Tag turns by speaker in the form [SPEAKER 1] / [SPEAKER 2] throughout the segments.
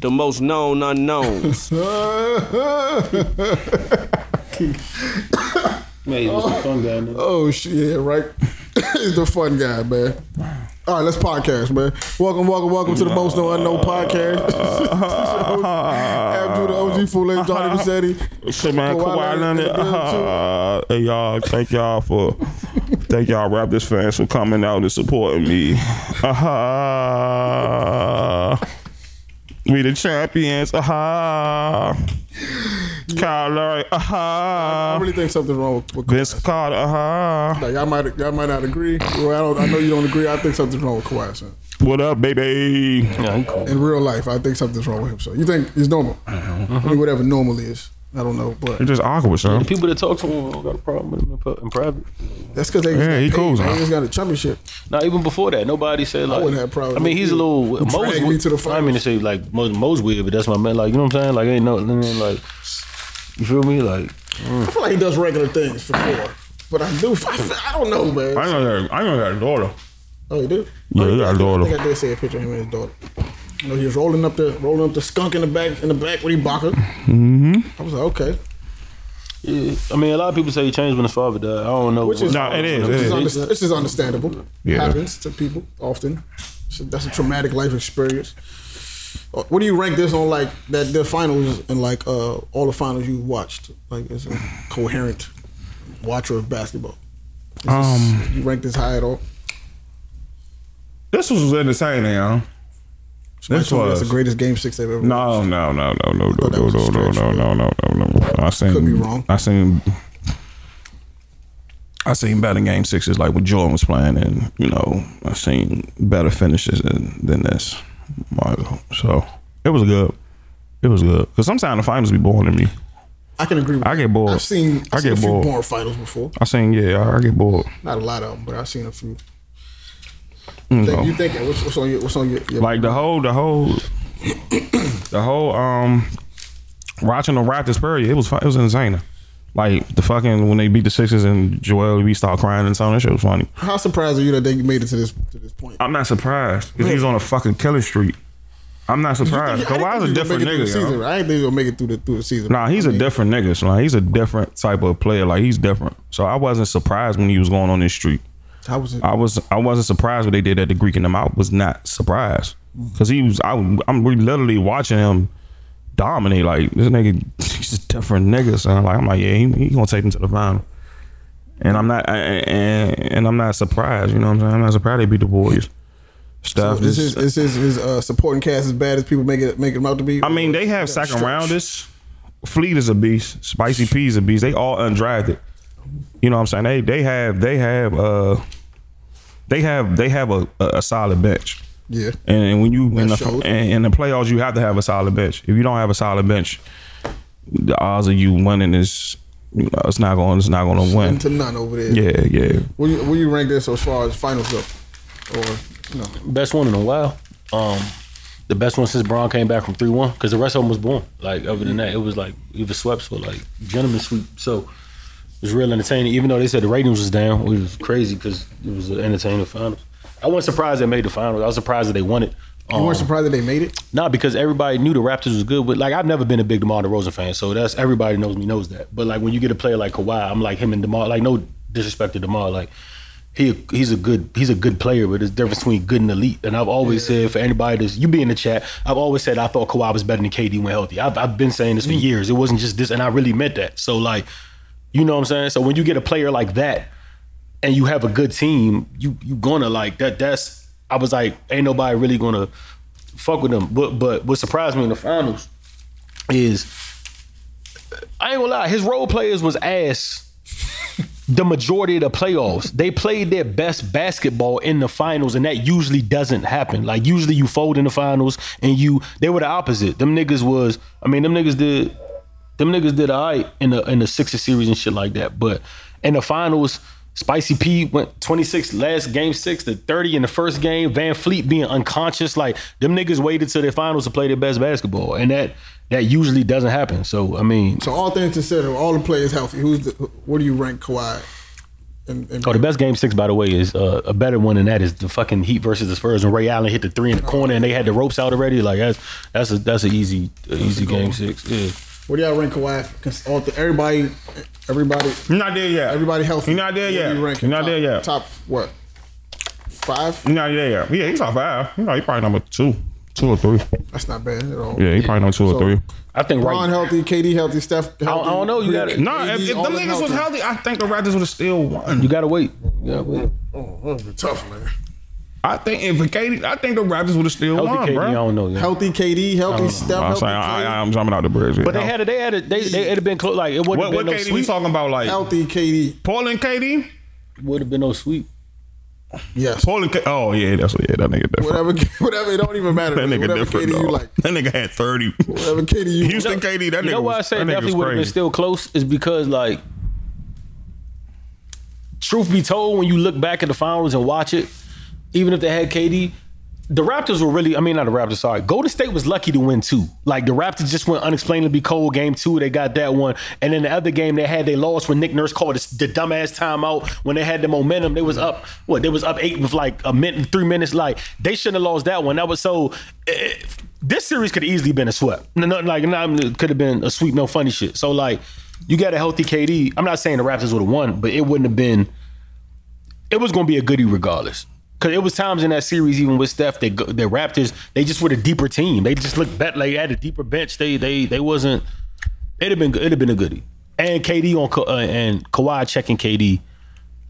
[SPEAKER 1] the most known unknowns.
[SPEAKER 2] Man, it was the fun guy. man.
[SPEAKER 3] Oh shit, yeah, right. He's the fun guy, man. All right, let's podcast, man. Welcome, welcome, welcome to the Most No Unknown Podcast. Abdul, the OG Fool, and Johnny Vassetti.
[SPEAKER 4] Shit, man,
[SPEAKER 3] Kawhi
[SPEAKER 4] Kawhi
[SPEAKER 3] Leonard
[SPEAKER 4] Leonard.
[SPEAKER 3] in the building, too.
[SPEAKER 4] Uh, hey, y'all, thank y'all for thank y'all Raptors fans for coming out and supporting me. Uh-huh. We the champions. Uh-huh. Kyle Lowry.
[SPEAKER 3] I
[SPEAKER 4] Uh-huh.
[SPEAKER 3] really think something's wrong with, with
[SPEAKER 4] Vince Carter. Uh-huh.
[SPEAKER 3] Like, y'all might, y'all might not agree. Well, I don't. I know you don't agree. I think something's wrong with Kawhi. Son.
[SPEAKER 4] What up, baby?
[SPEAKER 2] Nah, he cool.
[SPEAKER 3] In real life, I think something's wrong with him. So you think he's normal? I mean, whatever normal is, I don't know. But
[SPEAKER 4] It's just awkward,
[SPEAKER 2] The
[SPEAKER 4] son.
[SPEAKER 2] people that talk to him don't got a problem with him in pu- in private.
[SPEAKER 3] that's because they
[SPEAKER 4] Yeah, he cool, son.
[SPEAKER 3] They just got a championship.
[SPEAKER 2] Now, even before that, nobody said like.
[SPEAKER 3] wouldn't have problems
[SPEAKER 2] I mean, he's a
[SPEAKER 3] with you.
[SPEAKER 2] little.
[SPEAKER 3] You
[SPEAKER 2] Mo's,
[SPEAKER 3] dragged me to the
[SPEAKER 2] I mean to
[SPEAKER 3] finals.
[SPEAKER 2] say like Mo, Mo's weird, but that's my man. Like you know what I'm saying? Like ain't no, I mean, like you feel me? Like
[SPEAKER 4] Mm.
[SPEAKER 3] I feel like he does regular things for sure. But I do. I, feel- I don't know, man.
[SPEAKER 4] I know that. I know that daughter.
[SPEAKER 3] Oh, he do.
[SPEAKER 4] Yeah, he got
[SPEAKER 3] I
[SPEAKER 4] a
[SPEAKER 3] think
[SPEAKER 4] daughter.
[SPEAKER 3] I did see a picture of him and his daughter. You know, he was rolling up the rolling up the skunk in the back in the back with Ibaka. Mm-hmm. I was like, okay,
[SPEAKER 2] yeah, I mean, a lot of people say he changed when his father died. I don't know.
[SPEAKER 3] Which is-
[SPEAKER 4] No, it is.
[SPEAKER 3] this is,
[SPEAKER 4] It is.
[SPEAKER 3] under, this is understandable.
[SPEAKER 4] Yeah.
[SPEAKER 3] happens to people often. So that's a traumatic life experience. Uh, What do you rank this on? Like that the finals and like uh, all the finals you watched, like as a coherent watcher of basketball. Is this-
[SPEAKER 4] Um,
[SPEAKER 3] you rank this high at all?
[SPEAKER 4] This was entertaining, huh?
[SPEAKER 3] Somebody
[SPEAKER 4] This
[SPEAKER 3] told me
[SPEAKER 4] was-
[SPEAKER 3] that's the greatest game six they've ever.
[SPEAKER 4] No, no, no, no, no, no,
[SPEAKER 3] thought that
[SPEAKER 4] no,
[SPEAKER 3] was a
[SPEAKER 4] no, no,
[SPEAKER 3] stretch,
[SPEAKER 4] no, no, no, no, no. I seen.
[SPEAKER 3] Could be wrong.
[SPEAKER 4] I seen. I seen better game sixes like when Jordan was playing, and you know I seen better finishes than, than this. Margo. So it was good. It was good because sometimes the finals be boring to me.
[SPEAKER 3] I can agree. with
[SPEAKER 4] I
[SPEAKER 3] that.
[SPEAKER 4] get bored.
[SPEAKER 3] I've seen. I've
[SPEAKER 4] I
[SPEAKER 3] seen
[SPEAKER 4] get
[SPEAKER 3] a few
[SPEAKER 4] bored.
[SPEAKER 3] boring finals before.
[SPEAKER 4] I seen yeah, I, I get bored.
[SPEAKER 3] Not a lot of them, but I've seen a few.
[SPEAKER 4] You
[SPEAKER 3] Think-
[SPEAKER 4] know.
[SPEAKER 3] You thinking what's, what's on your what's on your, your
[SPEAKER 4] like the whole the whole the whole um watching the Raptors period it was fu- it was insane like the fucking when they beat the Sixers and Joel we start crying and so on that shit was funny
[SPEAKER 3] How surprised are you that they made it to this to this point?
[SPEAKER 4] I'm not surprised because he's on a fucking killing streak I'm not surprised
[SPEAKER 3] I didn't think
[SPEAKER 4] Kawhi's a
[SPEAKER 3] he was gonna
[SPEAKER 4] different
[SPEAKER 3] make it through the
[SPEAKER 4] nigga
[SPEAKER 3] season.
[SPEAKER 4] yo.
[SPEAKER 3] I didn't think he'll make it through the through the season.
[SPEAKER 4] nah he's a different nigga so like, he's a different type of player like he's different so I wasn't surprised when he was going on this streak
[SPEAKER 3] How was it?
[SPEAKER 4] I was I wasn't surprised what they did at the Greek and them. I was not surprised because he was I I'm re- literally watching him dominate. Like this nigga, he's a different nigga. Son. Like I'm like yeah, he, he gonna take him to the final. And I'm not I- I- and, and I'm not surprised. You know what I'm saying? I'm not surprised they beat the boys. Stuff.
[SPEAKER 3] Is
[SPEAKER 4] is
[SPEAKER 3] his is his, his uh, supporting cast as bad as people make it make him out to be?
[SPEAKER 4] I mean, they have second rounders. Fleet is a beast. Spicy P is a beast. They all undrafted. You know what I'm saying? They they have they have uh they have they have a, a, a solid bench.
[SPEAKER 3] Yeah.
[SPEAKER 4] And, and when you
[SPEAKER 3] That
[SPEAKER 4] in the,
[SPEAKER 3] showed.
[SPEAKER 4] in, in the playoffs, you have to have a solid bench. If you don't have a solid bench, the odds of you winning is you know, it's not going it's not going to win.
[SPEAKER 3] into none over there.
[SPEAKER 4] Yeah, yeah.
[SPEAKER 3] Where you, where you rank this as far as finals go? Or no?
[SPEAKER 2] best one in a while. Um, the best one since Braun came back from three one because the rest of them was born. Like other than that, it was like either swept or like gentleman sweep. So it was real entertaining. Even though they said the ratings was down, which was crazy because it was an entertaining finals. I wasn't surprised they made the finals. I was surprised that they won it.
[SPEAKER 3] You
[SPEAKER 2] Um,
[SPEAKER 3] weren't surprised that they made it.
[SPEAKER 2] Not because everybody knew the Raptors was good, but like I've never been a big DeMar DeRozan fan, so that's everybody knows me knows that. But like when you get a player like Kawhi, I'm like him and DeMar. Like no disrespect to DeMar, like he he's a good he's a good player, but there's a difference between good and elite. And I've always said for anybody that's you be in the chat, I've always said I thought Kawhi was better than KD when healthy. I've I've been saying this for years. It wasn't just this, and I really meant that. So like, you know what I'm saying. So when you get a player like that, and you have a good team, you you gonna like that. That's I was like, ain't nobody really gonna fuck with them. But but what surprised me in the finals is I ain't gonna lie, his role players was ass. The majority of the playoffs, they played their best basketball in the finals, and that usually doesn't happen. Like usually, you fold in the finals, and you they were the opposite. Them niggas was, I mean, them niggas did, them niggas did alright in the in the Sixers series and shit like that. But in the finals, Spicy P went 26 last game six to 30 in the first game. Van Fleet being unconscious, like them niggas waited till the finals to play their best basketball, and that that usually doesn't happen. So I mean,
[SPEAKER 3] So all things considered, all the players healthy. Who's the, where do you rank Kawhi And, and
[SPEAKER 2] Oh, the best game six, by the way, is uh, a better one than that is the fucking Heat versus the Spurs, and Ray Allen hit the three in the corner, and they had the ropes out already. Like that's that's a that's an easy a easy game six. Yeah.
[SPEAKER 3] What do y'all rank Kawhi? Because all the, everybody, everybody,
[SPEAKER 4] You're not there yet.
[SPEAKER 3] everybody healthy.
[SPEAKER 4] You're not there
[SPEAKER 3] What
[SPEAKER 4] yet.
[SPEAKER 3] do you rank him?
[SPEAKER 4] You're not
[SPEAKER 3] top,
[SPEAKER 4] there yet.
[SPEAKER 3] Top what? Five?
[SPEAKER 4] You're not there yet. Yeah, he's top five. You know, he probably number two, two or three.
[SPEAKER 3] That's not bad at all.
[SPEAKER 4] Yeah, he probably number two or
[SPEAKER 3] So-
[SPEAKER 4] three.
[SPEAKER 2] I think
[SPEAKER 3] Ron
[SPEAKER 2] right.
[SPEAKER 3] healthy, KD healthy, Steph. Healthy,
[SPEAKER 2] I don't know, you
[SPEAKER 3] Greek,
[SPEAKER 2] gotta-
[SPEAKER 4] No,
[SPEAKER 3] AD,
[SPEAKER 4] if, if them
[SPEAKER 3] all
[SPEAKER 4] niggas was healthy, I think the Raptors would have still won.
[SPEAKER 2] You gotta wait. You gotta wait.
[SPEAKER 3] Oh, that would've been tough, man.
[SPEAKER 4] I think if KD, I think the Raptors would have still
[SPEAKER 2] Healthy
[SPEAKER 4] won,
[SPEAKER 2] KD, I
[SPEAKER 4] bro.
[SPEAKER 2] don't know. yeah.
[SPEAKER 3] Healthy KD, healthy Steph,
[SPEAKER 4] Oh, I'm
[SPEAKER 3] healthy,
[SPEAKER 4] saying I,
[SPEAKER 3] KD,
[SPEAKER 4] I, am jumping out the bridge.
[SPEAKER 2] But they had it. They had it. They they it'd have been close. Like it
[SPEAKER 4] what
[SPEAKER 2] wouldn't
[SPEAKER 4] what
[SPEAKER 2] have been no
[SPEAKER 4] KD? We
[SPEAKER 2] sweep.
[SPEAKER 4] talking about like
[SPEAKER 3] healthy KD.
[SPEAKER 4] Portland KD?
[SPEAKER 2] Would have been no sweep.
[SPEAKER 3] Yes.
[SPEAKER 4] Portland. K- oh yeah, that's yeah. That nigga different.
[SPEAKER 3] Whatever, whatever. It don't even matter.
[SPEAKER 4] That
[SPEAKER 3] man.
[SPEAKER 4] nigga
[SPEAKER 3] whatever
[SPEAKER 4] different.
[SPEAKER 3] KD you
[SPEAKER 4] dog.
[SPEAKER 3] like.
[SPEAKER 4] That nigga had thirty.
[SPEAKER 3] Whatever KD you
[SPEAKER 4] Houston KD. That nigga.
[SPEAKER 2] You know why I
[SPEAKER 4] was-
[SPEAKER 2] say
[SPEAKER 4] that
[SPEAKER 2] it
[SPEAKER 4] nigga was
[SPEAKER 2] definitely would have been
[SPEAKER 4] crazy.
[SPEAKER 2] still close is because like, truth be told, when you look back at the finals and watch it, even if they had KD, the Raptors were really. I mean, not the Raptors. Sorry, Golden State was lucky to win two. Like the Raptors just went unexplainably cold game two. They got that one, and then the other game they had they lost when Nick Nurse called this, the dumbass timeout when they had the momentum. They was up what? They was up eight with like a minute, three minutes. Like they shouldn't have lost that one. That was so. eh, this series could have easily been a swept. No, no, like not could have been a sweep. No funny shit. So like, you got a healthy KD. I'm not saying the Raptors would have won, but it wouldn't have been it was going to be a goodie regardless. Because it was times in that series, even with Steph, they go- the Raptors, they just were the deeper team. They just looked better. They had a deeper bench. They they they wasn't. It'd have been it'd have been a goodie. And KD on Ka- uh, and Kawhi checking KD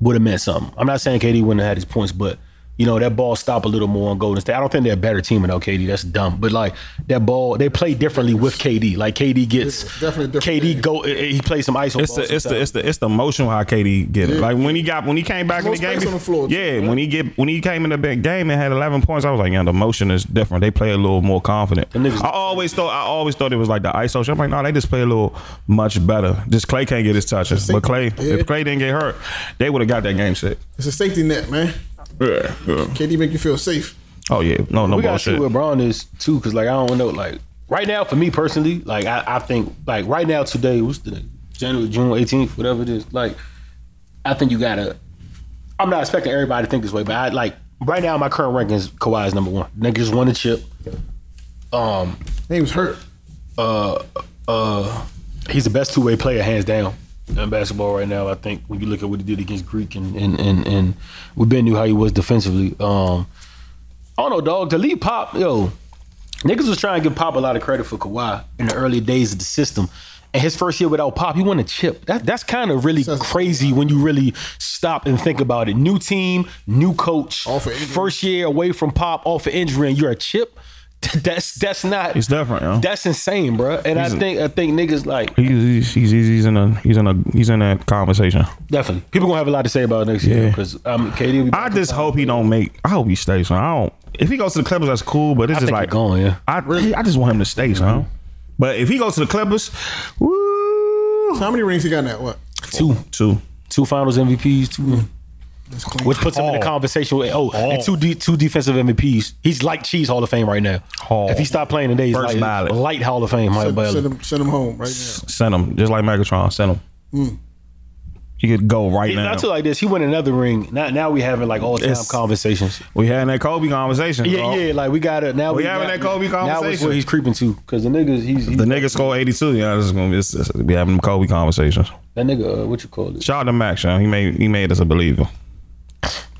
[SPEAKER 2] would have meant something. I'm not saying KD wouldn't have had his points, but you know that ball stopped a little more on Golden State. I don't think they're a better team without KD. That's dumb. But like that ball, they play differently with KD. Like KD gets
[SPEAKER 3] It's definitely a different
[SPEAKER 2] KD
[SPEAKER 3] game.
[SPEAKER 2] go. eh, He plays some iso.
[SPEAKER 4] It's the it's the it's the it's the motion how KD get it. Like when he got when he came back in the
[SPEAKER 3] There's more
[SPEAKER 4] game.
[SPEAKER 3] space on the floor, too,
[SPEAKER 4] yeah, when he get when he came in the big game and had 11 points, I was like, yeah, the motion is different. They play a little more confident.
[SPEAKER 2] niggas-
[SPEAKER 4] I always thought I always thought it was like the ISO. shit. I'm like, no, they just play a little much better. Just Clay can't get his touches, but Clay
[SPEAKER 3] Yeah.
[SPEAKER 4] if Clay didn't get hurt, they would have got that game set.
[SPEAKER 3] It's a safety net, man.
[SPEAKER 4] Yeah.
[SPEAKER 3] KD make you feel safe.
[SPEAKER 4] Oh yeah, no no
[SPEAKER 2] we gotta see
[SPEAKER 4] bullshit.
[SPEAKER 2] where Braun is too, because like I don't know, like right now for me personally, like I, I think like right now today, what's the day? January June eighteenth, whatever it is, like I think you gotta. I'm not expecting everybody to think this way, but I like right now my current rankings, Kawhi is number one. Niggas won the chip. Um,
[SPEAKER 3] He was hurt.
[SPEAKER 2] uh, uh, he's the best two way player, hands down, in basketball right now. I think when you look at what he did against Greek and and and, and we been knew how he was defensively. Um, I don't know, dog. To leave Pop, yo, niggas was trying to give Pop a lot of credit for Kawhi in the early days of the system. And his first year without Pop, he won a chip. That, that's kind of really
[SPEAKER 3] Says-
[SPEAKER 2] crazy when you really stop and think about it. New team, new coach,
[SPEAKER 3] Off of injury.
[SPEAKER 2] first year away from Pop, off of injury, and you're a chip. That's that's not
[SPEAKER 4] It's different, yo.
[SPEAKER 2] that's insane, bro. And I
[SPEAKER 4] He's a-
[SPEAKER 2] think I think niggas like
[SPEAKER 4] He's, he's, he's he's in a he's in a he's in that conversation.
[SPEAKER 2] definitely people gonna have a lot to say about it next year
[SPEAKER 4] Yeah.
[SPEAKER 2] because um, KD. will be
[SPEAKER 4] I
[SPEAKER 2] back
[SPEAKER 4] just hope he don't make. I hope he stays. Son. I don't. If he goes to the Clippers, that's cool. But it's just
[SPEAKER 2] think
[SPEAKER 4] like
[SPEAKER 2] he going, yeah. Mm-hmm.
[SPEAKER 4] I really, I just want him to stay, son. But if he goes to the Clippers, woo,
[SPEAKER 3] How many rings he got now? What?
[SPEAKER 2] two
[SPEAKER 4] two.
[SPEAKER 2] two Finals MVPs, two,
[SPEAKER 3] That's clean.
[SPEAKER 2] which puts him in
[SPEAKER 4] Hall.
[SPEAKER 2] the conversation. With, oh, and
[SPEAKER 4] Hall.
[SPEAKER 2] two de- two defensive MVPs. He's like Cheese Hall of Fame right now.
[SPEAKER 4] Hall.
[SPEAKER 2] If he stopped playing today, he's
[SPEAKER 4] First
[SPEAKER 2] like
[SPEAKER 4] ballot.
[SPEAKER 2] light Hall of Fame. Mike
[SPEAKER 3] send, send
[SPEAKER 2] Bailey.
[SPEAKER 3] him, send him home right now.
[SPEAKER 4] Send him just like Megatron. Send him.
[SPEAKER 2] Mm.
[SPEAKER 4] He could go right
[SPEAKER 2] Yeah,
[SPEAKER 4] now.
[SPEAKER 2] Not too like this. He won another ring. Now, now we having like all time
[SPEAKER 4] It's-
[SPEAKER 2] conversations.
[SPEAKER 4] we had that Kobe conversation. Oh,
[SPEAKER 2] Yeah,
[SPEAKER 4] bro.
[SPEAKER 2] yeah. Like we got it. Now
[SPEAKER 4] We
[SPEAKER 2] we,
[SPEAKER 4] having that
[SPEAKER 2] got-
[SPEAKER 4] Kobe
[SPEAKER 2] Now it's
[SPEAKER 4] conversation.
[SPEAKER 2] where he's creeping to because the niggas he's, he's
[SPEAKER 4] The nigga scored 82. Yeah, this is gonna be, this is gonna be having them Kobe conversations.
[SPEAKER 2] that nigga. Uh, what you call it?
[SPEAKER 4] Shout out to Max, yo. He made he made us a believer.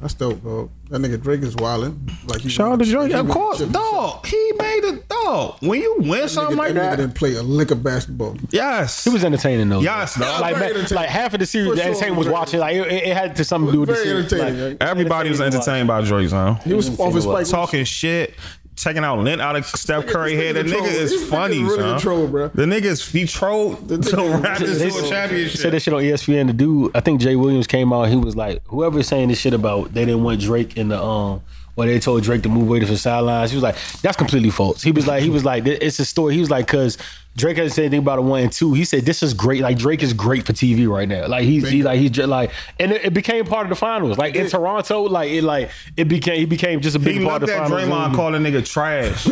[SPEAKER 3] That's dope, bro. That nigga Drake is wilding. Like he
[SPEAKER 4] Shout out to Drake,
[SPEAKER 3] he
[SPEAKER 4] of
[SPEAKER 3] went-
[SPEAKER 4] course,
[SPEAKER 3] shit,
[SPEAKER 4] dog. He made a dog. When you win
[SPEAKER 3] That
[SPEAKER 4] something
[SPEAKER 3] nigga, that
[SPEAKER 4] like
[SPEAKER 3] nigga
[SPEAKER 4] that,
[SPEAKER 3] didn't play a lick of basketball.
[SPEAKER 4] yes,
[SPEAKER 2] He was entertaining though.
[SPEAKER 4] Yes,
[SPEAKER 2] though.
[SPEAKER 4] no.
[SPEAKER 3] Very
[SPEAKER 2] like, man,
[SPEAKER 3] entertaining.
[SPEAKER 2] like half of the series,
[SPEAKER 3] For
[SPEAKER 2] the
[SPEAKER 3] sure,
[SPEAKER 2] entertainment was
[SPEAKER 3] very
[SPEAKER 2] watching. Like it, it had to something to do with the
[SPEAKER 3] Very
[SPEAKER 2] series.
[SPEAKER 3] entertaining.
[SPEAKER 2] Like,
[SPEAKER 3] yo.
[SPEAKER 4] Everybody was entertained by Drake, son.
[SPEAKER 3] he was off his spike.
[SPEAKER 4] Talking shit, taking out lint out of Steph
[SPEAKER 3] This
[SPEAKER 4] Curry
[SPEAKER 3] nigga
[SPEAKER 4] head. The
[SPEAKER 3] in
[SPEAKER 4] nigga
[SPEAKER 3] trouble.
[SPEAKER 4] is
[SPEAKER 3] This nigga
[SPEAKER 4] funny,
[SPEAKER 3] really in
[SPEAKER 4] son.
[SPEAKER 3] trouble, bro.
[SPEAKER 4] The nigga is he trolled the
[SPEAKER 3] nigga-
[SPEAKER 4] Raptors
[SPEAKER 2] They
[SPEAKER 4] to a
[SPEAKER 2] said that
[SPEAKER 4] championship.
[SPEAKER 2] shit on E ESPN. The dude, I think Jay Williams came out. He was like, whoever's saying this shit about they didn't want Drake in the um, or they told Drake to move away to the sidelines. He was like, that's completely false. He was like, he was like, it's a story. He was like, cause Drake hasn't said anything about a one and two. He said this is great. Like Drake is great for TV right now. Like he's he, like he's just like, and it, it became part of the finals. Like in Toronto, like it like it became he became just a big
[SPEAKER 4] He
[SPEAKER 2] part
[SPEAKER 4] loved
[SPEAKER 2] of the
[SPEAKER 4] that
[SPEAKER 2] finals. Mm-hmm.
[SPEAKER 4] Draymond called a nigga trash.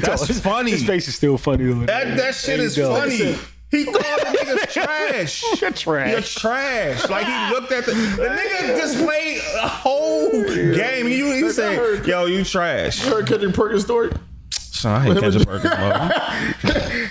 [SPEAKER 2] That's
[SPEAKER 4] funny.
[SPEAKER 2] His face is still funny. though.
[SPEAKER 4] That that shit
[SPEAKER 2] There you
[SPEAKER 4] is
[SPEAKER 2] go.
[SPEAKER 4] funny.
[SPEAKER 5] He called the niggas trash.
[SPEAKER 2] You're trash.
[SPEAKER 5] You're trash. Like he looked at the, the nigga just played a whole game. And you he said, "Yo, you trash."
[SPEAKER 3] You heard Kendrick Perkins' story?
[SPEAKER 4] Son, I hate Kendrick Perkins. bro.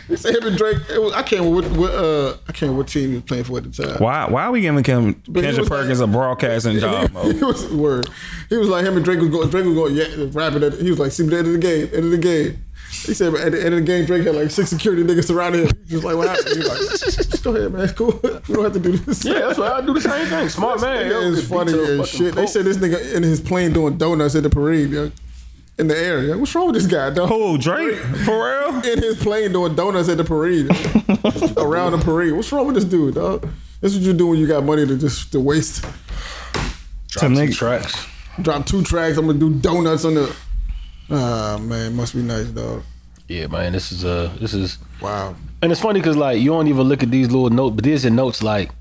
[SPEAKER 3] He said him and Drake. It was, I can't. What, what, uh, I can't. What team he was playing for at the time?
[SPEAKER 4] Why? Why are we giving Ken,
[SPEAKER 3] he
[SPEAKER 4] Kendrick
[SPEAKER 3] was like-
[SPEAKER 4] Perkins a broadcasting job? Mo?
[SPEAKER 3] He was word. He was like him and Drake was going. Drake was going. Yeah, rapping. At, he was like, "See me at the end of the game. End of the game." He said at the end of the game, Drake had like six security niggas surrounding him. He was like, "What happened?" He was like, "Just go ahead, man. It's cool. We don't have to do this."
[SPEAKER 2] Yeah, that's why I do the same thing. Smart man. yo,
[SPEAKER 3] It's
[SPEAKER 2] get
[SPEAKER 3] funny
[SPEAKER 2] beat to a
[SPEAKER 3] as
[SPEAKER 2] fucking
[SPEAKER 3] shit. They
[SPEAKER 2] pulp.
[SPEAKER 3] said this nigga in his plane doing donuts at the parade, yo. In the air. yo. What's wrong with this guy, dog?
[SPEAKER 4] Who Drake? For real?
[SPEAKER 3] in his plane doing donuts at the parade, around the parade. What's wrong with this dude, dog? This is what you do when you got money to just to waste.
[SPEAKER 4] Some nigga-
[SPEAKER 2] tracks.
[SPEAKER 3] Drop two tracks. I'm gonna do donuts on the. Ah man, must be nice, dog.
[SPEAKER 2] Yeah, man. This is uh, this is,
[SPEAKER 3] Wow.
[SPEAKER 2] and it's funny because like you don't even look at these little notes, but these are notes like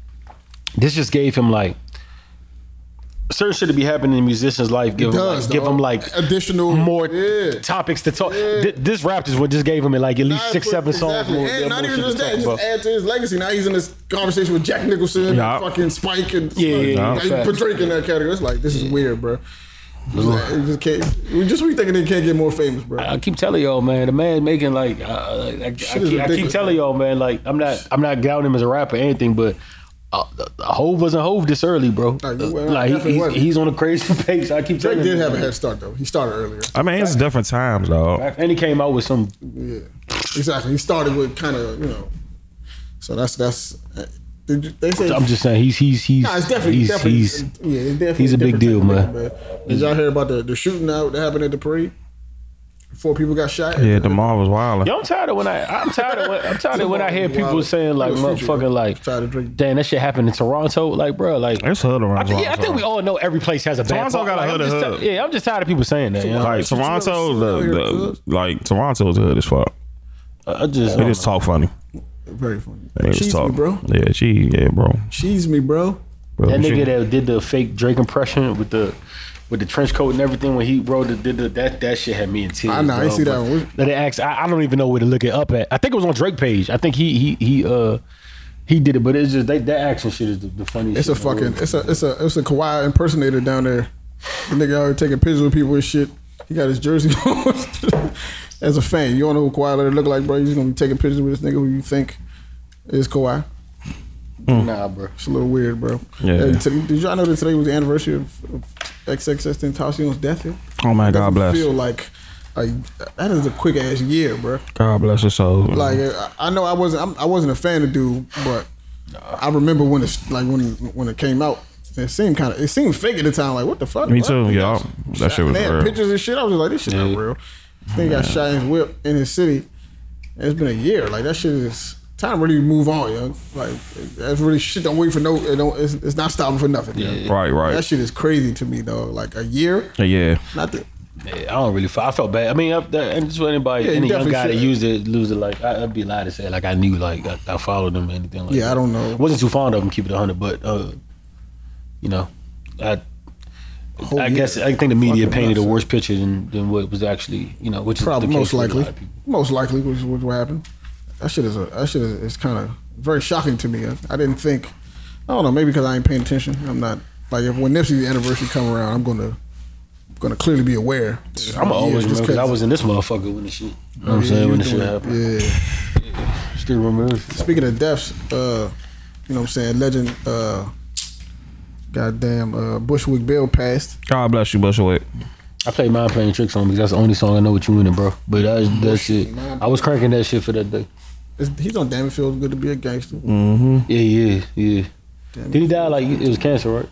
[SPEAKER 2] this just gave him like certain shit to be happening in a musician's life. Give him
[SPEAKER 3] does,
[SPEAKER 2] like, give him
[SPEAKER 3] dog.
[SPEAKER 2] like
[SPEAKER 3] Additional-
[SPEAKER 2] more
[SPEAKER 3] yeah.
[SPEAKER 2] topics to talk. Th- this rap is what just gave him like at least six, seven songs.
[SPEAKER 3] Exactly.
[SPEAKER 2] more-
[SPEAKER 3] And not
[SPEAKER 2] more
[SPEAKER 3] even
[SPEAKER 2] shit
[SPEAKER 3] just
[SPEAKER 2] to
[SPEAKER 3] that.
[SPEAKER 2] talk
[SPEAKER 3] Just
[SPEAKER 2] about.
[SPEAKER 3] add to his legacy. Now he's in this conversation with Jack Nicholson, and
[SPEAKER 4] Yeah.
[SPEAKER 3] fucking Spike, and
[SPEAKER 2] Yeah, yeah, yeah,
[SPEAKER 3] Like, you
[SPEAKER 2] facts.
[SPEAKER 3] put Drake in that category. It's like this is weird, bro. Like, it just can't. We just we thinking they can't get more famous, bro.
[SPEAKER 2] I keep telling y'all, man, the man making like, uh, like, like, I,
[SPEAKER 3] is
[SPEAKER 2] keep, I keep
[SPEAKER 3] ridiculous.
[SPEAKER 2] telling y'all, man, like I'm not I'm not doubting him as a rapper or anything, but uh, Hove wasn't Hove this early, bro.
[SPEAKER 3] Nah,
[SPEAKER 2] Uh,
[SPEAKER 3] you- well,
[SPEAKER 2] like he-
[SPEAKER 3] definitely
[SPEAKER 2] he's,
[SPEAKER 3] wasn't.
[SPEAKER 2] he's on a crazy pace. I keep
[SPEAKER 3] Drake
[SPEAKER 2] telling
[SPEAKER 3] did
[SPEAKER 2] you,
[SPEAKER 3] have a head start though. He started earlier.
[SPEAKER 4] I mean, it's different times, though.
[SPEAKER 2] and he came out with some.
[SPEAKER 3] Yeah, exactly. He started with kind of you know. So that's that's. uh, Did you, they say?
[SPEAKER 2] I'm just saying, he's he's he's
[SPEAKER 3] Nah, it's definitely
[SPEAKER 2] he's,
[SPEAKER 3] definitely.
[SPEAKER 2] he's
[SPEAKER 3] yeah, it's definitely
[SPEAKER 2] he's a big
[SPEAKER 3] different
[SPEAKER 2] deal,
[SPEAKER 3] type of nigga, man. Did y'all hear about the, the shooting out that happened at the parade? Four people got shot.
[SPEAKER 4] Yeah, the mall was wild.
[SPEAKER 2] Yo, I'm tired of when I I'm tired of when, I'm tired of when I hear people
[SPEAKER 3] Wild.
[SPEAKER 2] saying like
[SPEAKER 3] It was Future.
[SPEAKER 2] motherfucker like
[SPEAKER 3] Try to drink.
[SPEAKER 2] damn that shit happened in Toronto like bro like
[SPEAKER 4] It's hood
[SPEAKER 2] I
[SPEAKER 4] around.
[SPEAKER 2] think, yeah I think we all know every place has a bad
[SPEAKER 4] Toronto
[SPEAKER 2] part.
[SPEAKER 4] got a
[SPEAKER 2] Like,
[SPEAKER 4] hood
[SPEAKER 2] I'm
[SPEAKER 4] of
[SPEAKER 2] just
[SPEAKER 4] hood.
[SPEAKER 2] ti- yeah I'm just tired of people saying that you know?
[SPEAKER 4] Like Toronto, the, the like Toronto's hood as fuck.
[SPEAKER 2] I I just
[SPEAKER 4] They just talk funny.
[SPEAKER 3] Very funny.
[SPEAKER 4] They just
[SPEAKER 3] Cheese
[SPEAKER 4] talk,
[SPEAKER 3] me, bro.
[SPEAKER 4] Yeah, she, yeah, bro.
[SPEAKER 3] Cheese me, bro.
[SPEAKER 4] Bro,
[SPEAKER 2] That
[SPEAKER 4] she-
[SPEAKER 2] nigga that did the fake Drake impression with the with the trench coat and everything when he wrote the, did the, that that shit had me in tears.
[SPEAKER 3] I know, I
[SPEAKER 2] dog,
[SPEAKER 3] see that
[SPEAKER 2] but-
[SPEAKER 3] one.
[SPEAKER 2] That they asked, I, I don't even know where to look it up at. I think it was on Drake page. I think he he he uh he did it, but it's just they, that action shit is the, the funniest.
[SPEAKER 3] It's a
[SPEAKER 2] shit
[SPEAKER 3] fucking.
[SPEAKER 2] in the world.
[SPEAKER 3] It's a it's a it's a Kawhi impersonator down there. The nigga out here taking pictures with people and shit. He got his jersey on. As a fan, you don't know who Kawhi Leonard look like, bro. You're just gonna be taking pictures with this nigga who you think is Kawhi.
[SPEAKER 2] nah, bro.
[SPEAKER 3] It's a little weird, bro.
[SPEAKER 4] Yeah.
[SPEAKER 3] Hey, today- did y'all know that today was the anniversary of, of XXX Tentacion's death? It
[SPEAKER 4] Oh my God
[SPEAKER 3] doesn't
[SPEAKER 4] bless.
[SPEAKER 3] Feel like, like that is a quick ass year, bro.
[SPEAKER 4] God bless her soul.
[SPEAKER 3] Like I- I know I wasn't I'm, I wasn't a fan of dude, but I remember when it's like when when it came out. It seemed kind of it seemed fake at the time. Like what the fuck?
[SPEAKER 4] Me
[SPEAKER 3] bro?
[SPEAKER 4] too,
[SPEAKER 3] They
[SPEAKER 4] yeah.
[SPEAKER 3] got
[SPEAKER 4] That
[SPEAKER 3] shot-
[SPEAKER 4] shit was
[SPEAKER 3] they had
[SPEAKER 4] real.
[SPEAKER 3] Pictures and shit. I was just like, this shit not real. They got shot in his whip in his city. And it's been a year. Like that shit is time to really move on, yo. Like that's really shit. Don't wait for no. It don't. It's, it's not stopping for nothing. yo.
[SPEAKER 4] right,
[SPEAKER 3] That
[SPEAKER 4] right.
[SPEAKER 3] shit is crazy to me, though. Like a year,
[SPEAKER 4] Yeah.
[SPEAKER 3] not that.
[SPEAKER 2] Yeah, I don't really. Feel, I felt bad. I mean, I, that, and just for anybody,
[SPEAKER 3] Yeah, you
[SPEAKER 2] any young
[SPEAKER 3] definitely
[SPEAKER 2] guy that
[SPEAKER 3] should.
[SPEAKER 2] used it, lose it. Like I, I'd be lying to say like I knew like I, I followed him or anything. like
[SPEAKER 3] Yeah,
[SPEAKER 2] that.
[SPEAKER 3] I don't know.
[SPEAKER 2] wasn't too fond of him. Keep it hundred, but uh, you know, I
[SPEAKER 3] Whole
[SPEAKER 2] I
[SPEAKER 3] year.
[SPEAKER 2] guess I think the media
[SPEAKER 3] Fucking
[SPEAKER 2] painted a
[SPEAKER 3] nuts.
[SPEAKER 2] worse picture than, than what was actually you know which
[SPEAKER 3] Probably
[SPEAKER 2] is the
[SPEAKER 3] most
[SPEAKER 2] case with a
[SPEAKER 3] likely.
[SPEAKER 2] lot of people.
[SPEAKER 3] Most likely, which is what what happened. That shit is a, that shit is, is kind of very shocking to me. I, I didn't think. I don't know. Maybe because I ain't paying attention. I'm not like if when Nipsey's anniversary come around, I'm gonna gonna clearly be aware.
[SPEAKER 2] I'm always
[SPEAKER 3] Yeah, just
[SPEAKER 2] remember 'cause I
[SPEAKER 3] 'cause-
[SPEAKER 2] was in this motherfucker when the shit. You know what I'm
[SPEAKER 3] Yeah,
[SPEAKER 2] saying
[SPEAKER 3] you
[SPEAKER 2] when the shit
[SPEAKER 3] doing-
[SPEAKER 2] happened.
[SPEAKER 3] Yeah.
[SPEAKER 2] Still remember.
[SPEAKER 3] Speaking of deaths, uh, you know what I'm saying? Legend, uh, goddamn, uh, Bushwick Bill passed.
[SPEAKER 4] God bless you, Bushwick.
[SPEAKER 2] I played mind playing tricks on because that's the only song I know with you in it, bro. But that's that shit. I was cranking that shit for that day.
[SPEAKER 3] It's, he's on Damn It Feels Good to Be a Gangster.
[SPEAKER 2] Yeah, yeah, yeah.
[SPEAKER 3] Damn,
[SPEAKER 2] Did he die like it was cancer, right?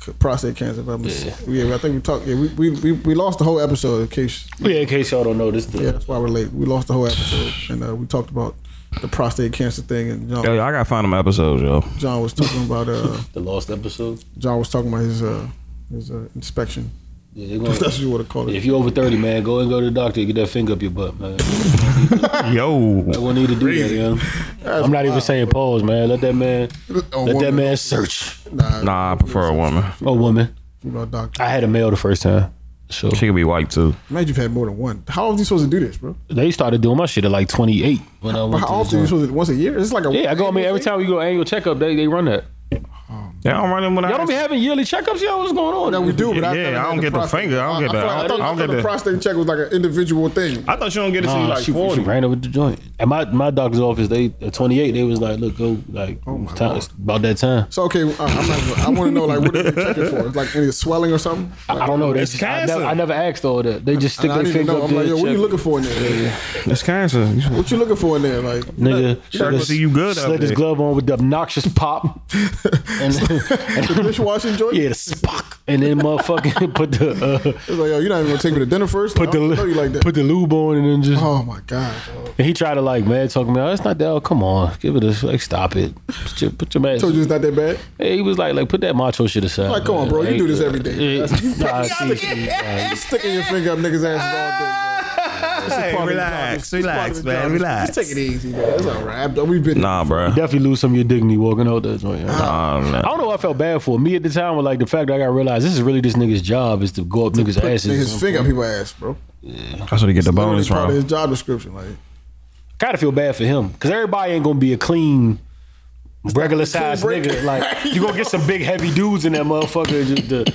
[SPEAKER 3] C- Prostate cancer. If I'm yeah. I think we talked. Yeah, we, we, we, we lost the whole episode in case.
[SPEAKER 2] Yeah, in case y'all don't know this.
[SPEAKER 3] Yeah, that's why we're late. We lost the whole episode, and uh, we talked about the prostate cancer thing, and John,
[SPEAKER 4] Yo, I gotta find them episodes, yo.
[SPEAKER 3] John was talking about uh,
[SPEAKER 2] The lost episode.
[SPEAKER 3] John was talking about his uh, his uh, inspection.
[SPEAKER 2] Yeah, they
[SPEAKER 3] That's
[SPEAKER 2] gonna-
[SPEAKER 3] what you would have called it.
[SPEAKER 2] if you're over 30, man, go and go to the doctor and get that finger up your butt, man.
[SPEAKER 4] Yo.
[SPEAKER 2] I won't need to do that, you know? I'm not even saying pause, man. Let that man,
[SPEAKER 3] Oh,
[SPEAKER 2] let that
[SPEAKER 3] woman.
[SPEAKER 2] man search.
[SPEAKER 3] Nah,
[SPEAKER 4] Nah, I prefer a woman.
[SPEAKER 2] Oh, woman.
[SPEAKER 3] female doctor.
[SPEAKER 2] I had a male the first time. So
[SPEAKER 4] She could be white too.
[SPEAKER 3] Imagine you've had more than one. How often are you supposed to do this, bro?
[SPEAKER 2] they started doing my shit at like 28 when I
[SPEAKER 3] But
[SPEAKER 2] went
[SPEAKER 3] how
[SPEAKER 2] to
[SPEAKER 3] often are you
[SPEAKER 2] the gym.
[SPEAKER 3] supposed to once a year? It's like a
[SPEAKER 2] Yeah, I go. I mean, every time we go annual checkup, they they run that.
[SPEAKER 4] Yeah, I don't run them when
[SPEAKER 2] Y'all
[SPEAKER 4] I
[SPEAKER 2] don't be having yearly checkups, y'all. What's going on?
[SPEAKER 3] that we do. But
[SPEAKER 4] Yeah,
[SPEAKER 3] I've
[SPEAKER 4] yeah,
[SPEAKER 3] never
[SPEAKER 4] I
[SPEAKER 3] had
[SPEAKER 4] don't get the
[SPEAKER 3] prostate.
[SPEAKER 4] finger. I don't get
[SPEAKER 3] I,
[SPEAKER 4] that.
[SPEAKER 3] thought-
[SPEAKER 4] I
[SPEAKER 3] I,
[SPEAKER 4] don't-
[SPEAKER 3] thought,
[SPEAKER 4] I don't
[SPEAKER 3] I thought
[SPEAKER 4] get
[SPEAKER 3] the
[SPEAKER 4] that.
[SPEAKER 3] prostate check was like an individual thing.
[SPEAKER 4] I thought you don't get it till you
[SPEAKER 2] Nah,
[SPEAKER 4] like
[SPEAKER 2] she, she
[SPEAKER 4] forty.
[SPEAKER 2] ran over the joint. At my my doctor's office, they at 28, they was like, look, go like
[SPEAKER 3] Oh
[SPEAKER 2] it's time- it's about that time.
[SPEAKER 3] So okay, uh, I'm not, gonna- I want to know like what are they checking for? It's like any swelling or something?
[SPEAKER 2] I, I don't know. They
[SPEAKER 4] It's
[SPEAKER 2] just, I,
[SPEAKER 4] cancer.
[SPEAKER 2] never, I never asked all that. They just stick
[SPEAKER 3] And I
[SPEAKER 2] their
[SPEAKER 3] didn't even
[SPEAKER 2] finger
[SPEAKER 3] know.
[SPEAKER 2] up
[SPEAKER 3] I'm
[SPEAKER 2] there.
[SPEAKER 3] like, yo, what you
[SPEAKER 2] check-
[SPEAKER 3] looking for in there?
[SPEAKER 4] It's cancer.
[SPEAKER 3] What you looking for in there? Like,
[SPEAKER 2] Nigga,
[SPEAKER 4] I can see you good out
[SPEAKER 2] Slid his
[SPEAKER 4] there.
[SPEAKER 2] glove on with the obnoxious pop, and,
[SPEAKER 3] the
[SPEAKER 2] and
[SPEAKER 3] dishwashing joint.
[SPEAKER 2] yeah, the spock, and then motherfucking put the uh,
[SPEAKER 3] It's like, yo, you're not even gonna take me to dinner first.
[SPEAKER 2] put
[SPEAKER 3] I don't know you
[SPEAKER 2] the
[SPEAKER 3] like that.
[SPEAKER 2] put the lube on, and then just
[SPEAKER 3] oh my god. bro.
[SPEAKER 2] and he tried to like mad talk me. out. It's not that. Oh, come on, give it a like. Stop it. Put your, put your man.
[SPEAKER 3] Told you it's not that bad.
[SPEAKER 2] Hey, he was like, like put that macho shit aside.
[SPEAKER 3] Like, come on,
[SPEAKER 2] man.
[SPEAKER 3] bro, you
[SPEAKER 2] Like,
[SPEAKER 3] do this every day.
[SPEAKER 2] eh, nah, Ah. see, see,
[SPEAKER 3] You're sticking your finger up niggas' asses
[SPEAKER 5] Hey,
[SPEAKER 3] all day.
[SPEAKER 5] relax, relax, man, relax.
[SPEAKER 3] Just take it easy, man. That's all right. We've been
[SPEAKER 4] Nah, bro.
[SPEAKER 2] definitely lose some of your dignity walking out that joint.
[SPEAKER 3] Uh-huh.
[SPEAKER 4] Nah, man.
[SPEAKER 2] I don't know. What I felt bad for me at the time, but like the fact that I got realized this is really this nigga's job is to go up
[SPEAKER 3] His
[SPEAKER 2] niggas' asses.
[SPEAKER 3] finger up people's ass, bro.
[SPEAKER 4] That's where they get the
[SPEAKER 3] Literally
[SPEAKER 4] bonus
[SPEAKER 3] part of
[SPEAKER 4] from.
[SPEAKER 3] His job description, like
[SPEAKER 2] Kind of feel bad for him because everybody ain't gonna be a clean, regular size
[SPEAKER 3] break.
[SPEAKER 2] nigga. Like you gonna get some big heavy dudes in that motherfucker just the,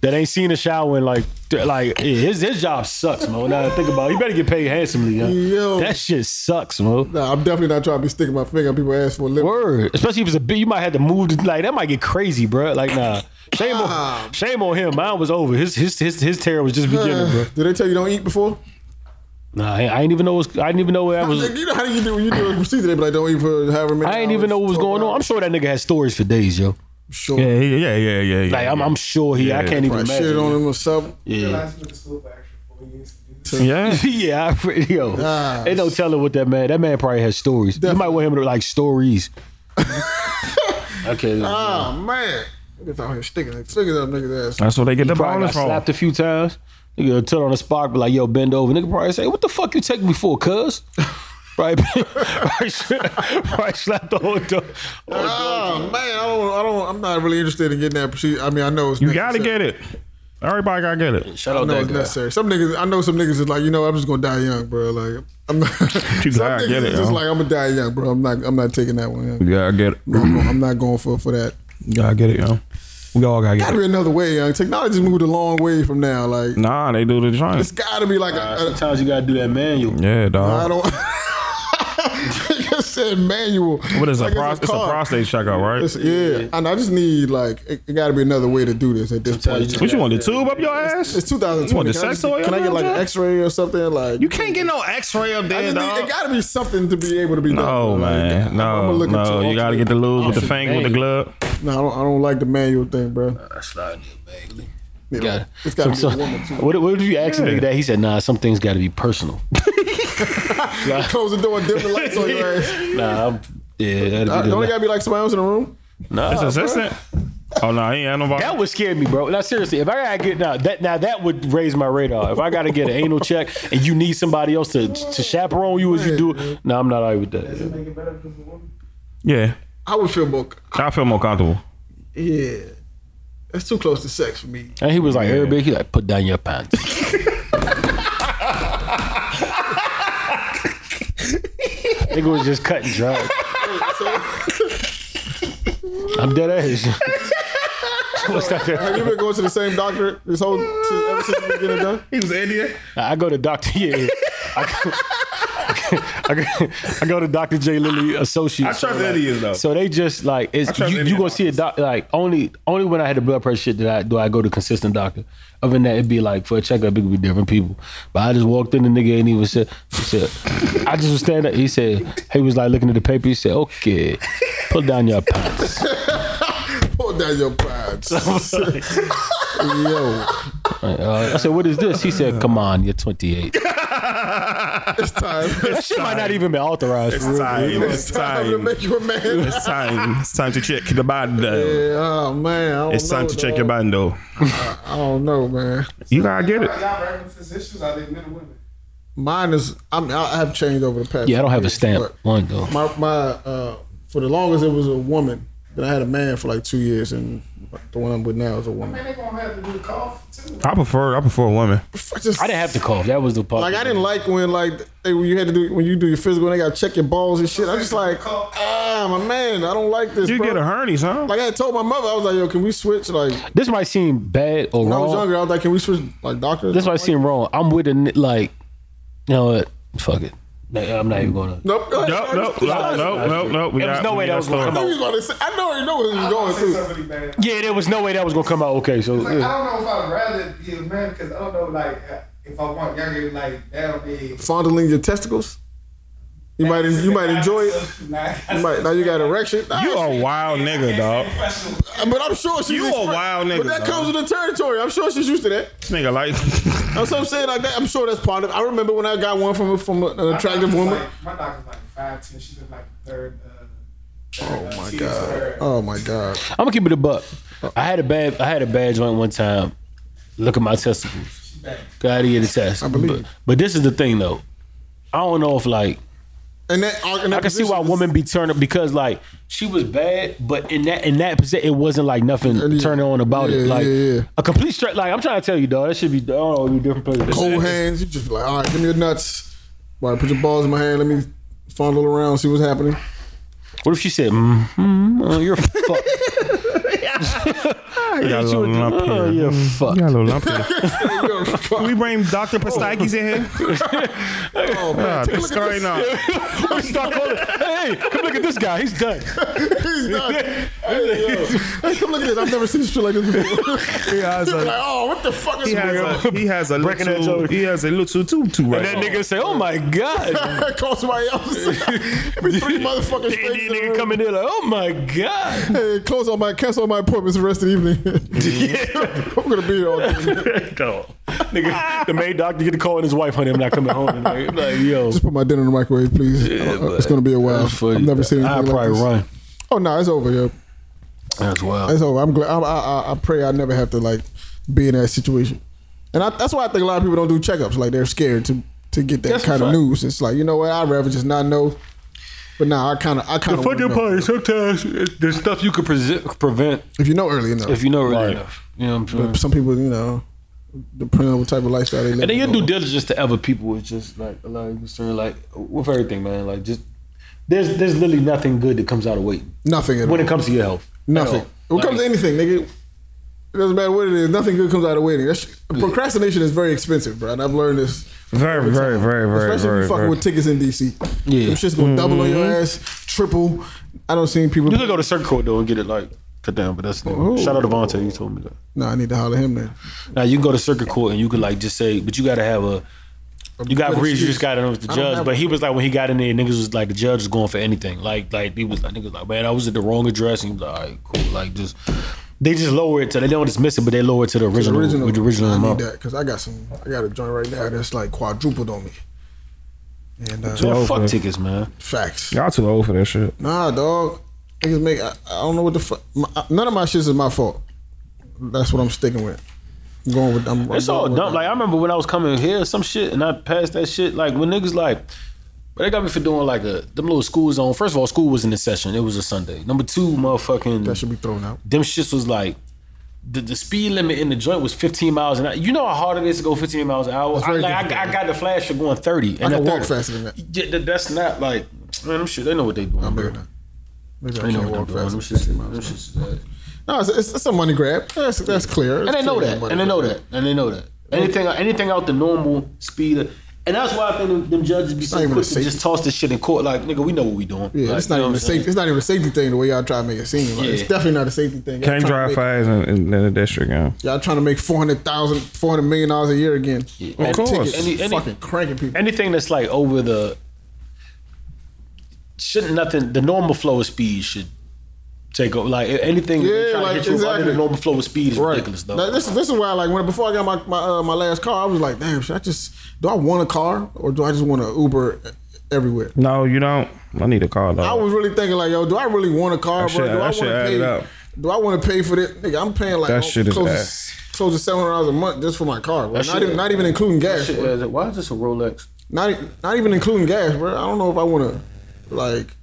[SPEAKER 2] that ain't seen a shower and like th- like yeah, his his job sucks, mo. Now that I think about it, he better get paid handsomely. Yo.
[SPEAKER 3] Yo.
[SPEAKER 2] That shit sucks, mo.
[SPEAKER 3] Nah, I'm definitely not trying to be sticking my finger up people's ass for a living.
[SPEAKER 2] Word. Especially if it's a big, you might have to move. To, like that might get crazy, bro. Like nah. Shame on, shame on him. Mine was over. His his his his terror was just beginning, bro.
[SPEAKER 3] Uh, did they tell you don't eat before?
[SPEAKER 2] Nah, I, I ain't even know. What's, I didn't even know where I was.
[SPEAKER 3] Nigga, you know how you do when you do a procedure, they be like, don't eat for however many.
[SPEAKER 2] I ain't even
[SPEAKER 3] hours,
[SPEAKER 2] know what was
[SPEAKER 3] 12
[SPEAKER 2] going on. I'm
[SPEAKER 3] hours.
[SPEAKER 2] sure that nigga had stories for days, yo.
[SPEAKER 3] sure.
[SPEAKER 4] Yeah, yeah, yeah, yeah, yeah. yeah.
[SPEAKER 2] Like I'm, I'm sure he. I
[SPEAKER 4] Yeah.
[SPEAKER 2] can't even
[SPEAKER 3] Probably shit
[SPEAKER 2] imagine.
[SPEAKER 3] on him or something.
[SPEAKER 2] Yeah,
[SPEAKER 4] yeah.
[SPEAKER 2] yeah. I, yo,
[SPEAKER 3] Nah.
[SPEAKER 2] ain't no telling what that man. That man probably has stories. You might want him to like stories. okay.
[SPEAKER 3] Oh man, niggas out here sticking, like, sticking up niggas' ass.
[SPEAKER 4] That's where they get the
[SPEAKER 2] probably
[SPEAKER 4] bonus
[SPEAKER 2] got
[SPEAKER 4] from.
[SPEAKER 2] slapped a few times. Nigga turn on the spark, be like, yo, bend over. Nigga probably say, what the fuck you taking me for, cuz? Right, right, right, slap the whole door.
[SPEAKER 3] Oh man, I don't, I don't, I'm not really interested in getting that procedure. I mean, I know it's
[SPEAKER 4] You
[SPEAKER 3] necessary.
[SPEAKER 4] gotta get it. Everybody gotta get it.
[SPEAKER 2] Shout
[SPEAKER 3] I
[SPEAKER 2] out
[SPEAKER 3] know
[SPEAKER 2] that
[SPEAKER 3] it's
[SPEAKER 2] guy.
[SPEAKER 3] necessary. Some niggas, I know some niggas is like, you know, I'm just gonna die young, bro. Like, I'm not.
[SPEAKER 4] You
[SPEAKER 3] some
[SPEAKER 4] gotta
[SPEAKER 3] niggas
[SPEAKER 4] get it,
[SPEAKER 3] is just
[SPEAKER 4] yo.
[SPEAKER 3] like, I'm gonna die young, bro. I'm not, I'm not taking that one. young.
[SPEAKER 4] You gotta get it.
[SPEAKER 3] I'm, not, I'm not going for for that.
[SPEAKER 4] You gotta get it, yo. We all gotta get
[SPEAKER 3] Gotta
[SPEAKER 4] it.
[SPEAKER 3] be another way, young. Technology's moved a long way from now. Like,
[SPEAKER 4] Nah, they do the joint.
[SPEAKER 3] it's gotta be like a, a,
[SPEAKER 2] Sometimes you gotta do that manual.
[SPEAKER 4] Yeah,
[SPEAKER 3] I
[SPEAKER 4] dog.
[SPEAKER 3] don't. I said manual.
[SPEAKER 4] What is a,
[SPEAKER 3] Like it's
[SPEAKER 4] pros- it's a
[SPEAKER 3] car.
[SPEAKER 4] prostate checkup, right?
[SPEAKER 3] It's- yeah, and I just need like it, it got to be another way to do this at this point.
[SPEAKER 4] What you want the tube up your ass?
[SPEAKER 3] It's 2020.
[SPEAKER 4] You want the
[SPEAKER 3] can I, just-
[SPEAKER 4] sex toy
[SPEAKER 3] can I
[SPEAKER 4] up
[SPEAKER 3] get
[SPEAKER 4] your
[SPEAKER 3] like an
[SPEAKER 4] ass?
[SPEAKER 3] X-ray or something? Like
[SPEAKER 4] You can't get no X-ray up
[SPEAKER 3] I
[SPEAKER 4] there,
[SPEAKER 3] just need,
[SPEAKER 4] dog.
[SPEAKER 3] it got to be something to be able to be done.
[SPEAKER 4] No,
[SPEAKER 3] Like,
[SPEAKER 4] Oh,
[SPEAKER 3] Oh,
[SPEAKER 4] man.
[SPEAKER 3] I'm-
[SPEAKER 4] No,
[SPEAKER 3] I'ma look into
[SPEAKER 4] no. You gotta get the lube with the
[SPEAKER 2] Alternate
[SPEAKER 4] finger, with the
[SPEAKER 2] vein.
[SPEAKER 4] glove.
[SPEAKER 3] No, I don't, I don't like the manual thing, bro. You know,
[SPEAKER 2] Got it.
[SPEAKER 3] it's got to be
[SPEAKER 2] So-
[SPEAKER 3] a woman too.
[SPEAKER 2] What, what if you ask a
[SPEAKER 4] Yeah.
[SPEAKER 2] nigga that? He said, nah, some things gotta be personal.
[SPEAKER 3] Close the door, and dim the lights on your ass.
[SPEAKER 2] Nah, I'm, yeah,
[SPEAKER 3] Uh,
[SPEAKER 2] that'd be
[SPEAKER 3] Don't
[SPEAKER 2] the,
[SPEAKER 3] it got to be like somebody else in the room?
[SPEAKER 4] It's assistant. Oh no, he ain't had nobody.
[SPEAKER 2] That would scare me, bro. Now seriously, if I gotta get now that now that would raise my radar. If I gotta get an anal check and you need somebody else to to chaperone you as you do, no, nah, I'm not all right with that.
[SPEAKER 4] Yeah,
[SPEAKER 3] I would feel more.
[SPEAKER 4] I feel more comfortable.
[SPEAKER 3] Yeah, that's too close to sex for me.
[SPEAKER 2] And he was like, "Everybody, he like put down your pants." Nigga was just cutting drug. I'm dead ass. What's that?
[SPEAKER 3] Have you been going to the same doctor this whole since, ever since you getting it done?
[SPEAKER 5] He was Indian.
[SPEAKER 2] I go to Doctor. Yeah, I go, I go, I go to Doctor J Lilly Associates.
[SPEAKER 5] I trust Indians, though.
[SPEAKER 2] So they just like it's
[SPEAKER 5] trust
[SPEAKER 2] you,
[SPEAKER 5] Indian
[SPEAKER 2] you gonna see a doc like only only when I had the blood pressure shit did I do I go to consistent doctor. Other than that, it'd be like for a checkup, it could be different people. But I just walked in, the nigga ain't even said. He said, I just was standing. He said, he was like looking at the paper. He said, okay, pull down your pants.
[SPEAKER 3] Pull down your pride. Yo,
[SPEAKER 2] Like, uh, I said, what is this? He said, come on, you're 28.
[SPEAKER 3] it's time.
[SPEAKER 2] That shit might not even been authorized. For
[SPEAKER 4] It's
[SPEAKER 2] real.
[SPEAKER 4] time.
[SPEAKER 3] It's time to make you a man.
[SPEAKER 4] It's time. It's time to check the button. though.
[SPEAKER 3] Yeah, oh man, I don't
[SPEAKER 4] It's
[SPEAKER 3] know,
[SPEAKER 4] time to check
[SPEAKER 3] dog.
[SPEAKER 4] your button, though.
[SPEAKER 3] I don't know, man.
[SPEAKER 4] You gotta get it.
[SPEAKER 6] Y'all regular physicians, are they men or women?
[SPEAKER 3] Mine is. I mean, I have changed over the past.
[SPEAKER 2] Yeah, I don't have a
[SPEAKER 3] years,
[SPEAKER 2] stamp
[SPEAKER 3] but
[SPEAKER 2] one though.
[SPEAKER 3] My my uh, for the longest it was a woman. Then I had a man for like two years, and The one I'm with now is a woman.
[SPEAKER 6] Man, they gonna have to do cough too.
[SPEAKER 4] I prefer I prefer a woman.
[SPEAKER 3] I, just,
[SPEAKER 2] I didn't have to cough. That was the part.
[SPEAKER 3] Like I didn't like when like they, when you had to do when you do your physical and they got to check your balls and shit. I'm just like, ah, my man, I don't like this.
[SPEAKER 4] You
[SPEAKER 3] bro.
[SPEAKER 4] get a hernies, huh?
[SPEAKER 3] Like I told my mother, I was like, yo, can we switch? Like when
[SPEAKER 2] This might seem bad or
[SPEAKER 3] I was
[SPEAKER 2] wrong.
[SPEAKER 3] younger, I was like, can we switch? Like doctor.
[SPEAKER 2] This might seem wrong. I'm with a ni- like, you know what? Fuck it. Like, I'm not even gonna.
[SPEAKER 3] Nope. Nope.
[SPEAKER 4] Nope, nope, nope, nope, nope, nope. We
[SPEAKER 2] There was
[SPEAKER 4] got-
[SPEAKER 2] no
[SPEAKER 4] we
[SPEAKER 2] way
[SPEAKER 4] got
[SPEAKER 2] that was gonna
[SPEAKER 4] story.
[SPEAKER 2] come
[SPEAKER 3] I,
[SPEAKER 2] out.
[SPEAKER 3] knew you was gonna say, I know you know where you going
[SPEAKER 6] Say
[SPEAKER 3] to.
[SPEAKER 6] something bad.
[SPEAKER 2] Yeah, there was no way that was gonna come out okay. So
[SPEAKER 6] Like,
[SPEAKER 2] yeah.
[SPEAKER 6] I don't know if I'd rather be a man because I don't know, like, if I want younger, like, that'll be.
[SPEAKER 3] Fondling your testicles. You might you might enjoy it. You might, now you got erection. Nah,
[SPEAKER 4] You a wild nigga, dog.
[SPEAKER 3] but I'm sure she's
[SPEAKER 4] You a wild nigga,
[SPEAKER 3] But that
[SPEAKER 4] dog.
[SPEAKER 3] comes with the territory. I'm sure she's used to that.
[SPEAKER 4] This nigga like
[SPEAKER 3] That's what I'm saying. Like that, I'm sure that's part of. I remember when I got one from a, from a- an attractive woman.
[SPEAKER 6] Like, my doctor's like five ten. She's in like third. Uh,
[SPEAKER 3] Oh my god. Oh my god.
[SPEAKER 2] I'm gonna keep it a buck. I had a bad I had a bad joint one time. Look at my testicles. Got to get a test. I
[SPEAKER 3] believe
[SPEAKER 2] But,
[SPEAKER 3] it.
[SPEAKER 2] but this is the thing though. I don't know if like
[SPEAKER 3] And that, and that
[SPEAKER 2] I can see why women be turned up because like she was bad, but in that in that position it wasn't like nothing
[SPEAKER 3] Yeah,
[SPEAKER 2] turning on about it.
[SPEAKER 3] yeah,
[SPEAKER 2] Like
[SPEAKER 3] yeah, yeah.
[SPEAKER 2] a complete straight. Like I'm trying to tell you, dog. That should be. I don't know. It'd be different places.
[SPEAKER 3] cold hands. You just be like, all right, give me your nuts. All right, put your balls in my hand. Let me fondle around, see what's happening.
[SPEAKER 2] What if she said, mm-hmm, oh, "You're fucked.
[SPEAKER 4] you got a little lump
[SPEAKER 2] oh,
[SPEAKER 4] here.
[SPEAKER 2] you're
[SPEAKER 4] You
[SPEAKER 3] Mm.
[SPEAKER 2] fucked."
[SPEAKER 4] got a little lump here.
[SPEAKER 3] Yo, fuck.
[SPEAKER 4] We bring Dr. Pastakis in here.
[SPEAKER 3] Oh, man.
[SPEAKER 4] Ah, this going on.
[SPEAKER 2] We start calling. Hey, come look at this guy. He's done.
[SPEAKER 3] He's done. Hey, yo. Hey, come look at this. I've never seen shit like this before.
[SPEAKER 4] He has
[SPEAKER 3] You're like,
[SPEAKER 4] a
[SPEAKER 3] oh, what the fuck is
[SPEAKER 4] he
[SPEAKER 3] going
[SPEAKER 4] has a,
[SPEAKER 3] on?
[SPEAKER 4] he has a
[SPEAKER 2] Breaking that
[SPEAKER 4] little
[SPEAKER 2] joke.
[SPEAKER 4] he has a little tutu right.
[SPEAKER 2] That
[SPEAKER 4] now.
[SPEAKER 2] nigga say, "Oh my god."
[SPEAKER 3] Call somebody else. Be three motherfuckking
[SPEAKER 2] The
[SPEAKER 3] strangers in
[SPEAKER 2] Indian
[SPEAKER 3] the
[SPEAKER 2] nigga
[SPEAKER 3] room.
[SPEAKER 2] come in there like, oh my god.
[SPEAKER 3] Hey, close all my cancel all my appointments for the rest of the evening. I'm gonna be here all day.
[SPEAKER 2] Go. nigga, the maid doctor get a call and his wife, honey, I'm not coming home. tonight." Like, yo.
[SPEAKER 3] Just put my dinner in the microwave, please. Uh, it's gonna be a while. I've never seen anything
[SPEAKER 2] I'll
[SPEAKER 3] like
[SPEAKER 2] probably
[SPEAKER 3] this.
[SPEAKER 2] run
[SPEAKER 3] Oh no, it's over. Yo,
[SPEAKER 2] as well.
[SPEAKER 3] it's over. I'm glad. I, I, I- I pray I never have to like be in that situation. And I, that's why I think a lot of people don't do checkups. Like they're scared to to get that
[SPEAKER 2] That's a
[SPEAKER 3] kind of
[SPEAKER 2] fact.
[SPEAKER 3] news. It's like you know what? I'd rather just not know. But nah, I kind of I kind of
[SPEAKER 2] is sometimes there's stuff you could prevent
[SPEAKER 3] If you know early enough,
[SPEAKER 2] if you know really enough. You know what I'm saying?
[SPEAKER 3] some people you know, depending on what type of lifestyle they live.
[SPEAKER 2] And
[SPEAKER 3] in.
[SPEAKER 2] then your due diligence to other people is just like a lot of concern, like with everything, man. Like just there's there's literally nothing good that comes out of waiting
[SPEAKER 3] nothing at all.
[SPEAKER 2] when it comes to your health. At
[SPEAKER 3] Nothing.
[SPEAKER 2] all.
[SPEAKER 3] When it comes to
[SPEAKER 2] Like,
[SPEAKER 3] anything, nigga, it doesn't matter what it is. Nothing good comes out of waiting. That's, procrastination is very expensive, bro. And I've learned this.
[SPEAKER 4] Very, very, very, very,
[SPEAKER 3] Especially if
[SPEAKER 4] very,
[SPEAKER 3] you fucking
[SPEAKER 4] very. Mm-hmm.
[SPEAKER 3] with tickets in DC.
[SPEAKER 2] Yeah.
[SPEAKER 3] Them shit's gonna double on your ass, triple. I don't see people.
[SPEAKER 2] you could go to circuit court though and get it like cut down, but that's shout out to Vontae. You told me that.
[SPEAKER 3] nah, I need to holler him then.
[SPEAKER 2] Now you can go to circuit court and you could like just say, but you gotta have a. You got
[SPEAKER 3] good
[SPEAKER 2] reasons. You
[SPEAKER 3] excuse.
[SPEAKER 2] just gotta know it's the
[SPEAKER 3] I don't
[SPEAKER 2] judge.
[SPEAKER 3] have-
[SPEAKER 2] But he was like, when he got in there, niggas was like, the judge was going for anything. Like, like he was like, niggas like, man, I was at the wrong address. And he was like, all right, cool. Like, just they just lower it to they don't dismiss it, but they lower it to the
[SPEAKER 3] The
[SPEAKER 2] original,
[SPEAKER 3] original,
[SPEAKER 2] with the original
[SPEAKER 3] I need
[SPEAKER 2] amount.
[SPEAKER 3] that because I got some. I got a joint right now that's like quadrupled on me. And uh,
[SPEAKER 2] Man, fuck
[SPEAKER 4] Okay.
[SPEAKER 2] tickets, man.
[SPEAKER 3] facts.
[SPEAKER 4] Y'all too old for that shit.
[SPEAKER 3] Nah, dog. Niggas make. I, I don't know what the fuck. my- None of my shits is my fault. That's what I'm sticking with. I'm going with. I'm,
[SPEAKER 2] It's
[SPEAKER 3] I'm
[SPEAKER 2] all
[SPEAKER 3] going with
[SPEAKER 2] dumb.
[SPEAKER 3] that.
[SPEAKER 2] Like I remember when I was coming here, some shit, and I passed that shit. Like when niggas like, but they got me for doing like a them little school zone. First of all, school was in the session. It was a Sunday. Number two, motherfucking
[SPEAKER 3] that should be thrown out.
[SPEAKER 2] them shits was like the, the speed limit in the joint was 15 miles an hour. You know how hard it is to go 15 miles an hour. I,
[SPEAKER 3] very
[SPEAKER 2] like, I, I
[SPEAKER 3] difficult.
[SPEAKER 2] got the flash for going 30. And
[SPEAKER 3] I
[SPEAKER 2] that
[SPEAKER 3] can walk
[SPEAKER 2] 30
[SPEAKER 3] faster than that.
[SPEAKER 2] Yeah, that- that's not like man. Them shit, they know what they doing.
[SPEAKER 3] I'm
[SPEAKER 2] bro.
[SPEAKER 3] not. Maybe I
[SPEAKER 2] They know
[SPEAKER 3] can't
[SPEAKER 2] what
[SPEAKER 3] walk
[SPEAKER 2] they doing. Them
[SPEAKER 3] fast.
[SPEAKER 2] shits, them shits, uh,
[SPEAKER 3] No, it's, it's, it's a money grab. That's, that's clear.
[SPEAKER 2] and they know that. And they know that. And they know that. Anything, anything out the normal speed. And that's why I think them, them judges be
[SPEAKER 3] not
[SPEAKER 2] so
[SPEAKER 3] even
[SPEAKER 2] quick
[SPEAKER 3] a
[SPEAKER 2] to
[SPEAKER 3] safety.
[SPEAKER 2] just toss this shit in court. Like, nigga, we know what we doing.
[SPEAKER 3] Yeah,
[SPEAKER 2] Like,
[SPEAKER 3] it's not
[SPEAKER 2] you
[SPEAKER 3] even
[SPEAKER 2] know what
[SPEAKER 3] a
[SPEAKER 2] I'm saying?
[SPEAKER 3] safety. It's not even a safety thing the way y'all try to make it seem. Like, It's
[SPEAKER 2] Yeah.
[SPEAKER 3] definitely not a safety thing. Y'all
[SPEAKER 4] Can't
[SPEAKER 3] trying to
[SPEAKER 4] drive
[SPEAKER 3] make-
[SPEAKER 4] fast in, in, in the district, yeah.
[SPEAKER 3] Y'all trying to make 400,000, 400 million dollars a year again.
[SPEAKER 2] Of
[SPEAKER 3] And
[SPEAKER 2] course.
[SPEAKER 3] tickets,
[SPEAKER 2] Any- any-
[SPEAKER 3] fucking cranking people.
[SPEAKER 2] anything that's like over the shouldn't nothing the normal flow of speed should take over like anything that they
[SPEAKER 3] Yeah,
[SPEAKER 2] try to
[SPEAKER 3] like,
[SPEAKER 2] hit you with other
[SPEAKER 3] exactly.
[SPEAKER 2] than the normal flow of speed is
[SPEAKER 3] Right.
[SPEAKER 2] ridiculous though
[SPEAKER 3] Now, this is this is why like when before I got my my, uh, my last car, I was like, damn, should I just do I want a car or do I just want to Uber everywhere?
[SPEAKER 4] No, you don't. I need a car though.
[SPEAKER 3] I was really thinking like, yo, do I really want a car,
[SPEAKER 4] That
[SPEAKER 3] bro?
[SPEAKER 4] shit-
[SPEAKER 3] do I
[SPEAKER 4] that shit
[SPEAKER 3] wanna
[SPEAKER 4] added up.
[SPEAKER 3] Do I want to pay for this? Nigga, I'm paying like
[SPEAKER 4] That
[SPEAKER 3] oh,
[SPEAKER 4] shit is
[SPEAKER 3] close,
[SPEAKER 4] ass.
[SPEAKER 3] to, close to seven hundred dollars a month just for my car, bro.
[SPEAKER 2] That
[SPEAKER 3] Not
[SPEAKER 2] shit-
[SPEAKER 3] even, not even including gas.
[SPEAKER 2] Shit, uh,
[SPEAKER 3] bro.
[SPEAKER 2] is it- why is this a Rolex
[SPEAKER 3] Not e- not even including gas, bro. I don't know if I want to like.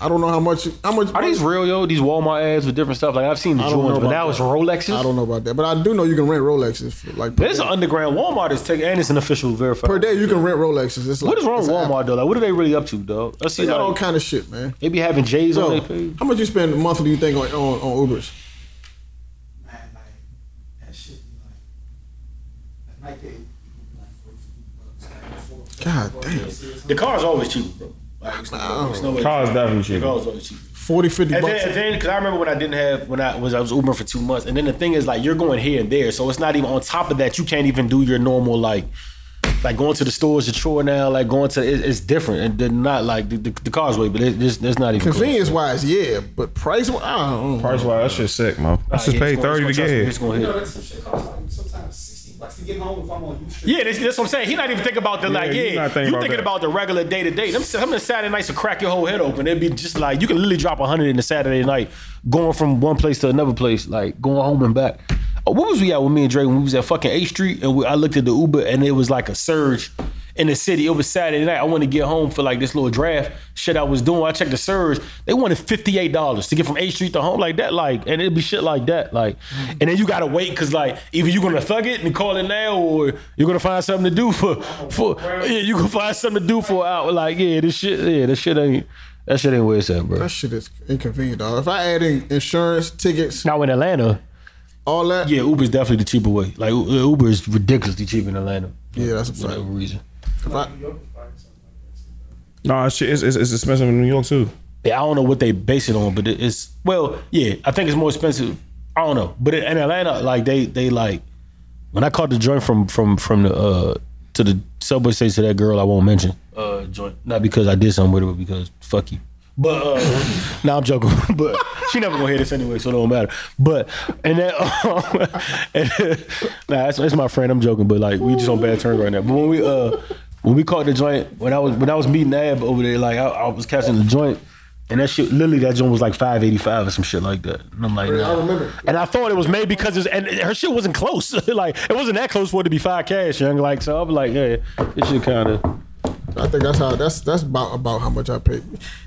[SPEAKER 3] I don't know how much. How much
[SPEAKER 2] Are these real, yo? These Walmart ads with different stuff? Like I've seen the
[SPEAKER 3] I don't know
[SPEAKER 2] joints, but
[SPEAKER 3] about
[SPEAKER 2] now it's
[SPEAKER 3] that.
[SPEAKER 2] Rolexes.
[SPEAKER 3] I don't know about that, but I do know you can rent Rolexes. For like per
[SPEAKER 2] There's an
[SPEAKER 3] day.
[SPEAKER 2] underground Walmart is taking, and it's an official verified.
[SPEAKER 3] per day you can rent Rolexes. It's like,
[SPEAKER 2] What is wrong
[SPEAKER 3] it's
[SPEAKER 2] with
[SPEAKER 3] an app.
[SPEAKER 2] Walmart though? Like, what are they really up to, dog? Let's see.
[SPEAKER 3] They got all
[SPEAKER 2] Like,
[SPEAKER 3] kind of shit, man.
[SPEAKER 2] they be having J's on
[SPEAKER 3] Yo,
[SPEAKER 2] their page.
[SPEAKER 3] how much you spend monthly? You think on on, on Ubers?
[SPEAKER 6] Man, like that shit be like that night they like bucks, like four.
[SPEAKER 3] God damn,
[SPEAKER 2] The car's always cheap, bro. Like, it's
[SPEAKER 3] no- it's
[SPEAKER 2] no
[SPEAKER 4] Car's definitely cheap.
[SPEAKER 2] car's always cheap.
[SPEAKER 3] 40, 50
[SPEAKER 2] And
[SPEAKER 3] bucks.
[SPEAKER 2] then, and then, cause I remember when I didn't have when I was I was Ubering for two months, and then the thing is like you're going here and there, so it's not even on top of that you can't even do your normal like like going to the stores to chore now, like going to it, it's different and they're not like the, the, the causeway, but it, it's, it's not even close.
[SPEAKER 3] Convenience wise, yeah, but price wise, I don't know.
[SPEAKER 4] Price wise, that shit's sick, man. I
[SPEAKER 2] Nah,
[SPEAKER 4] just
[SPEAKER 2] yeah,
[SPEAKER 4] paid
[SPEAKER 2] it's gonna-
[SPEAKER 4] thirty to
[SPEAKER 2] it's
[SPEAKER 4] get
[SPEAKER 2] gonna-
[SPEAKER 4] here.
[SPEAKER 2] it's gonna
[SPEAKER 6] You
[SPEAKER 2] hit.
[SPEAKER 6] know, that some shit costs like sometimes sixty bucks to get home if I'm on U Street.
[SPEAKER 2] Yeah, that's, that's what I'm saying. He's not even thinking about the
[SPEAKER 4] Yeah,
[SPEAKER 2] like,
[SPEAKER 4] he's
[SPEAKER 2] yeah.
[SPEAKER 4] not thinking
[SPEAKER 2] you
[SPEAKER 4] about
[SPEAKER 2] thinking
[SPEAKER 4] that.
[SPEAKER 2] about the regular day to day. Them some of the Saturday nights will crack your whole head open. It'd be just like you can literally drop hundred in the Saturday night, going from one place to another place, like going home and back. Oh, what was we at with me and Dre when we was at fucking A Street and we, I looked at the Uber and it was like a surge in the city. It was Saturday night. I wanted to get home for like this little draft shit I was doing. I checked the surge. They wanted fifty eight dollars to get from A Street to home like that. Like, and it'd be shit like that. Like, and then you gotta wait because like either you're gonna thug it and call it now, or you're gonna find something to do for for yeah. You gonna find something to do for out. Like, yeah, this shit. Yeah, this shit ain't. That shit ain't where it's at, bro.
[SPEAKER 3] That shit is inconvenient, dog. If I add in insurance, tickets,
[SPEAKER 2] Now in Atlanta,
[SPEAKER 3] all that,
[SPEAKER 2] yeah, Uber's definitely the cheaper way. Like U- Uber is ridiculously cheap in Atlanta.
[SPEAKER 3] Yeah, that's a
[SPEAKER 2] for
[SPEAKER 3] fact.
[SPEAKER 2] whatever reason.
[SPEAKER 3] if I,
[SPEAKER 4] Oh.
[SPEAKER 6] New York is probably something like that too.
[SPEAKER 4] Nah, shit, it's, it's, it's expensive in New York too.
[SPEAKER 2] Yeah, I don't know what they base it on, but it- it's well, yeah, I think it's more expensive. I don't know, but in Atlanta, like they they like when I caught the joint from from from the uh to the subway station to that girl I won't mention uh joint, not because I did something with her, but because fuck you. But uh, nah, I'm joking. But she never gonna hear this anyway, so it don't matter. But and then um, and, nah, it's, it's my friend. I'm joking, but like we just on bad terms right now. But when we uh when we caught the joint, when I was when I was meeting Ab over there, like I, I was catching the joint. And that shit, literally, that joint was like five eighty five or some shit like that. And I'm like, nah.
[SPEAKER 3] I remember.
[SPEAKER 2] And I thought it was made because it's and her shit wasn't close. like it wasn't that close for it to be five cash, young. Like so, I'm like, yeah, it should kind of.
[SPEAKER 3] I think that's how that's that's about about how much I paid.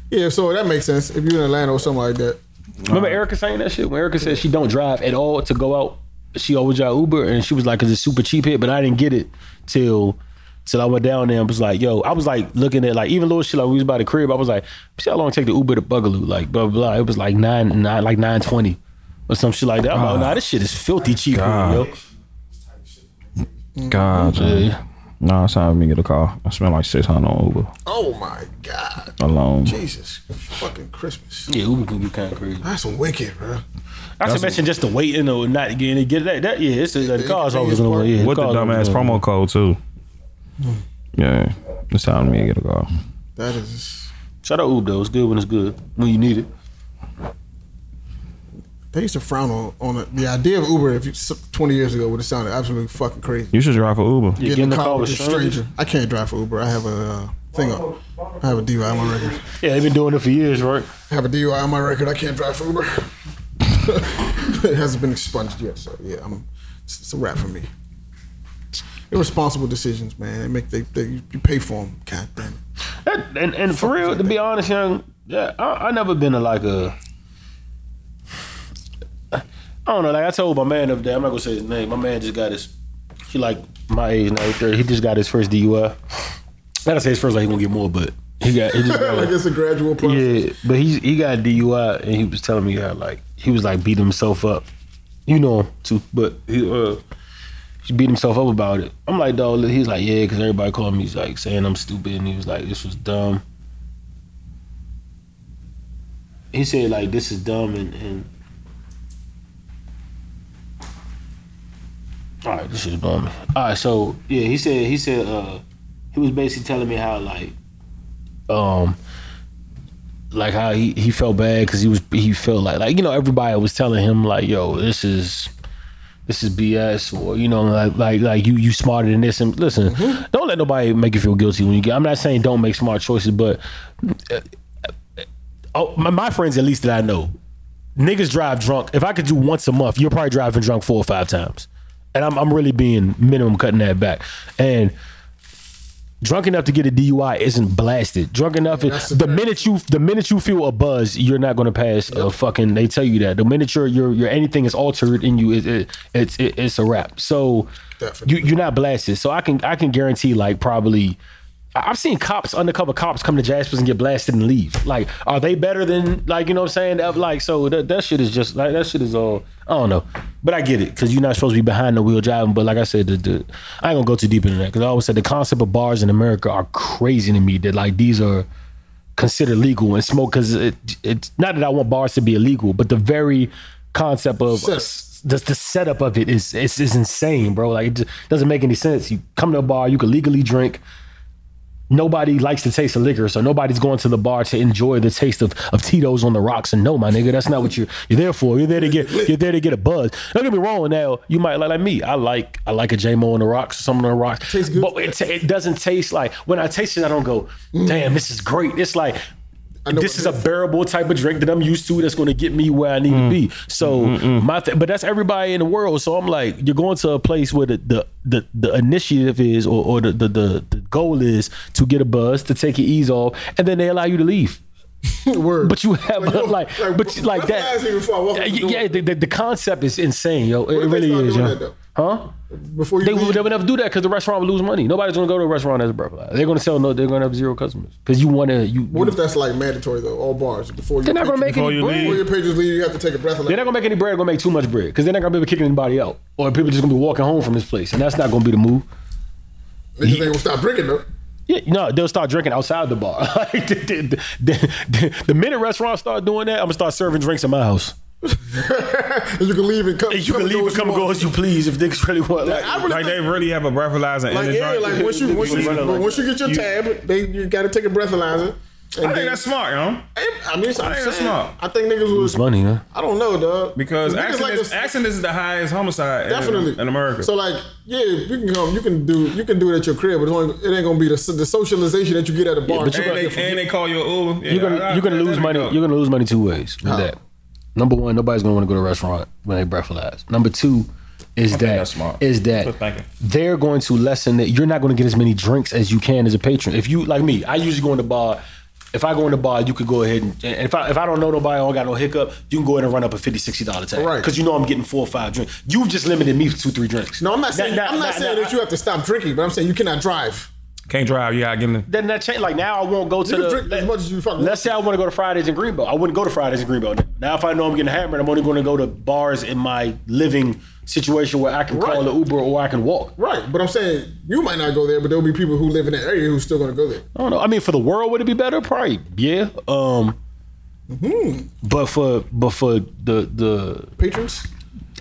[SPEAKER 3] Yeah, so that makes sense. If you're in Atlanta or something like that,
[SPEAKER 2] Remember Erica saying that shit when Erica said she don't drive at all to go out. She always drive Uber, and she was like, "Cause it's super cheap here." But I didn't get it till till I went down there and was like, "Yo," I was like looking at like even little shit like we was by the crib. I was like, "See how long it take the Uber to Bugaloo?" Like blah blah. blah. It was like nine nine like nine twenty or some shit like that. I'm like, "Nah, this shit is filthy cheap, here, yo."
[SPEAKER 4] God, Nah, it's time for me to get a car. I spent like six hundred on Uber
[SPEAKER 3] oh my god,
[SPEAKER 4] alone.
[SPEAKER 3] Jesus, fucking Christmas.
[SPEAKER 2] Yeah, Uber can be kind of crazy.
[SPEAKER 3] That's wicked, bro.
[SPEAKER 2] Not to mention just the waiting or not getting it. Get that, that yeah, it's the car's always gonna win. Yeah,
[SPEAKER 4] With the
[SPEAKER 2] car's always
[SPEAKER 4] dumbass
[SPEAKER 2] gonna
[SPEAKER 4] promo
[SPEAKER 2] win.
[SPEAKER 4] code too. Yeah, it's time for me to get a car.
[SPEAKER 3] That is.
[SPEAKER 2] Shout out Uber though. It's good when it's good when you need it.
[SPEAKER 3] They used to frown on on the, the idea of Uber. If you, twenty years ago, would have sounded absolutely fucking crazy.
[SPEAKER 4] You should drive for Uber.
[SPEAKER 2] Yeah,
[SPEAKER 3] Get in the car with a stranger. I can't drive for Uber. I have a uh, thing up. I have a DUI on my record.
[SPEAKER 2] Yeah, they've been doing it for years, right?
[SPEAKER 3] I have a DUI on my record. I can't drive for Uber. it hasn't been expunged yet, so yeah, I'm, it's, it's a wrap for me. Irresponsible decisions, man. They make they, they you pay for them. God damn it.
[SPEAKER 2] That, and and for real, to be honest, young, yeah, I, I never been to like a. I don't know. Like I told my man up there, I'm not gonna say his name. My man just got his. He like my age now, he's 30. He just got his first DUI. Not to say his first, like he gonna get more, but he got. He just got
[SPEAKER 3] like it's a gradual process.
[SPEAKER 2] Yeah, but he he got DUI and he was telling me how like he was like beating himself up. You know him too, but he uh he beat himself up about it. I'm like, dog. He's like, yeah, because everybody called me. He's like saying I'm stupid, and he was like, this was dumb. He said like this is dumb and. and all right, this is dumb. All right, so yeah, he said he said uh he was basically telling me how like um like how he, he felt bad because he was he felt like like you know everybody was telling him like yo this is this is BS or you know like like like you you smarter than this and listen don't let nobody make you feel guilty when you get I'm not saying don't make smart choices but uh, oh my, my friends at least that I know niggas drive drunk if I could do once a month you're probably driving drunk four or five times and I'm I'm really being minimum cutting that back and drunk enough to get a DUI isn't blasted. Drunk enough,
[SPEAKER 3] that's
[SPEAKER 2] is,
[SPEAKER 3] the
[SPEAKER 2] the
[SPEAKER 3] fact.
[SPEAKER 2] minute you the minute you feel a buzz, you're not gonna pass a fucking. They tell you that the minute your your your anything is altered in you, it, it, it's it, it's a wrap. So
[SPEAKER 3] Definitely.
[SPEAKER 2] you you're not blasted. So I can I can guarantee like probably. I- I've seen cops, undercover cops, come to Jaspers and get blasted and leave. Like, are they better than like you know what I'm saying? That- Like, so that, that shit is just like that shit is all I don't know. But I get it because you're not supposed to be behind the wheel driving. But like I said, the, the, I ain't gonna go too deep into that because I always said the concept of bars in America are crazy to me. That like these are considered legal and smoke because it, it's not that I want bars to be illegal, but the very concept of uh,
[SPEAKER 3] Setup.
[SPEAKER 2] the, the setup of it is, is is insane, bro. Like it just doesn't make any sense. You come to a bar, you can legally drink. Nobody likes the taste of liquor, so nobody's going to the bar to enjoy the taste of, of Tito's on the rocks. And no, my nigga, that's not what you're you're there for. You're there to get you're there to get a buzz. Don't get me wrong. Now you might like like me. I like I like a J Mo on the rocks, something on the rocks.
[SPEAKER 3] Tastes good.
[SPEAKER 2] But it, ta- it doesn't taste like when I taste it, I don't go, damn, this is great. It's like
[SPEAKER 3] know
[SPEAKER 2] this
[SPEAKER 3] what
[SPEAKER 2] is
[SPEAKER 3] it
[SPEAKER 2] a bearable type of drink that I'm used to that's going to get me where I need to be. So my, th- but that's everybody in the world. So I'm like, you're going to a place where the the the, the initiative is, or, or the, the the the goal is to get a buzz, to take your ease off, and then they allow you to leave.
[SPEAKER 3] Word.
[SPEAKER 2] But you have
[SPEAKER 3] Like, yo,
[SPEAKER 2] like,
[SPEAKER 3] like,
[SPEAKER 2] but you, like
[SPEAKER 3] my
[SPEAKER 2] that.
[SPEAKER 3] flies here before I walk out the
[SPEAKER 2] yeah,
[SPEAKER 3] door.
[SPEAKER 2] yeah, the, the, the concept is insane, yo. It,
[SPEAKER 3] if they
[SPEAKER 2] really
[SPEAKER 3] start
[SPEAKER 2] is,
[SPEAKER 3] doing
[SPEAKER 2] yo.
[SPEAKER 3] that,
[SPEAKER 2] huh?
[SPEAKER 3] Before you
[SPEAKER 2] They
[SPEAKER 3] leave,
[SPEAKER 2] would never do that because the restaurant would lose money. Nobody's gonna go to a restaurant that's burp fly. They're gonna sell no. They're gonna have zero customers because you wanna you.
[SPEAKER 3] what if that's like mandatory though? All bars before you.
[SPEAKER 2] they're not gonna make
[SPEAKER 4] Before
[SPEAKER 2] any
[SPEAKER 4] you
[SPEAKER 2] bread.
[SPEAKER 4] leave.
[SPEAKER 3] Before your pages leave, you have to take a breath. and
[SPEAKER 2] They're not
[SPEAKER 3] Like,
[SPEAKER 2] gonna make any bread. Gonna make too much bread because they're not gonna be able to kick anybody out, or people just gonna be walking home from this place, and that's not gonna be the move.
[SPEAKER 3] niggas ain't gonna stop drinking though.
[SPEAKER 2] Yeah, no, they'll start drinking outside the bar. Like, the, the, the- the- the minute restaurants start doing that, I'm gonna start serving drinks in my house.
[SPEAKER 3] and you can leave and come.
[SPEAKER 2] And you can leave
[SPEAKER 3] go
[SPEAKER 2] and
[SPEAKER 3] as you
[SPEAKER 2] come and go
[SPEAKER 3] want.
[SPEAKER 2] as you please if niggas really want. Like,
[SPEAKER 3] I really
[SPEAKER 4] Like
[SPEAKER 3] think-
[SPEAKER 4] they really have a breathalyzer. in
[SPEAKER 3] like
[SPEAKER 4] the
[SPEAKER 3] yeah,
[SPEAKER 4] drink.
[SPEAKER 3] like once you once you,
[SPEAKER 2] Running
[SPEAKER 3] but
[SPEAKER 2] like-
[SPEAKER 3] once you get your
[SPEAKER 4] You-
[SPEAKER 3] tab, they you got to take a breathalyzer. And
[SPEAKER 4] I
[SPEAKER 3] then-
[SPEAKER 4] think that's smart, you know.
[SPEAKER 3] I mean, it's, I'm
[SPEAKER 4] I think
[SPEAKER 3] saying,
[SPEAKER 4] that's smart.
[SPEAKER 3] I think niggas was.
[SPEAKER 2] it's money, huh?
[SPEAKER 3] I don't know, dog.
[SPEAKER 4] Because
[SPEAKER 3] Niggas
[SPEAKER 4] accidents,
[SPEAKER 3] like this-
[SPEAKER 4] accidents is the highest homicide in-
[SPEAKER 3] definitely
[SPEAKER 4] in, America.
[SPEAKER 3] So like, yeah, you can come, you can do, you can do it at your crib, but it's only, it ain't gonna be the, the socialization that you get at a bar.
[SPEAKER 2] but you
[SPEAKER 4] and, they, and they call you an Uber. Yeah,
[SPEAKER 2] You're gonna
[SPEAKER 4] I- I-
[SPEAKER 2] you're gonna
[SPEAKER 4] that- that'd
[SPEAKER 2] lose
[SPEAKER 4] be
[SPEAKER 2] money.
[SPEAKER 4] dope.
[SPEAKER 2] You're gonna lose money two ways with
[SPEAKER 3] How?
[SPEAKER 2] that. Number one, nobody's gonna want to go to a restaurant when they breathalyze. Number two is that
[SPEAKER 4] that's smart.
[SPEAKER 2] is that
[SPEAKER 4] Good thinking.
[SPEAKER 2] they're going to lessen that you're not going to get as many drinks as you can as a patron. If you like me, I usually go in the bar. If I go in the bar, you could go ahead and, and if I if I don't know nobody, I don't got no hiccup, you can go ahead and run up a 50 dollar tag,
[SPEAKER 3] Right.
[SPEAKER 2] Because you know I'm getting four or five drinks. You've just limited me to two three drinks.
[SPEAKER 3] no, I'm not saying,
[SPEAKER 2] That-
[SPEAKER 3] I'm not saying that you have to stop drinking, but I'm saying you cannot drive.
[SPEAKER 4] Can't drive. You gotta get in. the-
[SPEAKER 2] Then that change. Like now, I won't go to
[SPEAKER 3] You can
[SPEAKER 2] the.
[SPEAKER 3] drink as much as you fucking want.
[SPEAKER 2] Let's say I want to go to Fridays in Greenbelt. I wouldn't go to Fridays in Greenbelt. Now, if I know I'm getting hammered, I'm only going to go to bars in my living situation where I can
[SPEAKER 3] Right.
[SPEAKER 2] call an Uber or I can walk.
[SPEAKER 3] Right, but I'm saying you might not go there, but there'll be people who live in that area who's still gonna go there.
[SPEAKER 2] I don't know. I mean, for the world, would it be better? Probably, yeah. Um,
[SPEAKER 3] Mm-hmm.
[SPEAKER 2] but for but for the the
[SPEAKER 3] Patrons,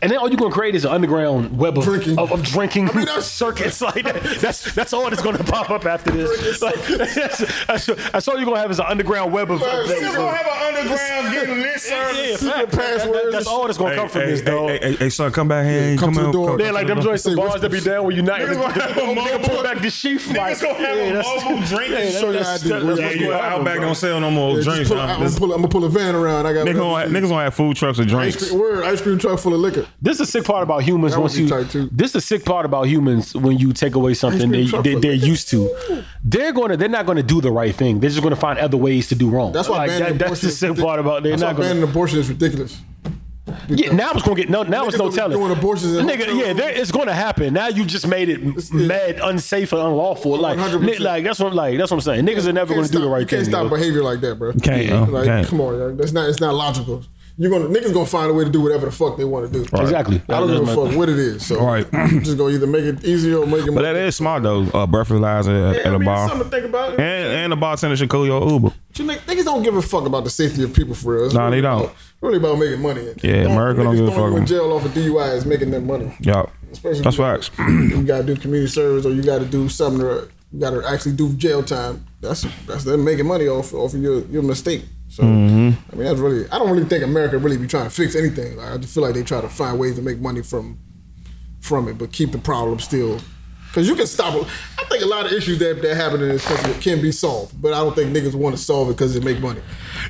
[SPEAKER 2] and then all you're gonna create is an underground web of
[SPEAKER 3] Drinking.
[SPEAKER 2] of, of drinking
[SPEAKER 3] mean, that's-
[SPEAKER 2] circuits. Like that, that's that's all that's gonna pop up after this. Like, that's, that's, that's all you're gonna have is an underground web of.
[SPEAKER 3] Man,
[SPEAKER 2] of-
[SPEAKER 3] you
[SPEAKER 2] of-
[SPEAKER 3] gonna have
[SPEAKER 4] an underground getting lit service.
[SPEAKER 2] yeah, fact.
[SPEAKER 3] passwords.
[SPEAKER 2] That's all that's gonna
[SPEAKER 4] Hey,
[SPEAKER 2] come from
[SPEAKER 4] hey,
[SPEAKER 2] this,
[SPEAKER 4] hey,
[SPEAKER 2] dog.
[SPEAKER 4] Hey, hey, hey, son, come back here.
[SPEAKER 3] come to the
[SPEAKER 4] out,
[SPEAKER 3] door.
[SPEAKER 4] come-
[SPEAKER 3] Yeah,
[SPEAKER 2] Yeah, like them joints, the
[SPEAKER 3] Say
[SPEAKER 2] bars
[SPEAKER 3] whispers.
[SPEAKER 2] that be down when you're not.
[SPEAKER 4] Niggas gonna have a
[SPEAKER 2] Nigga
[SPEAKER 4] mobile-
[SPEAKER 2] pull back the sheath. like,
[SPEAKER 4] Niggas gonna have
[SPEAKER 2] yeah,
[SPEAKER 4] a
[SPEAKER 2] that's-
[SPEAKER 4] mobile drink.
[SPEAKER 2] Yeah,
[SPEAKER 3] Show your
[SPEAKER 2] that's-
[SPEAKER 3] ID,
[SPEAKER 2] that's
[SPEAKER 3] bro.
[SPEAKER 2] what's
[SPEAKER 4] Yeah,
[SPEAKER 2] gonna
[SPEAKER 4] you
[SPEAKER 2] happen,
[SPEAKER 4] outback
[SPEAKER 2] bro.
[SPEAKER 4] don't sell no more
[SPEAKER 3] Just
[SPEAKER 4] drinks.
[SPEAKER 3] pull-
[SPEAKER 4] huh?
[SPEAKER 3] I'm,
[SPEAKER 4] This-
[SPEAKER 3] gonna pull, I'm gonna pull a van around. I got
[SPEAKER 4] Niggas gonna have- niggas gonna have food trucks and
[SPEAKER 3] ice
[SPEAKER 4] drinks.
[SPEAKER 3] cream, word, ice cream truck full of liquor.
[SPEAKER 2] This is the sick part about humans.
[SPEAKER 3] That would
[SPEAKER 2] once
[SPEAKER 3] be
[SPEAKER 2] you,
[SPEAKER 3] tight, too.
[SPEAKER 2] this is the sick part about humans when you take away something
[SPEAKER 3] cream
[SPEAKER 2] they,
[SPEAKER 3] truffle.
[SPEAKER 2] they they're used to. They're gonna they're not gonna do the right thing. They're just gonna find other ways to do wrong.
[SPEAKER 3] That's why
[SPEAKER 2] like,
[SPEAKER 3] banning
[SPEAKER 2] that,
[SPEAKER 3] abortion.
[SPEAKER 2] that's the
[SPEAKER 3] is
[SPEAKER 2] sick
[SPEAKER 3] ridiculous.
[SPEAKER 2] part about. They're
[SPEAKER 3] That's why
[SPEAKER 2] not gonna.
[SPEAKER 3] banning abortion is ridiculous.
[SPEAKER 2] Yeah, now it's gonna get no. Now it's
[SPEAKER 3] Niggas
[SPEAKER 2] no
[SPEAKER 3] gonna be
[SPEAKER 2] telling.
[SPEAKER 3] doing abortions in
[SPEAKER 2] Nigga,
[SPEAKER 3] hotels.
[SPEAKER 2] yeah, there, it's gonna happen. Now you just made it mad, unsafe, and unlawful. Like,
[SPEAKER 3] 100%.
[SPEAKER 2] ni- like that's what like that's what I'm saying. Niggas are never
[SPEAKER 3] You
[SPEAKER 2] gonna
[SPEAKER 3] can't
[SPEAKER 2] do the
[SPEAKER 3] stop-
[SPEAKER 2] right
[SPEAKER 3] you can't
[SPEAKER 2] thing.
[SPEAKER 3] stop
[SPEAKER 2] yo.
[SPEAKER 3] behavior like that, bro.
[SPEAKER 4] Can't, no,
[SPEAKER 3] like,
[SPEAKER 4] can't.
[SPEAKER 3] come on, yo. that's not it's not logical. You're gonna niggas gonna find a way to do whatever the fuck they want to do.
[SPEAKER 2] Exactly.
[SPEAKER 3] I don't
[SPEAKER 2] That's
[SPEAKER 3] give a
[SPEAKER 2] my
[SPEAKER 3] fuck
[SPEAKER 2] thing.
[SPEAKER 3] what it is. So
[SPEAKER 4] Right.
[SPEAKER 3] I'm just gonna either make it easier or make it.
[SPEAKER 4] But that is smart though. Uh, breathalyzer at,
[SPEAKER 3] Yeah,
[SPEAKER 4] at
[SPEAKER 3] I
[SPEAKER 4] a
[SPEAKER 3] mean, it's
[SPEAKER 4] bar.
[SPEAKER 3] something to think about.
[SPEAKER 4] And and the bartender should call your Uber.
[SPEAKER 3] You nigg- niggas don't give a fuck about the safety of people for real. It's
[SPEAKER 4] Nah, they don't.
[SPEAKER 3] about- really about making money.
[SPEAKER 4] Yeah,
[SPEAKER 3] Throwing-
[SPEAKER 4] America don't
[SPEAKER 3] niggas
[SPEAKER 4] give a
[SPEAKER 3] throwing
[SPEAKER 4] fuck.
[SPEAKER 3] you in jail off a DUI is making them money.
[SPEAKER 4] Yeah,
[SPEAKER 3] Especially
[SPEAKER 4] that's
[SPEAKER 3] when
[SPEAKER 4] facts.
[SPEAKER 3] You gotta do community service, or you gotta do something. To, you gotta actually do jail time. That's that's them making money off off of your your mistake. So I mean, that's really. I don't really think America really be trying to fix anything. Like, I just feel like they try to find ways to make money from from it, but keep the problem still. Because you can stop. it. I think a lot of issues that that happen in this country can be solved, but I don't think niggas want to solve it because it make money.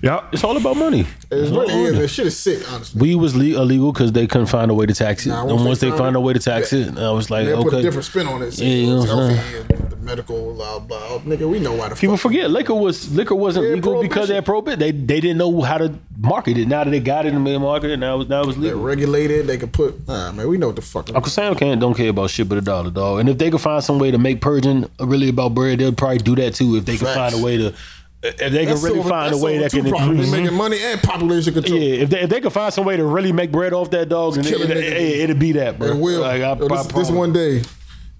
[SPEAKER 4] Yeah,
[SPEAKER 2] It's all about money.
[SPEAKER 3] It really
[SPEAKER 2] all
[SPEAKER 3] is.
[SPEAKER 2] about
[SPEAKER 3] That shit is sick, honestly.
[SPEAKER 2] We was le- illegal because they couldn't find a way to tax it.
[SPEAKER 3] Nah,
[SPEAKER 2] and once they found a way to tax
[SPEAKER 3] yeah.
[SPEAKER 2] it, I was like,
[SPEAKER 3] They
[SPEAKER 2] okay.
[SPEAKER 3] put a different spin on it.
[SPEAKER 2] Yeah, you know what I'm
[SPEAKER 3] Selfie
[SPEAKER 2] saying?
[SPEAKER 3] and the medical, blah blah. Nigga, we know why the
[SPEAKER 2] People
[SPEAKER 3] fuck-
[SPEAKER 2] forget liquor was liquor wasn't
[SPEAKER 3] Yeah,
[SPEAKER 2] legal because they had prohibition. They they didn't know how to market it. Now that they got it and made market it, now it was now it's
[SPEAKER 3] They're
[SPEAKER 2] legal.
[SPEAKER 3] regulated. They could put. Nah, man, we know what the fuck.
[SPEAKER 2] Uncle Sam can't don't care about shit but a dollar, dog. And if they could find some way to make purging really about bread, they'll probably do that too. If they can
[SPEAKER 3] Facts.
[SPEAKER 2] find a way to, if they can
[SPEAKER 3] That's
[SPEAKER 2] really
[SPEAKER 3] over-
[SPEAKER 2] find a
[SPEAKER 3] that's
[SPEAKER 2] way
[SPEAKER 3] over
[SPEAKER 2] that can
[SPEAKER 3] two problems.
[SPEAKER 2] increase.
[SPEAKER 3] They making money and population control.
[SPEAKER 2] Yeah, if they, if they could find some way to really make bread off that dog, then it,
[SPEAKER 3] Killing
[SPEAKER 2] it,
[SPEAKER 3] niggas.
[SPEAKER 2] it, will be that, bro.
[SPEAKER 3] It will.
[SPEAKER 2] Like, I,
[SPEAKER 3] Yo, this,
[SPEAKER 2] I
[SPEAKER 3] this
[SPEAKER 2] promise.
[SPEAKER 3] one day.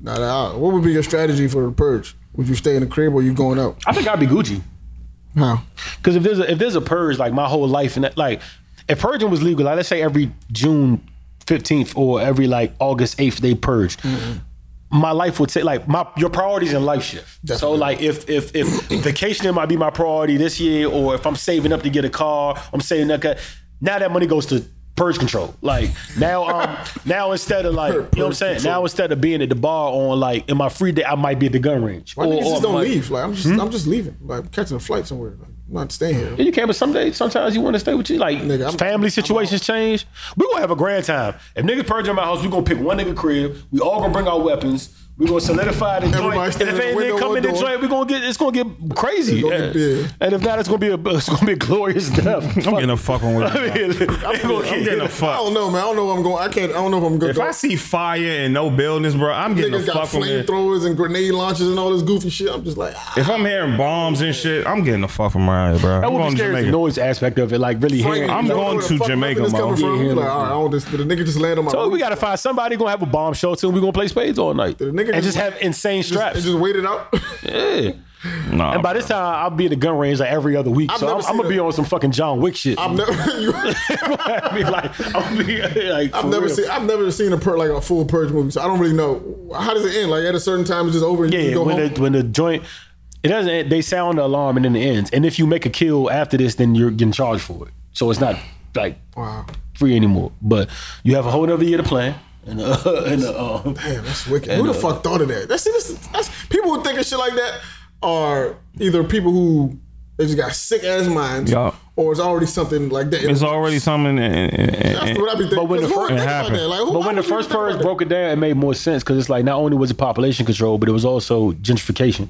[SPEAKER 3] Nah, nah, what would be your strategy for the purge? Would you stay in the crib or you going out?
[SPEAKER 2] I think I'd be Gucci.
[SPEAKER 3] How?
[SPEAKER 2] Because if there's a, if there's a purge like my whole life and that, like if purging was legal, like let's say every June fifteenth or every like August eighth they purged.
[SPEAKER 3] Mm-hmm.
[SPEAKER 2] My life would say like my your priorities in life shift. So
[SPEAKER 3] Definitely.
[SPEAKER 2] like if if if vacationing might be my priority this year, or if I'm saving up to get a car, I'm saving up. Now that money goes to purge control. Like now um now instead of like you know what I'm
[SPEAKER 3] Purge
[SPEAKER 2] saying
[SPEAKER 3] control.
[SPEAKER 2] now instead of being at the bar on like in my free day I might be at the gun range.
[SPEAKER 3] Why
[SPEAKER 2] Or-
[SPEAKER 3] niggas
[SPEAKER 2] or Hmm?
[SPEAKER 3] just don't
[SPEAKER 2] like-
[SPEAKER 3] leave? Like I'm just, I'm just leaving. Like I'm catching a flight somewhere. Like, I'm not staying here.
[SPEAKER 2] You can, but some days, sometimes you want to stay with you. Like
[SPEAKER 3] Nigga, I'm-
[SPEAKER 2] family
[SPEAKER 3] I'm
[SPEAKER 2] situations change. We gonna have a grand time. If niggas purge in my house, we gonna pick one nigga crib. We all gonna bring our weapons. We gonna solidify the joint.
[SPEAKER 3] Everybody
[SPEAKER 2] And if
[SPEAKER 3] stand in the
[SPEAKER 2] anything
[SPEAKER 3] window,
[SPEAKER 2] come
[SPEAKER 3] one
[SPEAKER 2] in the
[SPEAKER 3] door.
[SPEAKER 2] joint, we gonna get it's gonna get crazy.
[SPEAKER 3] It's gonna get
[SPEAKER 2] Yeah.
[SPEAKER 3] big.
[SPEAKER 2] And if not, it's gonna be a it's gonna be a glorious death.
[SPEAKER 4] I'm getting a fuck on with
[SPEAKER 2] I
[SPEAKER 4] it.
[SPEAKER 2] mean, they gonna
[SPEAKER 4] I'm getting a
[SPEAKER 2] get-
[SPEAKER 3] I
[SPEAKER 4] fuck.
[SPEAKER 3] don't know, man. I don't know. Where I'm going. I can't. I don't know if I'm gonna
[SPEAKER 4] If
[SPEAKER 3] go.
[SPEAKER 4] I see fire and no buildings, bro, I'm getting a
[SPEAKER 3] niggas got
[SPEAKER 4] fuck on it.
[SPEAKER 3] flamethrowers and grenade launchers and all this goofy shit. I'm just like, ah.
[SPEAKER 4] If I'm hearing bombs and shit, I'm getting a fuck from Mariah, bro.
[SPEAKER 2] That
[SPEAKER 4] I'm
[SPEAKER 2] would
[SPEAKER 4] going to
[SPEAKER 2] be scary. is The
[SPEAKER 4] Jamaica.
[SPEAKER 2] noise aspect of it, like really hearing.
[SPEAKER 4] I'm
[SPEAKER 3] you don't
[SPEAKER 4] going
[SPEAKER 3] know where the
[SPEAKER 4] to
[SPEAKER 3] fuck
[SPEAKER 4] Jamaica,
[SPEAKER 3] nothing is
[SPEAKER 4] Mo.
[SPEAKER 3] coming
[SPEAKER 4] Yeah,
[SPEAKER 3] from.
[SPEAKER 2] yeah,
[SPEAKER 3] like,
[SPEAKER 2] yeah.
[SPEAKER 3] all right, I don't just. The nigga just land on my.
[SPEAKER 2] So we
[SPEAKER 3] roof.
[SPEAKER 2] gotta find somebody gonna have a bomb shelter and we gonna play spades all night
[SPEAKER 3] The
[SPEAKER 2] and
[SPEAKER 3] nigga
[SPEAKER 2] just
[SPEAKER 3] just-
[SPEAKER 2] have insane straps.
[SPEAKER 3] Just, just wait it out.
[SPEAKER 4] Nah,
[SPEAKER 2] and by this time, I'll be at the gun range like every other week.
[SPEAKER 3] I've
[SPEAKER 2] so
[SPEAKER 3] never
[SPEAKER 2] I'm, I'm
[SPEAKER 3] seen
[SPEAKER 2] gonna be
[SPEAKER 3] a-
[SPEAKER 2] on some fucking John Wick shit.
[SPEAKER 3] I've never. you,
[SPEAKER 2] I mean, like, I'll be like,
[SPEAKER 3] I've
[SPEAKER 2] for
[SPEAKER 3] never
[SPEAKER 2] real.
[SPEAKER 3] seen. I've never seen a per, like a full purge movie. So I don't really know. How does it end? Like at a certain time, it's just over. And
[SPEAKER 2] Yeah,
[SPEAKER 3] you
[SPEAKER 2] yeah,
[SPEAKER 3] go
[SPEAKER 2] when
[SPEAKER 3] home.
[SPEAKER 2] the when the joint, it doesn't. end- They sound the alarm and then it ends. And if you make a kill after this, then you're getting charged for it. So it's not like
[SPEAKER 3] wow.
[SPEAKER 2] free anymore. But you have a whole other year to plan. And, uh, and uh, um,
[SPEAKER 3] Damn, that's wicked. Who the fuck thought of that? That's, that's, that's people who think of shit like that are either people who they just got sick ass minds,
[SPEAKER 4] Yeah.
[SPEAKER 3] or it's already something like that.
[SPEAKER 4] it's already something. And, and, and,
[SPEAKER 3] that's what I be thinking.
[SPEAKER 2] But when the
[SPEAKER 3] Who would
[SPEAKER 2] fir-
[SPEAKER 3] think
[SPEAKER 4] it
[SPEAKER 3] about
[SPEAKER 4] happened.
[SPEAKER 3] that? Like, who-
[SPEAKER 2] but
[SPEAKER 3] why
[SPEAKER 2] when the
[SPEAKER 3] would you
[SPEAKER 2] first
[SPEAKER 3] think about
[SPEAKER 2] purge
[SPEAKER 3] that?
[SPEAKER 2] broke it down, it made more sense because it's like not only was it population control, but it was also gentrification.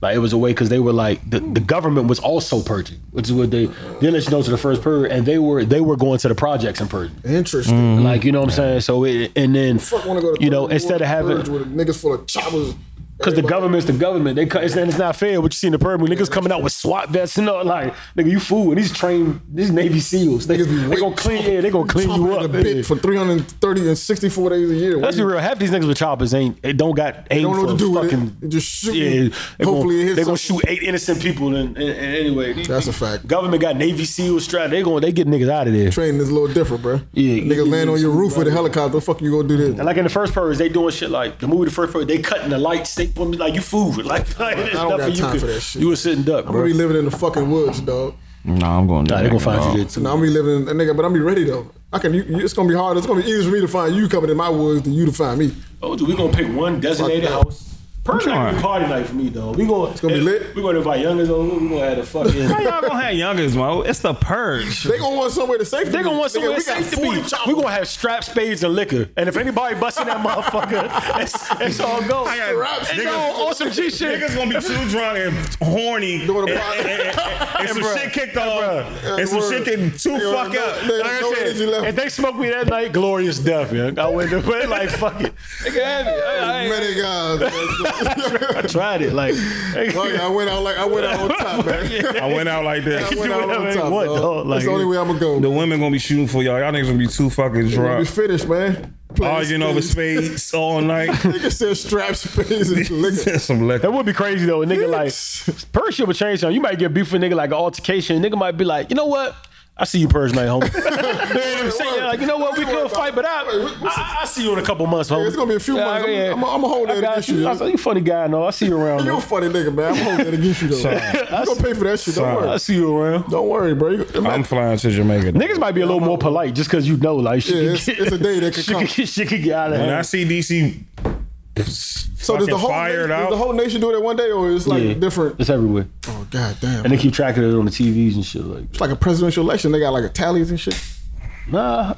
[SPEAKER 2] Like it was a way because they were like the, the government was also purging, which is what they they let you know to the first purge, and they were they were going to the projects and purging.
[SPEAKER 3] interesting.
[SPEAKER 2] Like you know what I'm saying. So it, and then
[SPEAKER 3] Fuck, want to go to
[SPEAKER 2] you know
[SPEAKER 3] purge
[SPEAKER 2] instead of having
[SPEAKER 3] purge with niggas full of choppers
[SPEAKER 2] because the government's the government. They cut- it's, and it's not fair. What you see in the perm, when niggas coming out with SWAT vests and all like nigga, you fool. And these trained these Navy SEAls. They, they gonna clean yeah, they gonna clean you up. yeah.
[SPEAKER 3] bit for 330 and 64 days a year.
[SPEAKER 2] Let's be real. Half these niggas with choppers ain't they don't got aim
[SPEAKER 3] don't know
[SPEAKER 2] for
[SPEAKER 3] what to do with it.
[SPEAKER 2] fucking.
[SPEAKER 3] They just shoot.
[SPEAKER 2] Yeah, they
[SPEAKER 3] Hopefully it
[SPEAKER 2] gonna,
[SPEAKER 3] hits
[SPEAKER 2] they gonna shoot
[SPEAKER 3] something.
[SPEAKER 2] eight innocent people. And, and, and anyway, these-
[SPEAKER 3] That's a
[SPEAKER 2] these-
[SPEAKER 3] fact.
[SPEAKER 2] Government got Navy SEALs strapped. They going they get niggas out of there.
[SPEAKER 3] Training is a little different, bro.
[SPEAKER 2] Yeah,
[SPEAKER 3] niggas
[SPEAKER 2] yeah,
[SPEAKER 3] land
[SPEAKER 2] yeah,
[SPEAKER 3] on your
[SPEAKER 2] yeah,
[SPEAKER 3] roof with a helicopter. The fuck you gonna do this?
[SPEAKER 2] And like in the first purge, they doing shit like the movie. The first purge, they cutting the lights. They put me like you fool. Like, like there's
[SPEAKER 3] I don't got
[SPEAKER 2] nothing you
[SPEAKER 3] time
[SPEAKER 2] could.
[SPEAKER 3] for that shit.
[SPEAKER 2] You was sitting duck,
[SPEAKER 3] I'm gonna
[SPEAKER 2] bro.
[SPEAKER 3] be living in the fucking woods, dog.
[SPEAKER 4] nah, I'm going to
[SPEAKER 2] Nah, they gonna find you there too.
[SPEAKER 3] No, I'm gonna be living, in, nigga, but I'm gonna be ready though. I can. You, you- it's gonna be hard. It's gonna be easier for me to find you coming in my woods than you to find me.
[SPEAKER 2] Told you, we gonna pick one designated
[SPEAKER 3] Fuck that.
[SPEAKER 2] house. Purge night gonna be party night for me though. We gonna it's
[SPEAKER 3] gonna be lit.
[SPEAKER 2] We gonna invite youngers over. We gonna have the
[SPEAKER 4] How
[SPEAKER 2] fucking.
[SPEAKER 4] y'all gonna have youngers, Mo? It's the purge.
[SPEAKER 3] They gonna want somewhere to safety.
[SPEAKER 2] They gonna want
[SPEAKER 3] Nigga,
[SPEAKER 2] somewhere
[SPEAKER 3] we got
[SPEAKER 2] safe to
[SPEAKER 3] 40
[SPEAKER 2] be.
[SPEAKER 3] choppers.
[SPEAKER 2] We gonna have strap spades and liquor. And if anybody busting that motherfucker, it's, it's all go.
[SPEAKER 4] I got-
[SPEAKER 2] It's
[SPEAKER 4] niggas-
[SPEAKER 2] all awesome G shit.
[SPEAKER 4] Niggas gonna be too drunk and horny. And,
[SPEAKER 3] Doing
[SPEAKER 4] and,
[SPEAKER 3] a-
[SPEAKER 4] and, and some
[SPEAKER 2] Bruh.
[SPEAKER 4] shit kicked off. And some
[SPEAKER 3] Word.
[SPEAKER 4] shit getting too
[SPEAKER 3] Yo,
[SPEAKER 4] fuck
[SPEAKER 3] no-
[SPEAKER 4] up.
[SPEAKER 3] no-
[SPEAKER 4] Like I
[SPEAKER 3] no
[SPEAKER 4] said,
[SPEAKER 3] energy left.
[SPEAKER 2] If they smoke me that night, glorious death, man. I went to bed like fuck it. They can have it. I, I,
[SPEAKER 3] Many guys.
[SPEAKER 2] I
[SPEAKER 3] man.
[SPEAKER 2] tried it. Like
[SPEAKER 3] Fuck, I went out like I went out on top, man.
[SPEAKER 4] I went out like
[SPEAKER 3] I
[SPEAKER 4] that.
[SPEAKER 3] went out
[SPEAKER 2] whatever
[SPEAKER 3] on
[SPEAKER 2] you
[SPEAKER 3] top.
[SPEAKER 2] want,
[SPEAKER 3] dog.
[SPEAKER 2] dog.
[SPEAKER 3] That's the
[SPEAKER 2] Like-
[SPEAKER 3] only way I'm gonna go.
[SPEAKER 4] The women gonna be shooting for y'all. Y'all niggas gonna be too fucking
[SPEAKER 3] we
[SPEAKER 4] drunk.
[SPEAKER 3] finished, man.
[SPEAKER 4] Arguing over spades all night.
[SPEAKER 3] Nigga said strap space and liquor.
[SPEAKER 4] some
[SPEAKER 2] That
[SPEAKER 4] liquor.
[SPEAKER 2] would be crazy though. A nigga
[SPEAKER 3] Yes.
[SPEAKER 2] like Purge shit would change something. You might get beef with a nigga like an altercation. A nigga might be like, you know what? I see you Purge night, homie. you know what I'm saying? Like, you know what? We could fight, but I, I, I see you in a couple months, homie.
[SPEAKER 3] it's gonna be a few months. I'm- I'm- I'm gonna hold
[SPEAKER 2] I
[SPEAKER 3] that
[SPEAKER 2] got
[SPEAKER 3] against
[SPEAKER 2] you.
[SPEAKER 3] you,
[SPEAKER 2] I
[SPEAKER 3] yo.
[SPEAKER 2] saw you funny guy, no. I see you around.
[SPEAKER 3] You
[SPEAKER 2] though.
[SPEAKER 3] a funny nigga, man. I'm holding that against you though. You gonna pay for that shit. Don't
[SPEAKER 4] Sorry.
[SPEAKER 3] worry.
[SPEAKER 2] see you around.
[SPEAKER 3] Don't worry, bro. You-
[SPEAKER 4] I'm flying to Jamaica.
[SPEAKER 2] Niggas might be a little more polite just because you know, like, shit
[SPEAKER 3] Yeah, it's-
[SPEAKER 2] could
[SPEAKER 3] it's a day that could
[SPEAKER 2] shit
[SPEAKER 3] come.
[SPEAKER 2] get- shit could get out of
[SPEAKER 4] When I
[SPEAKER 2] hand.
[SPEAKER 4] see DC
[SPEAKER 3] So does the whole nation,
[SPEAKER 4] fired
[SPEAKER 3] does
[SPEAKER 4] out.
[SPEAKER 3] the whole nation do it at one day, or it's like
[SPEAKER 2] Yeah.
[SPEAKER 3] different?
[SPEAKER 2] It's everywhere,
[SPEAKER 3] Oh god damn!
[SPEAKER 2] and they keep track of it on the TVs and shit. Like,
[SPEAKER 3] it's like a presidential election. They got like a tallies and shit.
[SPEAKER 2] nah.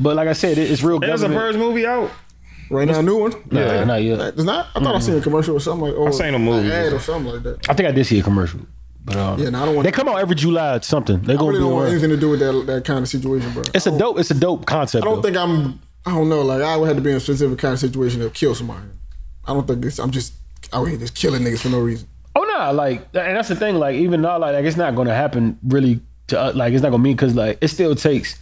[SPEAKER 2] But like I said, it, it's real.
[SPEAKER 4] There's a
[SPEAKER 2] government.
[SPEAKER 4] Purge movie out.
[SPEAKER 3] Right now, a new one.
[SPEAKER 2] Nah, Yeah. not yet.
[SPEAKER 3] It's not. I thought
[SPEAKER 2] Mm-hmm.
[SPEAKER 3] I seen a commercial or something like. Or
[SPEAKER 4] I seen a movie.
[SPEAKER 3] ad or something like that.
[SPEAKER 2] I think I did see a commercial. But um,
[SPEAKER 3] Yeah, no, I don't want-
[SPEAKER 2] They come out every July or something. They
[SPEAKER 3] I
[SPEAKER 2] go
[SPEAKER 3] really
[SPEAKER 2] do
[SPEAKER 3] don't want
[SPEAKER 2] it.
[SPEAKER 3] anything to do with that that kind of situation, bro.
[SPEAKER 2] It's a dope. It's a dope concept.
[SPEAKER 3] I don't
[SPEAKER 2] though.
[SPEAKER 3] think I'm. I don't know. Like I would have to be in a specific kind of situation to kill somebody. I don't think it's. I'm just out here just killing niggas for no reason.
[SPEAKER 2] Oh no, like, and that's the thing. Like, even now, like, like, it's not gonna happen really. To uh, like, it's not gonna mean because like it still takes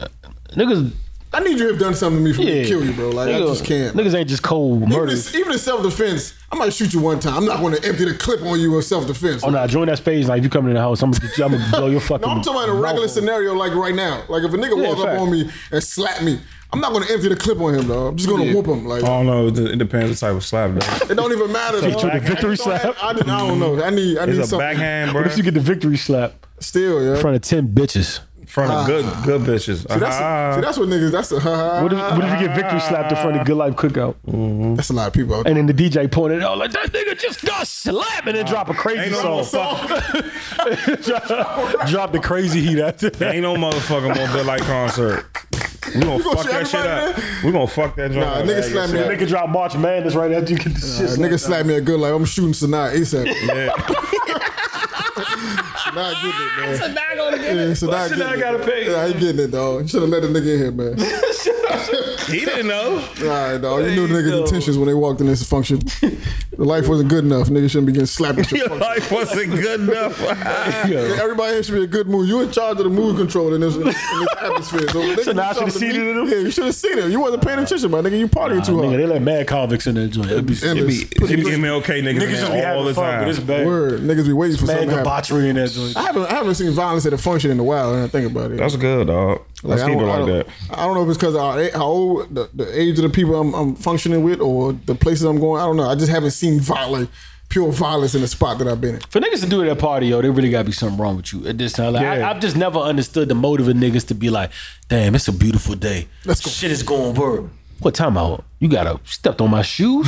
[SPEAKER 2] uh, niggas.
[SPEAKER 3] I need you to have done something to me for me
[SPEAKER 2] Yeah,
[SPEAKER 3] to kill you, bro. Like I
[SPEAKER 2] niggas-
[SPEAKER 3] just can't.
[SPEAKER 2] Niggas ain't just cold
[SPEAKER 3] even
[SPEAKER 2] murders.
[SPEAKER 3] if, even in self defense, I might shoot you one time. I'm not going to empty the clip on you in self defense.
[SPEAKER 2] Oh no, join that space. Like, if you coming in the house, I'm gonna, I'm gonna blow your fucking.
[SPEAKER 3] No, I'm talking about a regular scenario like right now. Like if a nigga
[SPEAKER 2] Yeah,
[SPEAKER 3] walk up
[SPEAKER 2] fact.
[SPEAKER 3] on me and slap me, I'm not gonna empty the clip on him, dog. I'm just gonna whoop him. Like
[SPEAKER 4] I don't know. It, it depends the type of slap, though.
[SPEAKER 3] it don't even matter. dog.
[SPEAKER 2] you Oh. the victory
[SPEAKER 3] I don't have-
[SPEAKER 2] slap?
[SPEAKER 3] I, didn't- I don't know. I need. I need
[SPEAKER 4] It's a
[SPEAKER 3] something.
[SPEAKER 4] backhand, bro.
[SPEAKER 2] What if you
[SPEAKER 4] In
[SPEAKER 2] get the victory slap
[SPEAKER 3] Still, yeah.
[SPEAKER 2] in front of ten bitches?
[SPEAKER 4] front of good, good bitches.
[SPEAKER 3] Ah. See, that's,
[SPEAKER 4] Ah.
[SPEAKER 3] see, that's what niggas. That's a
[SPEAKER 2] What if, what if you get victory slapped in front of Good Life Cookout,
[SPEAKER 3] that's a lot of people. Out there.
[SPEAKER 2] and then the DJ pointed out like that nigga just got slapped and then drop a crazy
[SPEAKER 4] Ain't no,
[SPEAKER 2] song,
[SPEAKER 4] motherfucker,
[SPEAKER 2] drop the crazy heat after that.
[SPEAKER 4] ain't no motherfucker more Bud Light concert. We
[SPEAKER 3] gonna
[SPEAKER 4] gonna, fuck
[SPEAKER 3] shoot
[SPEAKER 4] that shit
[SPEAKER 3] everybody,
[SPEAKER 4] up. We gonna fuck that joint
[SPEAKER 3] Nah,
[SPEAKER 4] up.
[SPEAKER 3] nigga
[SPEAKER 4] That
[SPEAKER 3] slam me
[SPEAKER 4] shit
[SPEAKER 3] up.
[SPEAKER 4] up.
[SPEAKER 2] Nigga drop March Madness right after you get the shit.
[SPEAKER 3] Uh, nigga slapped me a good like I'm shooting Sanaa ASAP.
[SPEAKER 4] Yeah.
[SPEAKER 3] Sanaa getting it, man.
[SPEAKER 2] Sanaa gonna get
[SPEAKER 3] Yeah, Sanaa
[SPEAKER 2] Sanaa
[SPEAKER 3] getting it.
[SPEAKER 2] gotta pay.
[SPEAKER 3] Yeah, I ain't getting it, dog. You should have let the nigga in here, man.
[SPEAKER 4] He didn't know.
[SPEAKER 3] All right, dog. You knew the
[SPEAKER 2] There
[SPEAKER 3] niggas'
[SPEAKER 2] you go.
[SPEAKER 3] intentions when they walked in this function. the life wasn't good enough. Niggas shouldn't be getting slapped at your
[SPEAKER 4] Your
[SPEAKER 3] function.
[SPEAKER 4] life wasn't good enough.
[SPEAKER 3] Yeah, Everybody here should be a good mood. You in charge of the mood control in this, in this atmosphere. So, nigga,
[SPEAKER 2] So now I
[SPEAKER 3] you
[SPEAKER 2] should've
[SPEAKER 3] something to
[SPEAKER 2] seen
[SPEAKER 3] me.
[SPEAKER 2] it in him?
[SPEAKER 3] Yeah, you should have seen him. You wasn't paying attention, my nigga. You partying too
[SPEAKER 2] Nigga,
[SPEAKER 3] hard.
[SPEAKER 2] they let mad convicts in that joint. It'd be-
[SPEAKER 3] And
[SPEAKER 2] it'd be-
[SPEAKER 3] it's-
[SPEAKER 4] It be MLK niggas,
[SPEAKER 2] Niggas just be
[SPEAKER 4] all
[SPEAKER 2] having
[SPEAKER 4] the
[SPEAKER 2] fun, but it's
[SPEAKER 4] time.
[SPEAKER 2] bad.
[SPEAKER 3] Word, niggas be waiting for
[SPEAKER 2] Mad
[SPEAKER 3] something to happen.
[SPEAKER 2] debauchery in that joint.
[SPEAKER 3] I haven't, I haven't seen violence at a function in a while. And I think about it.
[SPEAKER 4] That's good, dog. Let's
[SPEAKER 3] I
[SPEAKER 4] keep it
[SPEAKER 3] don't- I
[SPEAKER 4] like that.
[SPEAKER 3] don't- I don't know if it's because how old the, the age of the people I'm, I'm functioning with or the places I'm going. I don't know. I just haven't seen violent, pure violence in the spot that I've been in.
[SPEAKER 2] For niggas to do it at a party, yo, there really gotta be something wrong with you at this time. Like,
[SPEAKER 4] Yeah.
[SPEAKER 2] I, I've just never understood the motive of niggas to be like, damn, it's a beautiful day.
[SPEAKER 3] Let's go.
[SPEAKER 2] Shit is going word. What time out? You gotta stepped on my shoes.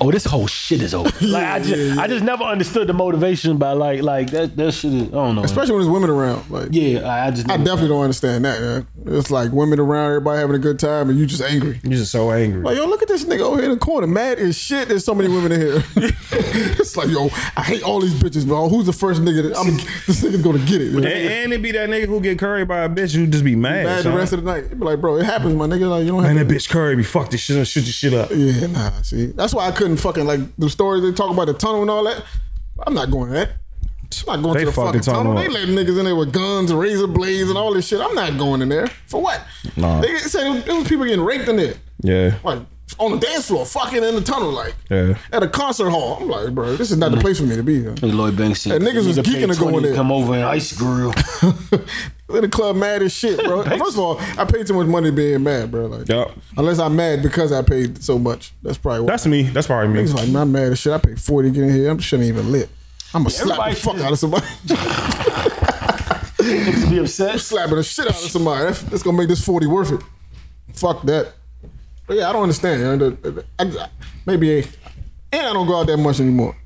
[SPEAKER 2] oh, this whole shit is over. Like I just, I just never understood the motivation by like, like that, that shit. Is, I don't know. man.
[SPEAKER 3] Especially when there's women around. Like,
[SPEAKER 2] yeah, I, I just.
[SPEAKER 3] I
[SPEAKER 2] never-
[SPEAKER 3] definitely don't understand that. Man. It's like women around, everybody having a good time, and you just angry.
[SPEAKER 4] You're just so angry.
[SPEAKER 3] Like, yo, look at this nigga over here in the corner, mad as shit. There's so many women in here. it's like, yo, I hate all these bitches, bro. Who's the first nigga that I'm? This nigga's gonna get it.
[SPEAKER 4] and, and it be that nigga who get curried by a bitch who just be mad.
[SPEAKER 3] Mad the
[SPEAKER 4] son.
[SPEAKER 3] rest of the night. Be like, bro, it happens, my nigga. Like, you don't have
[SPEAKER 4] Man,
[SPEAKER 3] to-
[SPEAKER 4] that bitch curry be fuck this shit up, shoot your shit up.
[SPEAKER 3] Yeah, nah. See, that's why I couldn't fucking like the stories they talk about the tunnel and all that. I'm not going to that. I'm not going
[SPEAKER 4] They
[SPEAKER 3] to the fucking
[SPEAKER 4] fucking
[SPEAKER 3] tunnel.
[SPEAKER 4] tunnel.
[SPEAKER 3] They let niggas in there with guns, razor blades, and all this shit. I'm not going in there for what?
[SPEAKER 4] Nah.
[SPEAKER 3] They said it was, it was people getting raped in there,
[SPEAKER 4] Yeah.
[SPEAKER 3] like on the dance floor, fucking in the tunnel, like
[SPEAKER 4] Yeah.
[SPEAKER 3] at a concert hall. I'm like, bro, this is not the place for me to be. man.
[SPEAKER 2] Hey, Lloyd Banks said,
[SPEAKER 3] And niggas was
[SPEAKER 2] "Nigga paid
[SPEAKER 3] geeking to go
[SPEAKER 2] 20
[SPEAKER 3] in there.
[SPEAKER 2] Come over and ice grill.
[SPEAKER 3] in the club, mad as shit, bro. First of all, I paid too much money being mad, bro. Like,
[SPEAKER 4] Yup.
[SPEAKER 3] unless I'm mad because I paid so much, that's probably why.
[SPEAKER 4] That's me. That's probably me.
[SPEAKER 3] He's like, man, I'm mad as shit. I paid 40 to get in here. I'm shouldn't even lit. I'm gonna slap
[SPEAKER 2] everybody
[SPEAKER 3] the fuck
[SPEAKER 2] should-
[SPEAKER 3] out of somebody.
[SPEAKER 2] niggas be upset.
[SPEAKER 3] Slapping the shit out of somebody. That's, that's gonna make this 40 worth it. Fuck that. But yeah, I don't understand. you know, the- I- I- maybe, and I don't go out that much anymore.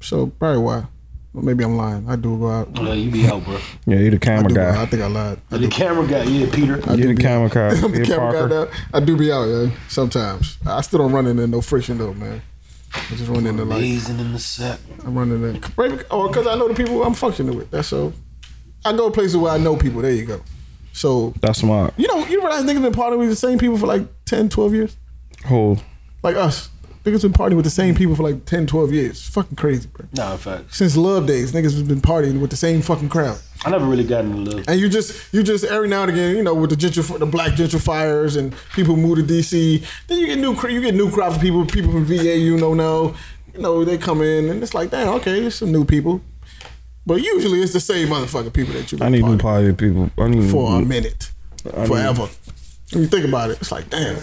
[SPEAKER 3] So probably why. Well, maybe I'm lying. I do go out. I
[SPEAKER 2] Yeah, you be out, bro.
[SPEAKER 4] Yeah, you the camera
[SPEAKER 3] do go out. I
[SPEAKER 4] guy.
[SPEAKER 3] think I lied. I
[SPEAKER 2] The camera guy, yeah, Peter.
[SPEAKER 4] You the camera guy.
[SPEAKER 3] I'm the
[SPEAKER 4] Yeah,
[SPEAKER 3] camera guy
[SPEAKER 4] Parker.
[SPEAKER 3] now. I do be out, yeah. Sometimes. I still don't run into no friction though, man. I just run into like
[SPEAKER 2] Amazing in the set.
[SPEAKER 3] I'm running in. Right, or because I know the people I'm functioning with. That's so. I go to places where I know people. There you go. So,
[SPEAKER 4] That's smart.
[SPEAKER 3] you know, you realize niggas been partying with the same people for like 10, 12 years?
[SPEAKER 4] Who?
[SPEAKER 3] Like us. Niggas been partying with the same people for like 10, 12 years. It's fucking crazy, bro.
[SPEAKER 2] Nah, in fact,
[SPEAKER 3] Since love days, niggas has been partying with the same fucking crowd.
[SPEAKER 2] I never really got into love.
[SPEAKER 3] And you just, you just every now and again, you know, with the gentrif- the black gentrifiers and people who move to DC, then you get new, cr- you get new crowds of people, people from VA, you know, know, you know, they come in and it's like, damn, okay, it's some new people, but usually it's the same motherfucking people that you.
[SPEAKER 4] I need new
[SPEAKER 3] party
[SPEAKER 4] party people. I need
[SPEAKER 3] for a minute,
[SPEAKER 4] need-
[SPEAKER 3] forever. When you think about it, it's like, damn.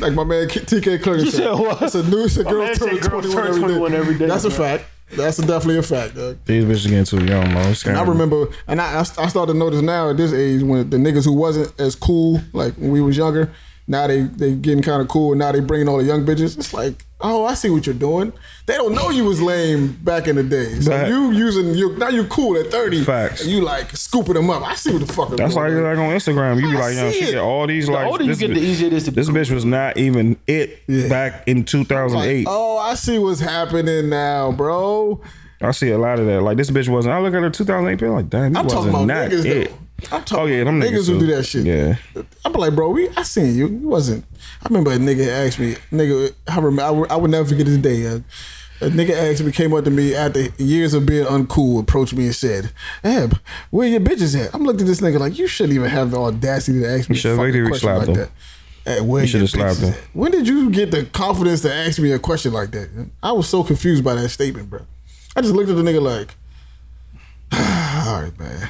[SPEAKER 3] Like my man K- TK Clerk said,
[SPEAKER 2] said what?
[SPEAKER 3] it's a new, it's a
[SPEAKER 2] My
[SPEAKER 3] girl
[SPEAKER 2] man
[SPEAKER 3] turning
[SPEAKER 2] said girls
[SPEAKER 3] 21,
[SPEAKER 2] turn
[SPEAKER 3] every, day.
[SPEAKER 2] 21 every day,
[SPEAKER 3] That's a
[SPEAKER 2] bro.
[SPEAKER 3] fact. That's a, definitely a fact. Dog.
[SPEAKER 4] These bitches getting too young, man. It's
[SPEAKER 3] And I
[SPEAKER 4] scary.
[SPEAKER 3] remember, and I, I st- I started to notice now at this age when the niggas who wasn't as cool, like when we was younger, Now they they getting kind of cool, and now they bringing all the young bitches. It's like, oh, I see what you're doing. They don't know you was lame back in the day. So
[SPEAKER 4] Fact.
[SPEAKER 3] you using you now you cool at thirty.
[SPEAKER 4] Facts.
[SPEAKER 3] And you like scooping them up. I see what the fuck. I'm
[SPEAKER 4] That's like
[SPEAKER 3] doing.
[SPEAKER 4] like on Instagram. You be
[SPEAKER 3] I
[SPEAKER 4] like, yo,
[SPEAKER 3] see
[SPEAKER 4] she
[SPEAKER 3] it.
[SPEAKER 4] get all these
[SPEAKER 2] The
[SPEAKER 4] likes.
[SPEAKER 2] older you
[SPEAKER 4] this
[SPEAKER 2] get,
[SPEAKER 4] bitch,
[SPEAKER 2] the easier it is to-
[SPEAKER 4] This bitch was not even it
[SPEAKER 3] Yeah.
[SPEAKER 4] back in two thousand
[SPEAKER 3] Like,
[SPEAKER 4] eight.
[SPEAKER 3] oh, I see what's happening now, bro.
[SPEAKER 4] I see a lot of that. Like this bitch wasn't. I look at her two thousand eight. Like damn, you
[SPEAKER 3] oh. I'm talking
[SPEAKER 4] wasn't
[SPEAKER 3] about
[SPEAKER 4] not
[SPEAKER 3] niggas
[SPEAKER 4] it.
[SPEAKER 3] though. I'm talking
[SPEAKER 4] Oh, yeah, them
[SPEAKER 3] about
[SPEAKER 4] niggas
[SPEAKER 3] niggas who
[SPEAKER 4] too.
[SPEAKER 3] do that shit.
[SPEAKER 4] Yeah.
[SPEAKER 3] I'm like, bro, we I seen you. You wasn't. I remember a nigga asked me, nigga, I remember I, would- I would never forget this day. A, a nigga asked me, came up to me after years of being uncool, approached me and said, "Ab, where your bitches at?" I'm looking at this nigga like, you shouldn't even have the audacity to ask me. a
[SPEAKER 4] should have
[SPEAKER 3] fucking
[SPEAKER 4] waited,
[SPEAKER 3] question
[SPEAKER 4] slapped
[SPEAKER 3] like
[SPEAKER 4] him.
[SPEAKER 3] that. Hey, where
[SPEAKER 4] You should
[SPEAKER 3] your
[SPEAKER 4] have slapped
[SPEAKER 3] bitches
[SPEAKER 4] him.
[SPEAKER 3] at? When did you get the confidence to ask me a question like that? I was so confused by that statement, bro. I just looked at the nigga like, all right, man.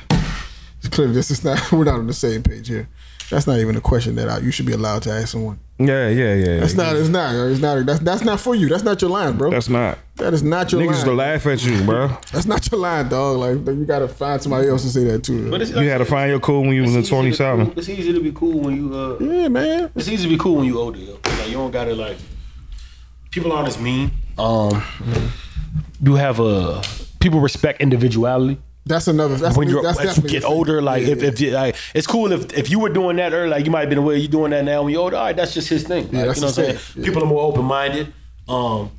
[SPEAKER 3] Clearly, this is not. We're not on the same page here. That's not even a question that I, you should be allowed to ask someone.
[SPEAKER 4] Yeah, yeah, yeah.
[SPEAKER 3] That's not. It's not. It's not. That's that's not for you. That's not your line, bro.
[SPEAKER 4] That's not.
[SPEAKER 3] that is not your
[SPEAKER 4] Niggas
[SPEAKER 3] line.
[SPEAKER 4] to laugh at you, bro.
[SPEAKER 3] that's not your line, dog. Like you gotta find somebody else to say that too.
[SPEAKER 2] But it's-
[SPEAKER 4] You had to find your cool when you was in
[SPEAKER 2] it's easier to be
[SPEAKER 4] 27.
[SPEAKER 2] cool- It's easy to be cool when you uh
[SPEAKER 3] yeah, man.
[SPEAKER 2] It's easy to be cool when you older. Yo. Like you don't gotta like. People aren't as mean. Um, you have a people respect individuality
[SPEAKER 3] That's another. That's,
[SPEAKER 2] when you're
[SPEAKER 3] that's
[SPEAKER 2] as you
[SPEAKER 3] definitely
[SPEAKER 2] get
[SPEAKER 3] a thing.
[SPEAKER 2] older. Like if, if you, like it's cool if if you were doing that earlier, like you might have been aware you doing that now when you're older. All right, that's just his thing. Like,
[SPEAKER 3] that's
[SPEAKER 2] you know what
[SPEAKER 3] his
[SPEAKER 2] I'm saying?
[SPEAKER 3] thing. Yeah.
[SPEAKER 2] People are more open minded. Um,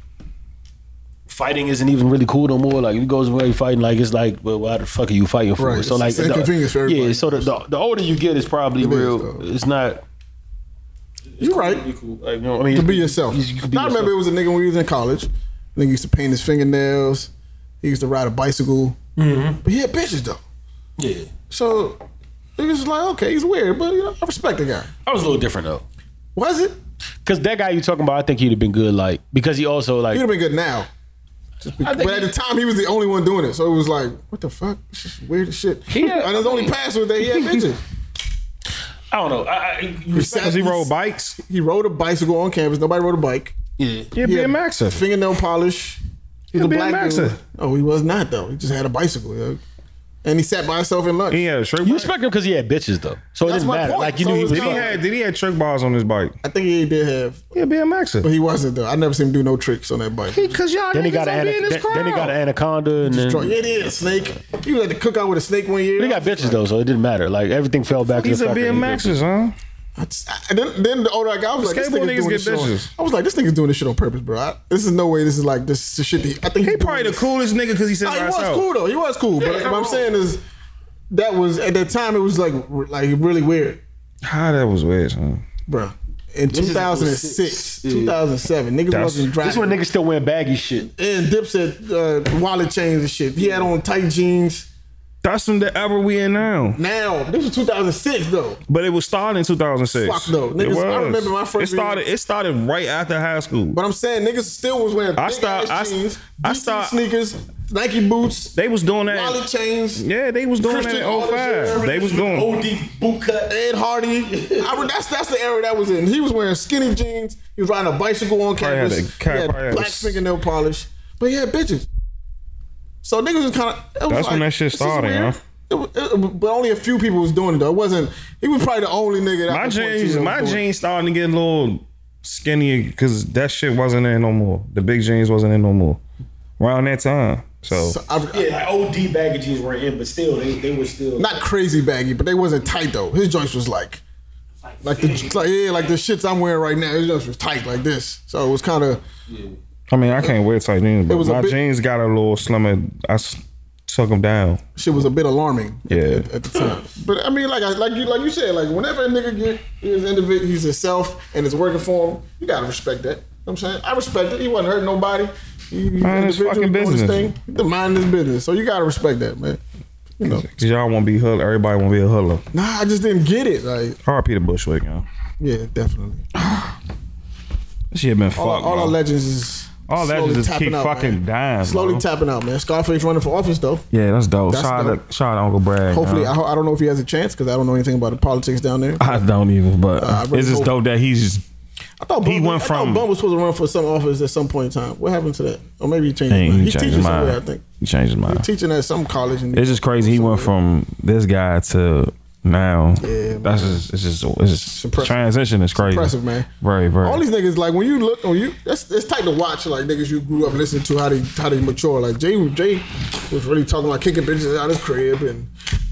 [SPEAKER 2] fighting isn't even really cool no more. Like if it goes away fighting, like it's like, well, why the fuck are you fighting for?
[SPEAKER 3] Right.
[SPEAKER 2] So
[SPEAKER 3] It's-
[SPEAKER 2] like,
[SPEAKER 3] it's inconvenience for everybody.
[SPEAKER 2] yeah. So the, the the older you get is probably
[SPEAKER 3] is,
[SPEAKER 2] real.
[SPEAKER 3] though.
[SPEAKER 2] it's not.
[SPEAKER 3] you're right.
[SPEAKER 2] Be cool. Like, you know, I mean,
[SPEAKER 3] to be yourself.
[SPEAKER 2] You, you can be
[SPEAKER 3] I
[SPEAKER 2] yourself.
[SPEAKER 3] remember it was a nigga when we was in college. Nigga used to paint his fingernails. He used to ride a bicycle.
[SPEAKER 2] Mm-hmm.
[SPEAKER 3] But he had bitches though.
[SPEAKER 2] Yeah,
[SPEAKER 3] So niggas was like, okay, he's weird, but you know, I respect the guy.
[SPEAKER 2] I was a little different though.
[SPEAKER 3] Was it?
[SPEAKER 2] Cause that guy you talking about, I think he'd have been good. Like because he also like
[SPEAKER 3] He'd have been good now. Just be-
[SPEAKER 2] I
[SPEAKER 3] but
[SPEAKER 2] think
[SPEAKER 3] at
[SPEAKER 2] he-
[SPEAKER 3] the time, he was the only one doing it, so it was like, what the fuck? This is weird as shit.
[SPEAKER 2] had-
[SPEAKER 3] and his only pass was that he had bitches.
[SPEAKER 2] I don't know. I, I, you respect-
[SPEAKER 4] Cause he rode bikes.
[SPEAKER 3] He rode a bicycle on campus. Nobody rode a bike.
[SPEAKER 2] yeah.
[SPEAKER 4] Yeah,
[SPEAKER 3] He
[SPEAKER 4] be a
[SPEAKER 3] had
[SPEAKER 4] maxer.
[SPEAKER 3] Fingernail polish. He's a
[SPEAKER 4] be a
[SPEAKER 3] black dude.
[SPEAKER 4] maxer.
[SPEAKER 3] Oh, he was not though. He just had a bicycle, yo. and he sat by himself in lunch.
[SPEAKER 4] He had a trick.
[SPEAKER 2] You
[SPEAKER 4] bike.
[SPEAKER 2] respect him because he had bitches though, so it
[SPEAKER 3] That's
[SPEAKER 2] didn't
[SPEAKER 3] my
[SPEAKER 2] matter.
[SPEAKER 3] point.
[SPEAKER 2] Like you
[SPEAKER 3] So
[SPEAKER 2] knew he
[SPEAKER 3] it's
[SPEAKER 2] was.
[SPEAKER 4] Did he
[SPEAKER 2] fucking-
[SPEAKER 4] had? Did he had trick bars on his bike?
[SPEAKER 3] I think he did have,
[SPEAKER 4] Yeah, be a maxer.
[SPEAKER 3] but he wasn't though. I never seen him do no tricks on that bike.
[SPEAKER 4] Cause y'all
[SPEAKER 2] Then he
[SPEAKER 4] niggas
[SPEAKER 2] got
[SPEAKER 4] don't
[SPEAKER 2] an
[SPEAKER 4] be in
[SPEAKER 2] ana-
[SPEAKER 4] this
[SPEAKER 2] then, then he got an
[SPEAKER 4] crowd.
[SPEAKER 2] anaconda, and then
[SPEAKER 3] Strong. Yeah, he had a snake. He was at the cookout with a snake one year.
[SPEAKER 2] but he got bitches though, so it didn't matter. Like everything fell back. to
[SPEAKER 4] These
[SPEAKER 2] the
[SPEAKER 4] are
[SPEAKER 2] fact that
[SPEAKER 4] being
[SPEAKER 2] he was
[SPEAKER 4] maxers, huh?
[SPEAKER 3] I just- I- and then, then the older I got, I was like, this
[SPEAKER 4] Skateboard
[SPEAKER 3] nigga's
[SPEAKER 4] niggas
[SPEAKER 3] doing
[SPEAKER 4] get
[SPEAKER 3] this shit on-
[SPEAKER 4] bitches.
[SPEAKER 3] I was like, this nigga's doing this shit on purpose, bro. I, this is no way. This is like this is shit. That he, I think
[SPEAKER 4] He
[SPEAKER 3] doing
[SPEAKER 4] probably the
[SPEAKER 3] this.
[SPEAKER 4] coolest nigga because he said
[SPEAKER 3] Nah, he
[SPEAKER 4] by
[SPEAKER 3] was
[SPEAKER 4] himself.
[SPEAKER 3] cool though. He was cool, but what I'm saying is that was at that time it was like r- like really weird,
[SPEAKER 4] How that was weird, son.
[SPEAKER 3] bro. In
[SPEAKER 2] is
[SPEAKER 3] 2006,
[SPEAKER 2] 06, yeah.
[SPEAKER 3] 2007, niggas
[SPEAKER 4] That's-
[SPEAKER 3] wasn't
[SPEAKER 2] This
[SPEAKER 3] driving.
[SPEAKER 2] is when niggas still wearing baggy shit.
[SPEAKER 3] and Dipset uh, wallet chains and shit. He had on tight jeans.
[SPEAKER 4] That's from the era we in now.
[SPEAKER 3] Now this was 2006 though.
[SPEAKER 4] But it was started in 2006.
[SPEAKER 3] Fuck no. Niggas- I
[SPEAKER 4] it was.
[SPEAKER 3] remember my
[SPEAKER 4] It
[SPEAKER 3] first year-
[SPEAKER 4] started. It started right after high school.
[SPEAKER 3] But I'm saying niggas still was wearing
[SPEAKER 4] I
[SPEAKER 3] big
[SPEAKER 4] start- I
[SPEAKER 3] ass
[SPEAKER 4] s-
[SPEAKER 3] jeans,
[SPEAKER 4] I
[SPEAKER 3] DC
[SPEAKER 4] start-
[SPEAKER 3] sneakers, Nike boots,
[SPEAKER 4] they was doing that.
[SPEAKER 3] wallet chains.
[SPEAKER 4] yeah, they was doing
[SPEAKER 3] Christian
[SPEAKER 4] that in 05. They was doing.
[SPEAKER 2] OD boot cut.
[SPEAKER 3] Ed Hardy, I mean, that's that's the era that was in. He was wearing skinny jeans. He was riding a bicycle on
[SPEAKER 4] Probably had
[SPEAKER 3] campus.
[SPEAKER 4] a cap,
[SPEAKER 3] he had
[SPEAKER 4] probably had a
[SPEAKER 3] black
[SPEAKER 4] s-
[SPEAKER 3] fingernail polish, but he had bitches. So niggas was kind of.
[SPEAKER 4] That's
[SPEAKER 3] like,
[SPEAKER 4] when that shit
[SPEAKER 3] this is
[SPEAKER 4] started,
[SPEAKER 3] weird.
[SPEAKER 4] huh?
[SPEAKER 3] It, wa- it, but only a few people was doing it though. It wasn't. He was probably the only nigga. That
[SPEAKER 4] My
[SPEAKER 3] was 14
[SPEAKER 4] jeans.
[SPEAKER 3] that was
[SPEAKER 4] My
[SPEAKER 3] doing it.
[SPEAKER 4] jeans starting to get a little skinnier because that shit wasn't in no more. The big jeans wasn't in no more. Around that time, so,
[SPEAKER 3] So I-
[SPEAKER 2] Yeah, like OD baggy jeans were in, but still they they were still.
[SPEAKER 3] not crazy baggy, but they wasn't tight though. His joints was like, like the like yeah, like the shits I'm wearing right now. His joints was tight like this, so it was kind of
[SPEAKER 4] I mean, I can't wear tight jeans. But
[SPEAKER 3] was a
[SPEAKER 4] my
[SPEAKER 3] bit-
[SPEAKER 4] jeans got a little slimmer. I s- took them down.
[SPEAKER 3] shit was a bit alarming. at-
[SPEAKER 4] Yeah.
[SPEAKER 3] at, at the time. But I mean, like I, like you like you said, like whenever a nigga get his individual, he's himself and it's working for him, you gotta respect that. You know what I'm saying I respect it. He wasn't hurting nobody. He, he
[SPEAKER 4] Mind his
[SPEAKER 3] individual,
[SPEAKER 4] fucking
[SPEAKER 3] doing his
[SPEAKER 4] business.
[SPEAKER 3] thing. He mind his business. So you gotta respect that, man. You know,
[SPEAKER 4] Cause y'all want to be hood. Everybody want to be a hoodlum.
[SPEAKER 3] nah, I just didn't get it. Like,
[SPEAKER 4] R.P. to Bushwick, y'all.
[SPEAKER 3] yeah, definitely.
[SPEAKER 4] This shit been fucked.
[SPEAKER 3] All, all
[SPEAKER 4] bro.
[SPEAKER 3] our legends is
[SPEAKER 4] All
[SPEAKER 3] slowly
[SPEAKER 4] legends just
[SPEAKER 3] tapping
[SPEAKER 4] keep
[SPEAKER 3] out,
[SPEAKER 4] fucking
[SPEAKER 3] man.
[SPEAKER 4] dying.
[SPEAKER 3] Slowly
[SPEAKER 4] bro.
[SPEAKER 3] tapping out, man. Scarface running for office though.
[SPEAKER 4] Yeah, that's dope.
[SPEAKER 3] That's
[SPEAKER 4] shout,
[SPEAKER 3] dope.
[SPEAKER 4] Out to, shout out to Uncle Brad.
[SPEAKER 3] Hopefully, I,
[SPEAKER 4] I,
[SPEAKER 3] ho- I don't know if he has a chance because I don't know anything about the politics down there.
[SPEAKER 4] I don't even. But
[SPEAKER 3] I really
[SPEAKER 4] it's just
[SPEAKER 3] hope-
[SPEAKER 4] dope that he's.
[SPEAKER 3] I thought
[SPEAKER 4] He
[SPEAKER 3] Bum,
[SPEAKER 4] went
[SPEAKER 3] I thought
[SPEAKER 4] from-
[SPEAKER 3] Bum was supposed to run for some office at some point in time. What happened to that? Or maybe he changed. his
[SPEAKER 4] Dang,
[SPEAKER 3] mind.
[SPEAKER 4] he
[SPEAKER 3] He's
[SPEAKER 4] changed
[SPEAKER 3] teaching
[SPEAKER 4] his
[SPEAKER 3] somewhere, I
[SPEAKER 4] mind. Uh,
[SPEAKER 3] think
[SPEAKER 4] He changed his mind.
[SPEAKER 3] teaching at some college. In
[SPEAKER 4] It's just crazy. He went from this guy to now.
[SPEAKER 3] Yeah,
[SPEAKER 4] that's just it's just it's just
[SPEAKER 3] impressive.
[SPEAKER 4] transition is crazy.
[SPEAKER 3] impressive, man.
[SPEAKER 4] Very, very.
[SPEAKER 3] All these niggas, like when you look, when you that's it's tight to watch, like niggas you grew up listening to how they how they mature. Like Jay Jay was really talking about kicking bitches out of his crib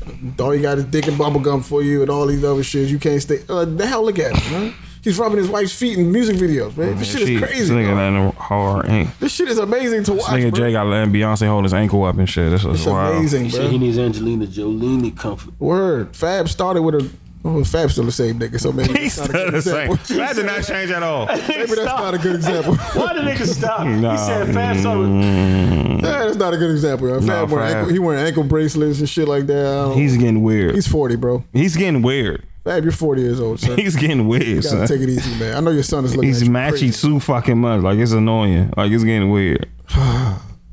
[SPEAKER 3] and all you got is dick and bubble gum for you and all these other shit. You can't stay. Uh, the hell, look at him, man. He's rubbing his wife's feet in music videos, man. This shit is
[SPEAKER 4] She- This
[SPEAKER 3] crazy.
[SPEAKER 4] nigga
[SPEAKER 3] bro.
[SPEAKER 4] landing hard. Ain't.
[SPEAKER 3] This shit is amazing to
[SPEAKER 4] This
[SPEAKER 3] watch.
[SPEAKER 4] nigga
[SPEAKER 3] bro.
[SPEAKER 4] Jay got letting Beyonce hold his ankle up and shit. This is
[SPEAKER 3] It's
[SPEAKER 4] wild.
[SPEAKER 3] amazing,
[SPEAKER 2] He said
[SPEAKER 3] bro.
[SPEAKER 2] he needs Angelina Jolie comfort.
[SPEAKER 3] Word. Fab started with a. Oh, Fab's still the same nigga, so maybe
[SPEAKER 4] He's
[SPEAKER 3] that's not a good
[SPEAKER 4] still the same.
[SPEAKER 3] example.
[SPEAKER 4] That did not change at all.
[SPEAKER 3] Maybe that's not a good example.
[SPEAKER 2] Why the nigga stop?
[SPEAKER 4] Nah.
[SPEAKER 2] He said fast on
[SPEAKER 3] Yeah, that's not a good example. Yo. Fab wearing
[SPEAKER 4] Fab.
[SPEAKER 3] ankle, he wearing ankle bracelets and shit like that. I don't-
[SPEAKER 4] He's getting weird.
[SPEAKER 3] he's
[SPEAKER 4] He's,
[SPEAKER 3] forty, bro.
[SPEAKER 4] getting weird.
[SPEAKER 3] Fab, you're forty years old, sir. You
[SPEAKER 4] He's getting weird.
[SPEAKER 3] gotta
[SPEAKER 4] Son.
[SPEAKER 3] take it easy, man. I know your son is looking.
[SPEAKER 4] He's
[SPEAKER 3] at you
[SPEAKER 4] matchy
[SPEAKER 3] crazy.
[SPEAKER 4] too fucking much. Like it's annoying. Like it's getting weird.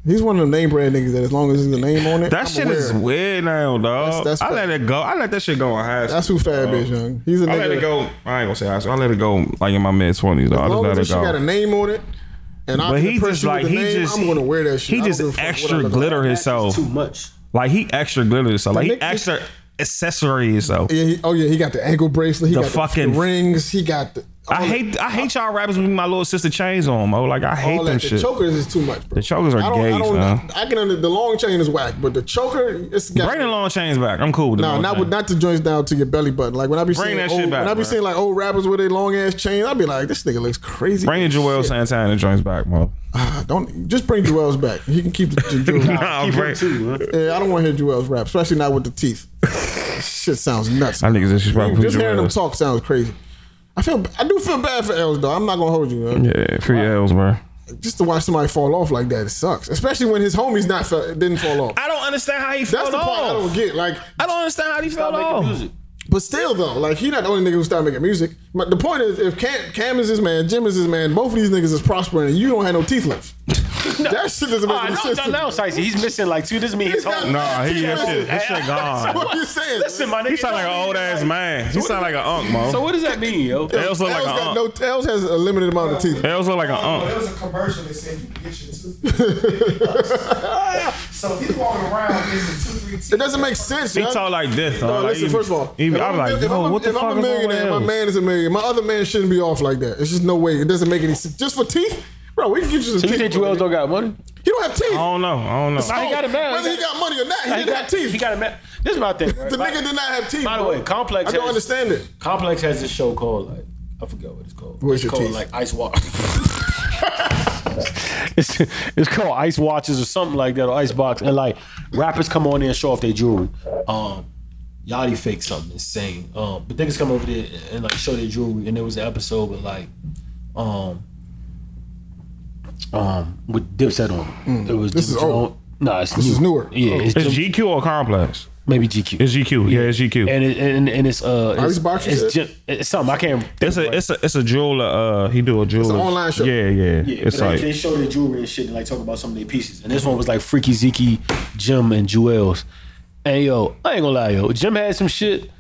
[SPEAKER 3] He's one of them name brand niggas that as long as there's a name on it,
[SPEAKER 4] That
[SPEAKER 3] I'm
[SPEAKER 4] shit
[SPEAKER 3] aware.
[SPEAKER 4] is weird now, dog.
[SPEAKER 3] That's- that's
[SPEAKER 4] I
[SPEAKER 3] fact.
[SPEAKER 4] let it go. I let that shit go in high school.
[SPEAKER 3] That's who Fab
[SPEAKER 4] dog.
[SPEAKER 3] is, young. He's a nigga.
[SPEAKER 4] I Oh. let it go. I ain't gonna say high school. I let it go like in my mid twenties. I
[SPEAKER 3] As
[SPEAKER 4] just
[SPEAKER 3] long as
[SPEAKER 4] let it
[SPEAKER 3] she got a
[SPEAKER 4] go.
[SPEAKER 3] name on it, and
[SPEAKER 4] But
[SPEAKER 3] I'm
[SPEAKER 4] he
[SPEAKER 3] impressed
[SPEAKER 4] just
[SPEAKER 3] you with
[SPEAKER 4] like
[SPEAKER 3] the
[SPEAKER 4] he
[SPEAKER 3] name,
[SPEAKER 4] just
[SPEAKER 3] I'm gonna wear that shit.
[SPEAKER 4] He
[SPEAKER 3] I don't
[SPEAKER 4] just
[SPEAKER 3] give a fuck what I
[SPEAKER 4] extra
[SPEAKER 3] look like.
[SPEAKER 4] glitter himself.
[SPEAKER 2] too much.
[SPEAKER 4] Like he extra glitter himself. Like he
[SPEAKER 3] nigga-
[SPEAKER 4] extra accessory himself.
[SPEAKER 3] Yeah, he, oh yeah, he got the ankle bracelet. He
[SPEAKER 4] The
[SPEAKER 3] got
[SPEAKER 4] fucking-
[SPEAKER 3] the rings. He got the.
[SPEAKER 4] I
[SPEAKER 3] all-
[SPEAKER 4] hate I hate y'all rappers with my little sister chains on, bro. Like I hate
[SPEAKER 3] all
[SPEAKER 4] them
[SPEAKER 3] that. The
[SPEAKER 4] shit.
[SPEAKER 3] chokers is too much, bro.
[SPEAKER 4] The chokers are
[SPEAKER 3] I don't, I,
[SPEAKER 4] gay,
[SPEAKER 3] don't,
[SPEAKER 4] son.
[SPEAKER 3] I can under the long chain is whack, but the choker it's got.
[SPEAKER 4] Bring the long chains back. I'm cool with the
[SPEAKER 3] No,
[SPEAKER 4] long
[SPEAKER 3] not
[SPEAKER 4] chains.
[SPEAKER 3] with, not the joints down to your belly button. Like when I be
[SPEAKER 4] Bring
[SPEAKER 3] seeing
[SPEAKER 4] that
[SPEAKER 3] old,
[SPEAKER 4] shit back,
[SPEAKER 3] when I be
[SPEAKER 4] bro.
[SPEAKER 3] seeing like old rappers with their long ass chains, I be like, this nigga looks crazy.
[SPEAKER 4] Bring the
[SPEAKER 3] as
[SPEAKER 4] Joel
[SPEAKER 3] shit.
[SPEAKER 4] Santana joints back, bro.
[SPEAKER 3] Ah, Don't just bring Joel's back. He can keep the, the Joel's.
[SPEAKER 4] Nah,
[SPEAKER 2] Keep
[SPEAKER 4] bring-
[SPEAKER 2] him too, huh?
[SPEAKER 3] Yeah, I don't want to hear Joel's rap, especially not with the teeth. shit sounds nuts.
[SPEAKER 4] I think it's disrespectful.
[SPEAKER 3] Just
[SPEAKER 4] to
[SPEAKER 3] hearing
[SPEAKER 4] Joel.
[SPEAKER 3] him talk sounds crazy. I feel I do feel bad for Els though. I'm not gonna hold you. Man.
[SPEAKER 4] Yeah, free L's, bro.
[SPEAKER 3] just to watch somebody fall off like that, it sucks. Especially when his homies not fell, didn't fall off.
[SPEAKER 4] I don't understand how he
[SPEAKER 3] That's
[SPEAKER 4] fell
[SPEAKER 3] the part I don't
[SPEAKER 4] off.
[SPEAKER 3] get. Like,
[SPEAKER 4] I don't understand how he fell
[SPEAKER 2] Making
[SPEAKER 4] off.
[SPEAKER 2] music.
[SPEAKER 3] but still though, like he not the only nigga who started making music. But the point is, if Cam, Cam is his man, Jim is his man, both of these niggas is prospering, and you don't have no teeth left. That shit
[SPEAKER 4] Oh,
[SPEAKER 3] doesn't make
[SPEAKER 2] Ah,
[SPEAKER 3] any
[SPEAKER 2] no,
[SPEAKER 3] sense.
[SPEAKER 2] no,
[SPEAKER 3] to me.
[SPEAKER 2] no, Sicey. He's missing like two. This is me. His
[SPEAKER 3] He's got-
[SPEAKER 2] whole.
[SPEAKER 4] Nah, he that shit, that shit gone.
[SPEAKER 3] What you saying?
[SPEAKER 2] Listen, my nigga.
[SPEAKER 4] He sound like an old ass man. He sound like an unk, mo.
[SPEAKER 2] So what does that mean, yo?
[SPEAKER 4] Els look like
[SPEAKER 3] Els
[SPEAKER 4] uh, an
[SPEAKER 3] got
[SPEAKER 4] unk.
[SPEAKER 3] no. Els has a limited amount of teeth.
[SPEAKER 4] Els look like an
[SPEAKER 6] Well, there
[SPEAKER 4] unk.
[SPEAKER 6] was a commercial that said you can get your tooth. so he's walking around getting the two, three teeth.
[SPEAKER 3] It doesn't make sense.
[SPEAKER 4] He
[SPEAKER 3] man.
[SPEAKER 4] talk like this.
[SPEAKER 3] No,
[SPEAKER 4] huh? Like,
[SPEAKER 3] listen,
[SPEAKER 4] he-
[SPEAKER 3] first of all,
[SPEAKER 4] he-
[SPEAKER 3] if
[SPEAKER 4] I'm
[SPEAKER 3] a-
[SPEAKER 4] like,
[SPEAKER 3] if
[SPEAKER 4] yo,
[SPEAKER 3] I'm,
[SPEAKER 4] what the
[SPEAKER 3] if
[SPEAKER 4] fuck
[SPEAKER 3] I'm a
[SPEAKER 4] is wrong with
[SPEAKER 3] millionaire, my
[SPEAKER 4] Els?
[SPEAKER 3] man is a millionaire. My other man shouldn't be off like that. It's just no way. It doesn't make any sense. Just for teeth, bro. We can get you some
[SPEAKER 2] So you
[SPEAKER 3] teeth.
[SPEAKER 2] think Joel's don't got money?
[SPEAKER 3] He don't have teeth.
[SPEAKER 4] I don't know. I don't know.
[SPEAKER 2] He got it now.
[SPEAKER 3] Whether
[SPEAKER 2] He
[SPEAKER 3] he got money or not, he
[SPEAKER 2] Oh, He
[SPEAKER 3] didn't
[SPEAKER 2] got
[SPEAKER 3] have teeth.
[SPEAKER 2] He got a man. This is my thing. Right?
[SPEAKER 3] the
[SPEAKER 2] Like,
[SPEAKER 3] nigga did not have teeth.
[SPEAKER 2] By the
[SPEAKER 3] bro.
[SPEAKER 2] way, Complex.
[SPEAKER 3] I don't
[SPEAKER 2] has-
[SPEAKER 3] understand it.
[SPEAKER 2] Complex has this show called like I forget what it's called.
[SPEAKER 3] Where's
[SPEAKER 2] it's
[SPEAKER 3] your
[SPEAKER 2] called
[SPEAKER 3] teeth?
[SPEAKER 2] like Ice Watch. it's it's called Ice Watches or something like that or Ice Box. And like rappers come on there and show off their jewelry. Um, Yachty faked something insane. Um, but niggas come over there and, and, like show their jewelry. And there was an episode with like, um, um, with Dipset on. it. It
[SPEAKER 3] Mm.
[SPEAKER 2] was
[SPEAKER 3] This is
[SPEAKER 2] Jim
[SPEAKER 3] old.
[SPEAKER 2] Jones- Nah, it's
[SPEAKER 3] This
[SPEAKER 2] new.
[SPEAKER 3] is newer.
[SPEAKER 2] Yeah, it's,
[SPEAKER 4] It's
[SPEAKER 2] Jim-
[SPEAKER 4] GQ or Complex?
[SPEAKER 2] maybe GQ
[SPEAKER 4] It's GQ. Yeah, it's GQ.
[SPEAKER 2] and it, and and it's uh it's,
[SPEAKER 3] these boxes
[SPEAKER 2] it's,
[SPEAKER 3] set?
[SPEAKER 2] ju- it's something I can't. Think
[SPEAKER 4] It's a it's a it's a jeweler. Uh, he do a jeweler. It's
[SPEAKER 3] an online show.
[SPEAKER 4] Yeah, yeah. It's
[SPEAKER 2] but they-
[SPEAKER 4] like
[SPEAKER 2] they show their jewelry and shit and like talk about some of their pieces. And this one was like Freaky Ziki, Jim, and Jewels. And yo, I ain't gonna lie, yo, Jim had some shit.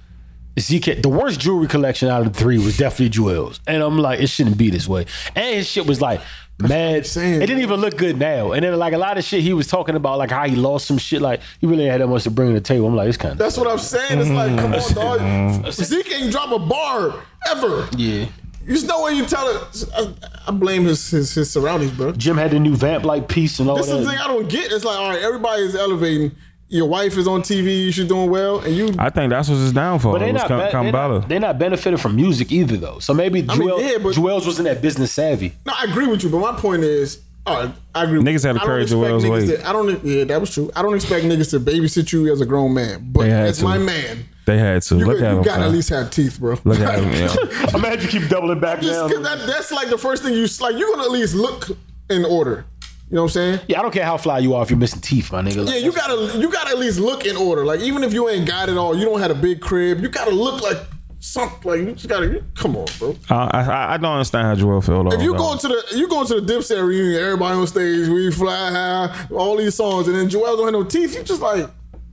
[SPEAKER 2] Zeke, the worst jewelry collection out of the three was definitely Jewels. And I'm like, it shouldn't be this way. And his shit was like mad.
[SPEAKER 3] saying,
[SPEAKER 2] it didn't even look good now. And then like a lot of shit he was talking about, like how he lost some shit. Like he really had that much to bring to the table. I'm like, it's kind of
[SPEAKER 3] That's what I'm saying. It's like, come on,
[SPEAKER 2] Mm.
[SPEAKER 3] dog. Zeke ain't drop a bar ever.
[SPEAKER 2] yeah.
[SPEAKER 3] There's no way you tell it. I, I blame his, his his surroundings, bro.
[SPEAKER 2] Jim had the new vamp like piece and all
[SPEAKER 3] That's
[SPEAKER 2] that.
[SPEAKER 3] the thing I don't get. It's like, all right, everybody is elevating. Your wife is on TV. She's doing well, and you.
[SPEAKER 4] I think that's what's his downfall.
[SPEAKER 2] But
[SPEAKER 4] It
[SPEAKER 2] they
[SPEAKER 4] was
[SPEAKER 2] not,
[SPEAKER 4] Cam-
[SPEAKER 2] be- they
[SPEAKER 4] Cambella.
[SPEAKER 2] not they not benefited from music either though. So maybe
[SPEAKER 3] I mean,
[SPEAKER 2] Joel,
[SPEAKER 3] yeah, but-
[SPEAKER 2] Joel's wasn't that business savvy.
[SPEAKER 3] No, I agree with you, but my point is, all right, I agree. with
[SPEAKER 4] Niggas had to
[SPEAKER 3] I don't
[SPEAKER 4] carry
[SPEAKER 3] expect
[SPEAKER 4] Joel's
[SPEAKER 3] niggas
[SPEAKER 4] weight.
[SPEAKER 3] to- I don't. Yeah, that was true. I don't expect niggas to babysit you as a grown man, but
[SPEAKER 4] They had
[SPEAKER 3] as
[SPEAKER 4] to.
[SPEAKER 3] my man,
[SPEAKER 4] They had to
[SPEAKER 3] you,
[SPEAKER 4] look
[SPEAKER 3] got-
[SPEAKER 4] at
[SPEAKER 3] you
[SPEAKER 4] him.
[SPEAKER 3] gotta
[SPEAKER 4] son.
[SPEAKER 3] at least have teeth, bro.
[SPEAKER 4] Look at him. Yeah.
[SPEAKER 2] I'm glad you keep doubling back
[SPEAKER 3] Just because that, that's like the first thing you like. You're gonna at least look in order. You know what I'm saying?
[SPEAKER 2] yeah, I don't care how fly you are if you're missing teeth, my nigga.
[SPEAKER 3] Yeah, you gotta you gotta at least look in order. Like even if you ain't got it all, you don't have a big crib. You gotta look like something. Like you just gotta you- come on, bro.
[SPEAKER 4] I, I I don't understand how Joel felt.
[SPEAKER 3] If you go to the you go to the Dipset reunion, everybody on stage, we fly high, all these songs, and then Joel don't have no teeth. You just like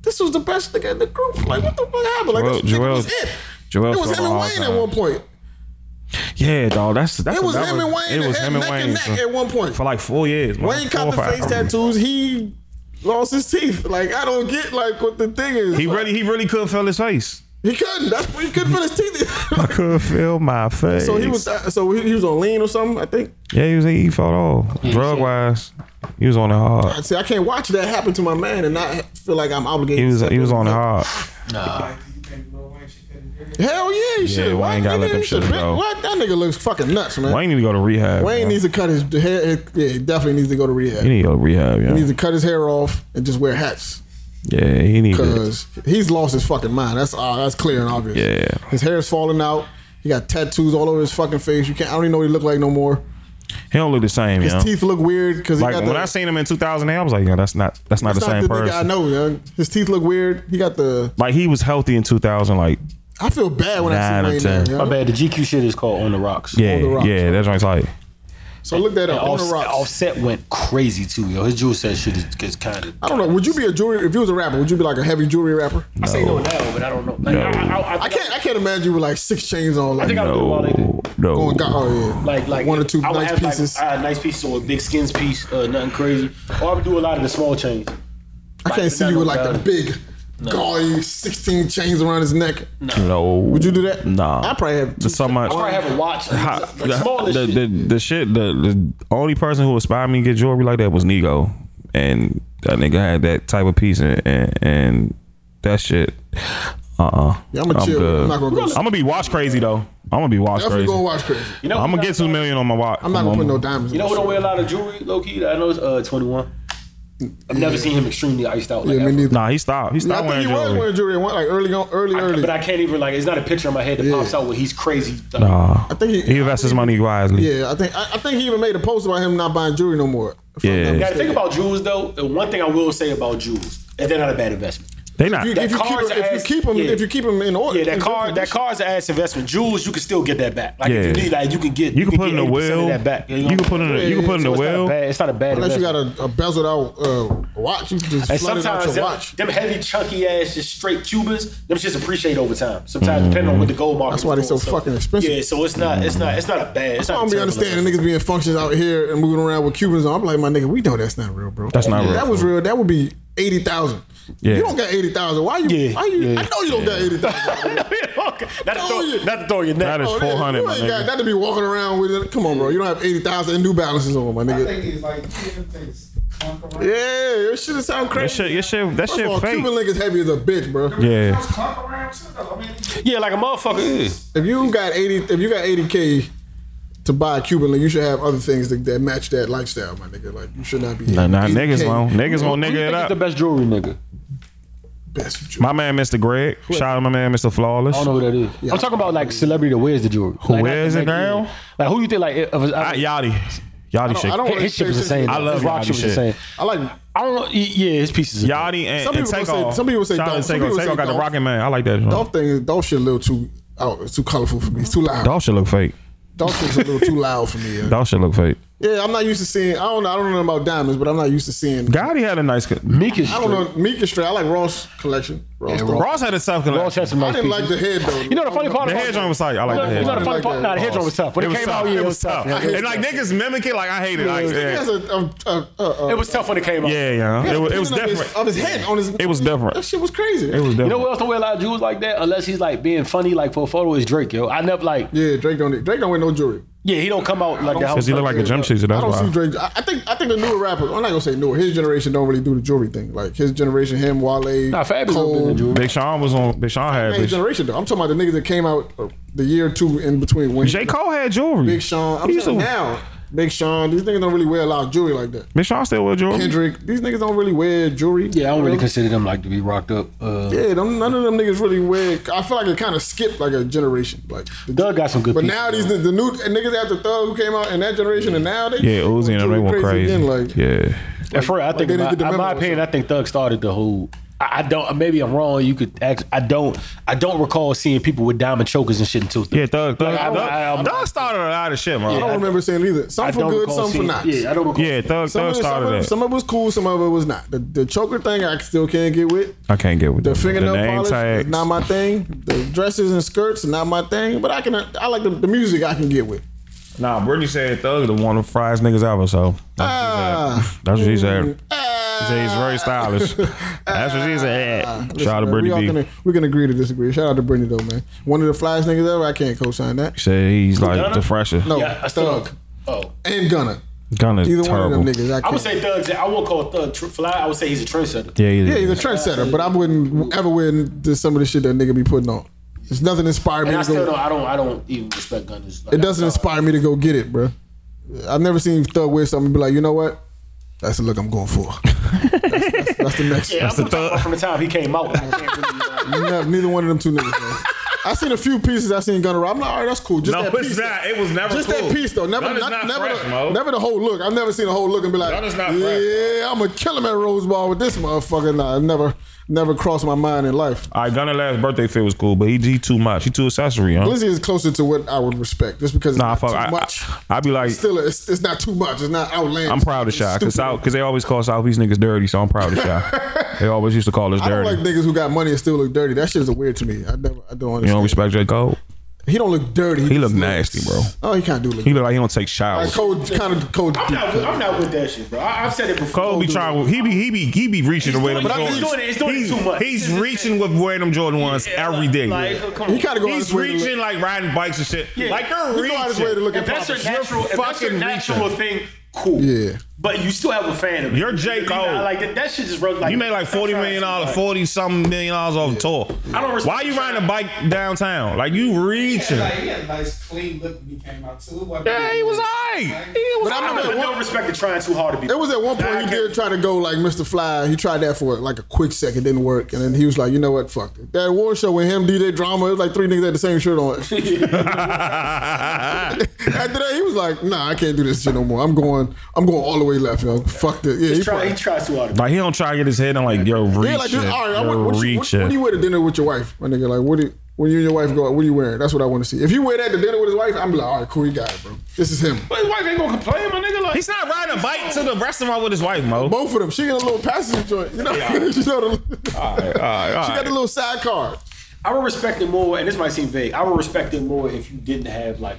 [SPEAKER 3] this was the best thing in the group. Like what the fuck happened? Like
[SPEAKER 4] Joel-
[SPEAKER 3] this nigga was
[SPEAKER 4] Joel-
[SPEAKER 3] it.
[SPEAKER 4] Joel
[SPEAKER 3] it was
[SPEAKER 4] felt
[SPEAKER 3] him and
[SPEAKER 4] all
[SPEAKER 3] Wayne at
[SPEAKER 4] time.
[SPEAKER 3] one point.
[SPEAKER 4] yeah, dog. That's that's
[SPEAKER 3] It was
[SPEAKER 4] that
[SPEAKER 3] him and Wayne.
[SPEAKER 4] It was
[SPEAKER 3] had
[SPEAKER 4] him and
[SPEAKER 3] neck
[SPEAKER 4] Wayne
[SPEAKER 3] and neck
[SPEAKER 4] son.
[SPEAKER 3] at one point.
[SPEAKER 4] for like four years. man.
[SPEAKER 3] Wayne
[SPEAKER 4] Four or
[SPEAKER 3] caught the
[SPEAKER 4] five.
[SPEAKER 3] face tattoos. He lost his teeth. Like I don't get like what the thing is.
[SPEAKER 4] He
[SPEAKER 3] Like,
[SPEAKER 4] really he really couldn't feel his face.
[SPEAKER 3] He couldn't. That's he couldn't finish
[SPEAKER 4] I
[SPEAKER 3] teeth.
[SPEAKER 4] could feel my face.
[SPEAKER 3] so he was uh, so he, he was on lean or something. I think.
[SPEAKER 4] Yeah, he was he fought all drug wise. He was on the hard.
[SPEAKER 3] See, I can't watch that happen to my man and not feel like I'm obligated.
[SPEAKER 4] He was
[SPEAKER 3] to step
[SPEAKER 4] he was
[SPEAKER 3] in.
[SPEAKER 4] on the hard.
[SPEAKER 6] Like, do you think Lil Wayne should cut his hair?
[SPEAKER 3] Hell yeah, he should.
[SPEAKER 4] Wayne
[SPEAKER 3] Why-
[SPEAKER 4] gotta let
[SPEAKER 3] nigga,
[SPEAKER 4] them
[SPEAKER 3] he should
[SPEAKER 4] shit
[SPEAKER 3] been-
[SPEAKER 4] go.
[SPEAKER 3] What that nigga looks fucking nuts, man. Wayne,
[SPEAKER 4] Wayne need to go to rehab. bro.
[SPEAKER 3] needs to cut his hair. Yeah, he definitely needs to go to rehab.
[SPEAKER 4] He need to go to rehab.
[SPEAKER 3] He needs
[SPEAKER 4] Yeah,
[SPEAKER 3] to cut his hair off and just wear hats
[SPEAKER 4] yeah he need. To,
[SPEAKER 3] because he's lost his fucking mind. That's uh, that's clear and obvious.
[SPEAKER 4] Yeah.
[SPEAKER 3] his hair is falling out. He got tattoos all over his fucking face. You can't. I don't even know what he look like no more.
[SPEAKER 4] he don't look the same.
[SPEAKER 3] His
[SPEAKER 4] yeah.
[SPEAKER 3] teeth look weird because he
[SPEAKER 4] Like
[SPEAKER 3] got
[SPEAKER 4] when
[SPEAKER 3] the,
[SPEAKER 4] I seen him in 2008, I was like, yeah, that's not that's not
[SPEAKER 3] It's
[SPEAKER 4] the same
[SPEAKER 3] nigga I
[SPEAKER 4] person.
[SPEAKER 3] know, young. His teeth look weird. He got the.
[SPEAKER 4] Like he was healthy in 2000. Like
[SPEAKER 3] I feel bad when
[SPEAKER 4] Nine
[SPEAKER 3] I
[SPEAKER 4] or
[SPEAKER 3] see Wayne
[SPEAKER 4] ten.
[SPEAKER 3] now.
[SPEAKER 2] My
[SPEAKER 3] young.
[SPEAKER 2] bad. The GQ shit is called On the Rocks.
[SPEAKER 4] yeah,
[SPEAKER 3] the rocks.
[SPEAKER 4] yeah, that joint's like
[SPEAKER 3] So look that
[SPEAKER 2] And
[SPEAKER 3] up. On the
[SPEAKER 2] Offset,
[SPEAKER 3] rocks.
[SPEAKER 2] Offset went crazy too, yo. His jewel set shit is, is kind of.
[SPEAKER 3] I don't know. Would you be a jewelry if you was a rapper? Would you be like a heavy jewelry rapper?
[SPEAKER 2] I say no now, but I don't know. Like, I, I, I,
[SPEAKER 3] I can't. I can't imagine you with like six chains on, like
[SPEAKER 2] think I-
[SPEAKER 4] no,
[SPEAKER 3] going.
[SPEAKER 4] no.
[SPEAKER 3] Got, oh yeah,
[SPEAKER 2] like like
[SPEAKER 3] one or two
[SPEAKER 2] I would
[SPEAKER 3] nice
[SPEAKER 2] have, like,
[SPEAKER 3] pieces.
[SPEAKER 2] I had nice pieces or a big skins piece, uh, nothing crazy. Or I would do a lot of the small chains.
[SPEAKER 3] I can't
[SPEAKER 2] like,
[SPEAKER 3] see you with like the
[SPEAKER 2] no,
[SPEAKER 3] big, gaudy sixteen chains around his neck.
[SPEAKER 4] No.
[SPEAKER 3] Would you do that?
[SPEAKER 4] Nah.
[SPEAKER 3] I probably have two
[SPEAKER 4] The so much.
[SPEAKER 2] I probably have a watch,
[SPEAKER 4] How-
[SPEAKER 2] like,
[SPEAKER 4] the,
[SPEAKER 2] small as
[SPEAKER 4] the,
[SPEAKER 2] shit.
[SPEAKER 4] the, the shit, the, the only person who inspired me to get jewelry like that was Nego. And that nigga had that type of piece and, and, and that shit. Uh uh
[SPEAKER 3] Yeah, I'ma chill. I'm not gonna go-
[SPEAKER 4] I'm gonna be watch crazy though. I'm gonna be watch
[SPEAKER 3] Definitely
[SPEAKER 4] crazy.
[SPEAKER 3] go watch crazy.
[SPEAKER 2] you know,
[SPEAKER 4] I'm gonna get two million on my watch.
[SPEAKER 3] I'm not gonna put no diamonds.
[SPEAKER 2] You know
[SPEAKER 3] in
[SPEAKER 2] who don't
[SPEAKER 3] my
[SPEAKER 2] wear a lot of jewelry, low key. That I know is uh, 21. I've never seen him extremely iced out.
[SPEAKER 3] shit.
[SPEAKER 2] Like
[SPEAKER 3] Yeah,
[SPEAKER 2] ever.
[SPEAKER 3] me neither.
[SPEAKER 4] Nah, he stopped. He
[SPEAKER 3] I
[SPEAKER 4] stopped
[SPEAKER 3] think
[SPEAKER 4] wearing
[SPEAKER 3] he was
[SPEAKER 4] jewelry.
[SPEAKER 3] wearing jewelry at one, like early on, early,
[SPEAKER 2] I-
[SPEAKER 3] early.
[SPEAKER 2] but I can't even like. It's not a picture in my head that pops
[SPEAKER 3] Yeah.
[SPEAKER 2] out where he's crazy. Like,
[SPEAKER 4] Nah.
[SPEAKER 3] I think he-
[SPEAKER 4] he invests his money wisely.
[SPEAKER 3] Yeah, I think I, I think he even made a post about him not buying jewelry no more. If I'm not
[SPEAKER 4] Yeah.
[SPEAKER 2] Now,
[SPEAKER 3] mistaken.
[SPEAKER 2] the thing about jewels though, the one thing I will say about jewels is they're not a bad investment.
[SPEAKER 4] They not.
[SPEAKER 3] You-
[SPEAKER 2] that
[SPEAKER 3] if you keep
[SPEAKER 2] car's
[SPEAKER 3] him, if you
[SPEAKER 2] ass-
[SPEAKER 3] keep him,
[SPEAKER 2] yeah.
[SPEAKER 3] if you keep him in order,
[SPEAKER 2] Yeah, that
[SPEAKER 3] in good
[SPEAKER 2] car, that
[SPEAKER 3] condition.
[SPEAKER 2] car's an ass investment. Jewels, you can still get that back. Like if
[SPEAKER 4] Yeah.
[SPEAKER 2] you need, like you can get,
[SPEAKER 4] you can put in
[SPEAKER 2] the
[SPEAKER 4] a will.
[SPEAKER 2] That back.
[SPEAKER 4] You can put in a you can put in a
[SPEAKER 2] so it's Not a
[SPEAKER 4] will.
[SPEAKER 2] bad, it's not a bad.
[SPEAKER 3] Unless you got
[SPEAKER 2] investment.
[SPEAKER 3] a, a bezeled out uh, watch, you can just
[SPEAKER 2] And
[SPEAKER 3] flood it out
[SPEAKER 2] sometimes
[SPEAKER 3] your
[SPEAKER 2] them,
[SPEAKER 3] watch.
[SPEAKER 2] them heavy, chunky ass, just straight Cubans, them just appreciate over time. Sometimes depending on what the gold market.
[SPEAKER 3] That's why they
[SPEAKER 2] is
[SPEAKER 3] so
[SPEAKER 2] doing.
[SPEAKER 3] fucking expensive.
[SPEAKER 2] Yeah, so it's not, it's not, it's not a bad. It's
[SPEAKER 3] I
[SPEAKER 2] not.
[SPEAKER 3] don't
[SPEAKER 2] a
[SPEAKER 3] be
[SPEAKER 2] terrible
[SPEAKER 3] understanding
[SPEAKER 2] investment.
[SPEAKER 3] niggas being functions out here and moving around with Cubans on. I'm like, my nigga, we know that's not real, bro.
[SPEAKER 4] That's not
[SPEAKER 3] If
[SPEAKER 4] real,
[SPEAKER 3] That was
[SPEAKER 4] bro.
[SPEAKER 3] real. That would be eighty thousand.
[SPEAKER 4] Yeah.
[SPEAKER 3] You don't got eighty thousand. Why you?
[SPEAKER 2] Yeah,
[SPEAKER 3] Why you?
[SPEAKER 2] yeah,
[SPEAKER 3] I know you don't got eighty thousand.
[SPEAKER 2] okay, not to
[SPEAKER 3] Oh,
[SPEAKER 2] throw,
[SPEAKER 3] yeah.
[SPEAKER 2] not to throw your neck.
[SPEAKER 4] That is- 400,
[SPEAKER 3] Oh, You
[SPEAKER 4] my
[SPEAKER 3] ain't
[SPEAKER 4] nigga.
[SPEAKER 3] got that to be walking around with it. Come on, bro. You don't have eighty thousand in New Balances on, my
[SPEAKER 6] I
[SPEAKER 3] nigga.
[SPEAKER 6] think it's like Cuban things clunk around.
[SPEAKER 3] Yeah, your shit sound
[SPEAKER 4] That
[SPEAKER 3] crazy.
[SPEAKER 4] shit, that shit, that
[SPEAKER 3] First of all,
[SPEAKER 4] shit fake.
[SPEAKER 3] Cuban link is heavy as a bitch, bro.
[SPEAKER 4] Yeah.
[SPEAKER 6] Those clunk around too, though. I mean,
[SPEAKER 2] yeah, like a motherfucker.
[SPEAKER 3] If you got eighty, if you got eighty k to buy a Cuban link, you should have other things that, that match that lifestyle, my nigga. Like you should not be.
[SPEAKER 4] Nah, nah,
[SPEAKER 3] 80K
[SPEAKER 4] niggas won't. Niggas won't nigga it
[SPEAKER 2] He's the
[SPEAKER 4] up.
[SPEAKER 2] best jewelry nigga.
[SPEAKER 3] Best jewelry.
[SPEAKER 4] My man, Mr. Greg. Shout out to my man, Mr. Flawless.
[SPEAKER 2] I don't know who that is. I'm talking about like celebrity that wears the jewelry. Who
[SPEAKER 4] wears it now?
[SPEAKER 2] Like who you think like of his,
[SPEAKER 4] I, Yachty. Yachty shit.
[SPEAKER 3] I don't-
[SPEAKER 2] his shit was insane.
[SPEAKER 4] I
[SPEAKER 2] though.
[SPEAKER 4] love
[SPEAKER 2] his rock
[SPEAKER 4] Yachty
[SPEAKER 2] shit was
[SPEAKER 4] shit.
[SPEAKER 2] insane.
[SPEAKER 3] I like.
[SPEAKER 2] I don't know. Yeah, his pieces. Are
[SPEAKER 4] Yachty and,
[SPEAKER 3] Some
[SPEAKER 4] and
[SPEAKER 3] people gonna
[SPEAKER 4] Takeoff.
[SPEAKER 3] say- some people say
[SPEAKER 4] Shout out to
[SPEAKER 3] Dolph. Some
[SPEAKER 4] Takeoff.
[SPEAKER 3] people say
[SPEAKER 4] Takeoff got the
[SPEAKER 3] Dolph.
[SPEAKER 4] Rocket Man. I like that. Dolph,
[SPEAKER 3] Dolph thing, Dolph shit a little too. Oh, it's too colorful for me. It's too loud. Dolph,
[SPEAKER 4] Dolph should look fake.
[SPEAKER 3] shit's a little too loud for me. Yeah.
[SPEAKER 4] Dolph should look fake.
[SPEAKER 3] yeah, I'm not used to seeing. I don't know. I don't know about diamonds, but I'm not used to seeing.
[SPEAKER 4] Gotti had a nice. co-
[SPEAKER 2] Meek is
[SPEAKER 3] I don't know. Meek is straight. I like Ross collection. Ross. don't-
[SPEAKER 4] Ross had a self
[SPEAKER 2] Ross
[SPEAKER 4] collection.
[SPEAKER 2] had some
[SPEAKER 3] I
[SPEAKER 2] nice
[SPEAKER 3] didn't like
[SPEAKER 2] pieces.
[SPEAKER 3] the head though.
[SPEAKER 2] you know the funny part
[SPEAKER 4] The
[SPEAKER 2] about
[SPEAKER 4] head joint was tight. I like the
[SPEAKER 2] You
[SPEAKER 4] head
[SPEAKER 2] know
[SPEAKER 4] joint.
[SPEAKER 2] the funny
[SPEAKER 3] like
[SPEAKER 2] part.
[SPEAKER 3] that.
[SPEAKER 2] Nah, the head joint was tough. When it,
[SPEAKER 4] was
[SPEAKER 2] came
[SPEAKER 4] tough.
[SPEAKER 2] out, yeah,
[SPEAKER 4] It
[SPEAKER 2] it
[SPEAKER 4] was
[SPEAKER 2] was tough.
[SPEAKER 4] tough. And like niggas mimic it, like I hate it. Like,
[SPEAKER 3] He
[SPEAKER 4] yeah.
[SPEAKER 3] has a, a, a, a, a,
[SPEAKER 2] It was tough when it came out.
[SPEAKER 4] yeah, yeah. It, was- it was
[SPEAKER 3] of his-
[SPEAKER 4] different.
[SPEAKER 3] Of his, head on his.
[SPEAKER 4] It was different.
[SPEAKER 3] That shit was crazy.
[SPEAKER 4] It was
[SPEAKER 2] You know
[SPEAKER 4] different.
[SPEAKER 2] who else don't wear a lot of jewels like that? Unless he's like being funny, like for a photo is Drake, yo. I never like.
[SPEAKER 3] Yeah, Drake don't. Drake don't wear no jewelry.
[SPEAKER 2] Yeah, he don't come out like that.
[SPEAKER 4] Because he looked like a gym teacher.
[SPEAKER 3] I
[SPEAKER 4] That's
[SPEAKER 3] don't see
[SPEAKER 4] why.
[SPEAKER 3] Drake. I I think I think the newer rappers. I'm not gonna say newer. His generation don't really do the jewelry thing. Like his generation, him, Wale,
[SPEAKER 2] Nah, Fabulous don't do the
[SPEAKER 3] Cole.
[SPEAKER 2] jewelry.
[SPEAKER 4] Big Sean was on. Big Sean had.
[SPEAKER 3] Hey,
[SPEAKER 4] Big-
[SPEAKER 3] generation though. I'm talking about the niggas that came out uh, the year or two in between. When
[SPEAKER 4] J Cole had jewelry.
[SPEAKER 3] Big Sean. I'm
[SPEAKER 4] He used
[SPEAKER 3] saying
[SPEAKER 4] to-
[SPEAKER 3] now, Big Sean. These niggas don't really wear a lot of jewelry like that.
[SPEAKER 4] Big Sean still wear jewelry.
[SPEAKER 3] Kendrick. These niggas don't really wear jewelry.
[SPEAKER 2] Yeah, I don't really consider them like to be rocked up. Uh,
[SPEAKER 3] Yeah, them, none of them niggas really wear. I feel like it kind of skipped like a generation. Like the-
[SPEAKER 2] Doug got some good.
[SPEAKER 3] But
[SPEAKER 2] pieces,
[SPEAKER 3] now these the, the new niggas after Thug who came out in that generation and now they
[SPEAKER 4] Yeah, Uzi and them, they
[SPEAKER 3] going
[SPEAKER 4] went crazy.
[SPEAKER 3] again, like
[SPEAKER 4] yeah.
[SPEAKER 2] At first, I think,
[SPEAKER 3] they
[SPEAKER 2] in
[SPEAKER 3] didn't
[SPEAKER 2] my,
[SPEAKER 3] get the
[SPEAKER 2] in
[SPEAKER 3] memo
[SPEAKER 2] my
[SPEAKER 3] or
[SPEAKER 2] opinion, I think Thug started the whole. I I don't. Maybe I'm wrong. You could. Ask, I don't. I don't recall seeing people with diamond chokers and shit until. Thug.
[SPEAKER 4] Yeah, Thug. Thug,
[SPEAKER 2] Like, I don't-
[SPEAKER 4] Thug,
[SPEAKER 2] I don't-
[SPEAKER 4] Thug started a lot of shit,
[SPEAKER 3] I
[SPEAKER 4] man.
[SPEAKER 3] don't remember seeing either. Some
[SPEAKER 2] I
[SPEAKER 3] for
[SPEAKER 2] don't
[SPEAKER 3] good,
[SPEAKER 2] recall
[SPEAKER 3] some for
[SPEAKER 2] seeing-
[SPEAKER 3] not.
[SPEAKER 2] Yeah, I don't recall.
[SPEAKER 4] Yeah, Thug,
[SPEAKER 3] Some
[SPEAKER 4] Thug
[SPEAKER 3] of, it, some,
[SPEAKER 4] started
[SPEAKER 3] of it,
[SPEAKER 4] that.
[SPEAKER 3] some of it was cool, some of it was not. The, the choker thing I still can't get with.
[SPEAKER 4] I can't get with
[SPEAKER 3] The
[SPEAKER 4] that.
[SPEAKER 3] fingernail
[SPEAKER 4] name
[SPEAKER 3] polish,
[SPEAKER 4] tags.
[SPEAKER 3] not my thing. The dresses and skirts, not my thing. But I can, I like the, the music I can get with.
[SPEAKER 4] Nah, Brittany said Thug the one who fries niggas ever, so that's,
[SPEAKER 3] Ah.
[SPEAKER 4] what she said. that's what she said.
[SPEAKER 3] Ah,
[SPEAKER 4] She said he's very stylish. That's what she said.
[SPEAKER 3] Listen,
[SPEAKER 4] Shout out
[SPEAKER 3] man,
[SPEAKER 4] to
[SPEAKER 3] we
[SPEAKER 4] Brittany
[SPEAKER 3] all
[SPEAKER 4] B.
[SPEAKER 3] gonna, we're gonna agree to disagree. Shout out to Brittany though, man. One of the flyest niggas ever. I can't co-sign that.
[SPEAKER 4] Said he's like
[SPEAKER 2] Gunna?
[SPEAKER 4] the freshest.
[SPEAKER 3] No,
[SPEAKER 2] Yeah, I still.
[SPEAKER 3] Thug
[SPEAKER 2] Oh,
[SPEAKER 3] and Gunna.
[SPEAKER 4] Gunna
[SPEAKER 3] Either
[SPEAKER 4] is
[SPEAKER 3] one
[SPEAKER 4] terrible.
[SPEAKER 3] of them niggas. I, can't.
[SPEAKER 2] I would say Thug. I won't call Thug tr- fly. I would say he's a trendsetter.
[SPEAKER 4] Yeah, he is.
[SPEAKER 3] yeah, he's a trendsetter, but I wouldn't ever wear into some of the shit that nigga be putting on. It's nothing inspired me
[SPEAKER 2] And I
[SPEAKER 3] to
[SPEAKER 2] still
[SPEAKER 3] go.
[SPEAKER 2] don't. I don't. I don't even respect Gunna's. Like,
[SPEAKER 3] It doesn't inspire me to go get it, bro. I've never seen Thug wear something and be like, you know what? That's the look I'm going for. that's, that's- that's the next.
[SPEAKER 2] Yeah,
[SPEAKER 3] one.
[SPEAKER 2] I'm talking about from the time he came out. I can't really, uh,
[SPEAKER 3] No, neither one of them two niggas. Man. I seen a few pieces. I seen Gunner. I'm like, all right, that's cool. Just
[SPEAKER 5] No,
[SPEAKER 3] that
[SPEAKER 5] it's
[SPEAKER 3] piece.
[SPEAKER 5] not. It was never
[SPEAKER 3] Just
[SPEAKER 5] cool.
[SPEAKER 3] that piece though. Never,
[SPEAKER 5] Gunna's
[SPEAKER 3] not,
[SPEAKER 5] not
[SPEAKER 3] never,
[SPEAKER 5] fresh, Mo.
[SPEAKER 3] never the whole look. I've never seen a whole look and be like,
[SPEAKER 5] Gunna's not fresh,
[SPEAKER 3] yeah, I'm gonna kill him at Rose Ball with this motherfucker. Nah, it never, never crossed my mind in life.
[SPEAKER 4] All right, Gunna last birthday fit was cool, but he, he too much. He too accessory, huh?
[SPEAKER 3] Glizzy is closer to what I would respect, just because it's
[SPEAKER 4] Nah,
[SPEAKER 3] not
[SPEAKER 4] fuck.
[SPEAKER 3] too
[SPEAKER 4] I,
[SPEAKER 3] much.
[SPEAKER 4] I, I be like,
[SPEAKER 3] Still, it's, it's not too much. It's not outlandish.
[SPEAKER 4] I'm proud of
[SPEAKER 3] It's
[SPEAKER 4] Shy
[SPEAKER 3] stupid.
[SPEAKER 4] because because they always call Southeast niggas dirty, so I'm proud of Shy. they always used to call us
[SPEAKER 3] I don't
[SPEAKER 4] dirty.
[SPEAKER 3] like niggas who got money and still look dirty. That shit is weird to me. I never, I don't understand.
[SPEAKER 4] you don't respect J Cole?
[SPEAKER 3] He don't look dirty.
[SPEAKER 4] He
[SPEAKER 3] just
[SPEAKER 4] look
[SPEAKER 3] looks-
[SPEAKER 4] nasty, bro.
[SPEAKER 3] Oh, he can't do look.
[SPEAKER 4] He look like he don't take showers.
[SPEAKER 3] Like cold, kind of cold.
[SPEAKER 2] I'm not. with- I'm not with that shit, bro. I, I've said it before.
[SPEAKER 4] Cole be trying. He be he be he be reaching away them
[SPEAKER 2] doing- but I think he's
[SPEAKER 4] Jordans.
[SPEAKER 2] doing it- he's doing it
[SPEAKER 4] He's-
[SPEAKER 2] too much.
[SPEAKER 4] He's reaching with wearing them Jordan ones every day.
[SPEAKER 2] Like, uh, come on.
[SPEAKER 3] He kind of go out
[SPEAKER 4] He's
[SPEAKER 3] his way to look-
[SPEAKER 4] reaching like riding bikes and shit. Like you're
[SPEAKER 3] He go out his way to
[SPEAKER 4] reaching.
[SPEAKER 3] look
[SPEAKER 2] if
[SPEAKER 3] at
[SPEAKER 2] that's your
[SPEAKER 3] Papa.
[SPEAKER 2] natural, if that's your
[SPEAKER 4] fucking
[SPEAKER 2] natural thing, cool.
[SPEAKER 3] Yeah.
[SPEAKER 2] But you still have a fan of it.
[SPEAKER 4] You're J.
[SPEAKER 2] You know,
[SPEAKER 4] Cole.
[SPEAKER 2] Like that, that shit just runs like
[SPEAKER 4] You made like forty million dollars,
[SPEAKER 2] Like,
[SPEAKER 4] forty something million dollars off the tour.
[SPEAKER 2] I don't respect
[SPEAKER 4] Why you riding a bike downtown? Like you reaching?
[SPEAKER 6] Like, he had a nice clean look when he came out too. It wasn't-
[SPEAKER 4] Yeah, he was alright. He was
[SPEAKER 3] But I'm
[SPEAKER 2] I
[SPEAKER 3] not-
[SPEAKER 4] alright.
[SPEAKER 2] don't, I don't respect the trying too hard to be.
[SPEAKER 3] It was at one point
[SPEAKER 2] Nah, I
[SPEAKER 3] he
[SPEAKER 2] can't-
[SPEAKER 3] did try to go like Mr. Fly. He tried that for like a quick second, didn't work, and then he was like, you know what, fuck it. That award show with him, DJ Drama, it was like three niggas had the same shirt on. After that, he was like, nah, I can't do this shit no more. I'm going, I'm going all the way left, yo. Fuck this. Yeah, he
[SPEAKER 2] He try- he
[SPEAKER 3] probably-
[SPEAKER 2] tries too hard. To be.
[SPEAKER 4] Like he don't try to get his head on like yo reaching,
[SPEAKER 3] yeah, like, dude, all right, I want, what,
[SPEAKER 4] yo
[SPEAKER 3] you, what, what do
[SPEAKER 4] reaching.
[SPEAKER 3] you wear to dinner with your wife, my nigga? Like, what do you, when you and your wife go out, what are you wearing? That's what I want to see. If you wear that to dinner with his wife, I'm like, all right, cool, you got it, bro. This is him.
[SPEAKER 2] But his wife ain't gonna complain, my nigga. Like
[SPEAKER 4] He's not riding a bike to the restaurant with his wife, Mo. All
[SPEAKER 3] Both of them. She got a little passenger joint, you know. you know the,
[SPEAKER 4] right, all right, all
[SPEAKER 3] she got
[SPEAKER 4] right.
[SPEAKER 3] the little sidecar.
[SPEAKER 2] I would respect it more, and this might seem vague. I would respect it more if you didn't have like,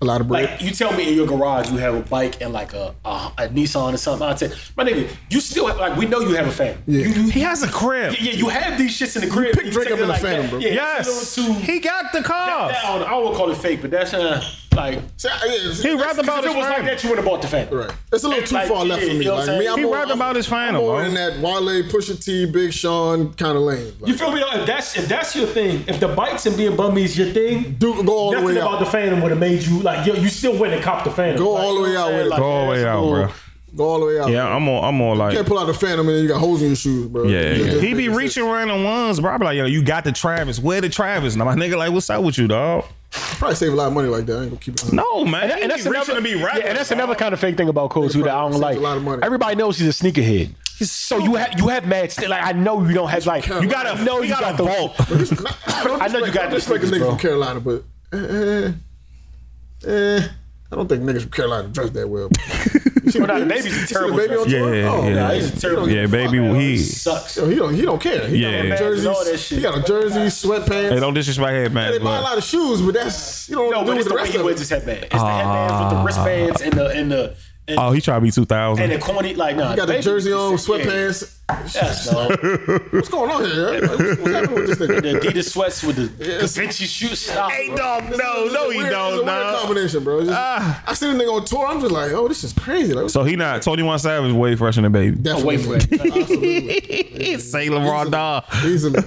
[SPEAKER 3] A lot of bread.
[SPEAKER 2] like you tell me in your garage you have a bike and like a a, a Nissan or something. I'd say, my nigga, you still like we know you have a fan.
[SPEAKER 3] Yeah.
[SPEAKER 2] You, you,
[SPEAKER 4] He has a crib.
[SPEAKER 2] yeah, you have these shits in the crib.
[SPEAKER 3] pick
[SPEAKER 2] You
[SPEAKER 3] Drake
[SPEAKER 2] take
[SPEAKER 3] up
[SPEAKER 2] it
[SPEAKER 3] in the
[SPEAKER 2] like
[SPEAKER 3] Phantom,
[SPEAKER 2] that.
[SPEAKER 3] bro.
[SPEAKER 2] Yeah,
[SPEAKER 4] Yes,
[SPEAKER 2] you know, to-
[SPEAKER 4] he got the car.
[SPEAKER 2] that- I don't- I would call it fake, but that's uh, like
[SPEAKER 3] See, I- yeah,
[SPEAKER 4] He
[SPEAKER 3] that's-
[SPEAKER 4] rapped about
[SPEAKER 2] if it
[SPEAKER 4] his
[SPEAKER 2] was like
[SPEAKER 4] friend.
[SPEAKER 2] that, you would have bought the fan.
[SPEAKER 3] Right. It's a little too
[SPEAKER 2] Like,
[SPEAKER 3] far left
[SPEAKER 2] yeah,
[SPEAKER 3] for
[SPEAKER 2] you
[SPEAKER 3] me.
[SPEAKER 2] know what
[SPEAKER 3] Like,
[SPEAKER 2] I'm
[SPEAKER 3] me,
[SPEAKER 2] saying?
[SPEAKER 3] I'm
[SPEAKER 4] He
[SPEAKER 3] more-
[SPEAKER 4] rapped
[SPEAKER 3] I'm-
[SPEAKER 4] about his
[SPEAKER 3] I'm
[SPEAKER 4] final,
[SPEAKER 3] more
[SPEAKER 4] bro.
[SPEAKER 3] in that Wale, Pusha T, Big Sean kind of lane. Like,
[SPEAKER 2] You feel me? If that's if that's your thing, if the bikes and being bummy is your thing,
[SPEAKER 3] do, go all the
[SPEAKER 2] nothing
[SPEAKER 3] way
[SPEAKER 2] about
[SPEAKER 3] out.
[SPEAKER 2] the Phantom would have made you like yo. You still went and copped the Phantom.
[SPEAKER 3] Go
[SPEAKER 2] Like,
[SPEAKER 3] all the
[SPEAKER 2] you
[SPEAKER 3] way
[SPEAKER 2] know
[SPEAKER 3] out
[SPEAKER 2] what I'm
[SPEAKER 3] with
[SPEAKER 2] saying?
[SPEAKER 3] it.
[SPEAKER 2] Like,
[SPEAKER 4] Go all the way
[SPEAKER 2] that's
[SPEAKER 4] out,
[SPEAKER 2] a little-
[SPEAKER 4] bro.
[SPEAKER 3] go all the way out.
[SPEAKER 4] Yeah, I'm on. I'm on like.
[SPEAKER 3] You can't pull out the Phantom and then you got holes in your shoes, bro.
[SPEAKER 4] Yeah,
[SPEAKER 3] Just-
[SPEAKER 4] yeah.
[SPEAKER 3] just
[SPEAKER 4] he
[SPEAKER 3] make
[SPEAKER 4] be
[SPEAKER 3] it
[SPEAKER 4] reaching random ones, bro. I be like, yo, you got the Travis. Where the Travis? And I'm like, nigga, like, what's up with you, dog?
[SPEAKER 3] sense. Probably save a lot of money like that. I ain't gonna keep it.
[SPEAKER 4] No, man.
[SPEAKER 2] And, that-
[SPEAKER 4] He
[SPEAKER 2] and that's
[SPEAKER 4] be reaching
[SPEAKER 2] another,
[SPEAKER 4] to be
[SPEAKER 2] yeah,
[SPEAKER 4] rapping.
[SPEAKER 2] and that's another kind of fake thing about Cole too that I don't
[SPEAKER 3] Saves
[SPEAKER 2] like.
[SPEAKER 3] a lot of money.
[SPEAKER 2] Everybody knows he's a sneakerhead. So you have you have mad st- like I know you don't have like
[SPEAKER 3] You
[SPEAKER 4] gotta-
[SPEAKER 2] I know
[SPEAKER 4] you gotta
[SPEAKER 2] those-
[SPEAKER 4] vault.
[SPEAKER 2] I know you got
[SPEAKER 3] this
[SPEAKER 2] this
[SPEAKER 3] niggas
[SPEAKER 2] niggas,
[SPEAKER 3] from
[SPEAKER 2] bro.
[SPEAKER 3] Carolina, but eh, eh, eh, I don't think niggas from Carolina dress that well. You seen
[SPEAKER 2] Well, nah, the baby's a
[SPEAKER 3] you seen
[SPEAKER 2] terrible
[SPEAKER 3] the baby on
[SPEAKER 2] dresser.
[SPEAKER 3] tour?
[SPEAKER 4] Yeah,
[SPEAKER 3] oh,
[SPEAKER 4] yeah.
[SPEAKER 3] nah,
[SPEAKER 2] He's a terrible-
[SPEAKER 3] he
[SPEAKER 4] yeah,
[SPEAKER 3] don't give a
[SPEAKER 4] baby,
[SPEAKER 3] fuck.
[SPEAKER 4] he.
[SPEAKER 2] Sucks.
[SPEAKER 3] Yo, he don't. He don't care. He
[SPEAKER 4] Yeah.
[SPEAKER 3] got on jerseys.
[SPEAKER 2] All that shit.
[SPEAKER 3] He got a jersey, sweatpants.
[SPEAKER 4] Hey, don't disrespect
[SPEAKER 3] They
[SPEAKER 4] headbands,
[SPEAKER 3] buy a
[SPEAKER 4] but
[SPEAKER 3] lot of shoes, but that's you don't
[SPEAKER 2] No,
[SPEAKER 3] know
[SPEAKER 2] but
[SPEAKER 3] what
[SPEAKER 2] it's
[SPEAKER 3] the
[SPEAKER 2] the way
[SPEAKER 3] rest
[SPEAKER 2] he
[SPEAKER 3] of
[SPEAKER 2] wears
[SPEAKER 3] it.
[SPEAKER 2] his headband. It's the headbands with the wristbands and the and the and,
[SPEAKER 4] oh, he try to be two
[SPEAKER 2] and the
[SPEAKER 4] thousand.
[SPEAKER 2] corny like nah.
[SPEAKER 3] He got a
[SPEAKER 2] baby,
[SPEAKER 3] jersey on,
[SPEAKER 2] he's a- yeah,
[SPEAKER 3] sweatpants.
[SPEAKER 2] Yes, dog.
[SPEAKER 3] What's going on here? Like, what's, what's happening with this
[SPEAKER 2] the
[SPEAKER 3] nigga?
[SPEAKER 2] Adidas sweats with the Da Vinci shoes. Stop,
[SPEAKER 4] Hey,
[SPEAKER 2] bro.
[SPEAKER 4] dog, no,
[SPEAKER 3] It's a
[SPEAKER 4] no, he
[SPEAKER 3] weird- It's a
[SPEAKER 4] don't,
[SPEAKER 3] weird
[SPEAKER 4] nah.
[SPEAKER 3] combination, bro. It's Just,
[SPEAKER 4] Ah.
[SPEAKER 3] I see the nigga on tour. I'm just like, oh, this is crazy. Like,
[SPEAKER 4] So he not Twenty One Savage way fresher than baby.
[SPEAKER 3] definitely,
[SPEAKER 2] wait for it.
[SPEAKER 4] Say LeBron, dog.
[SPEAKER 3] easily,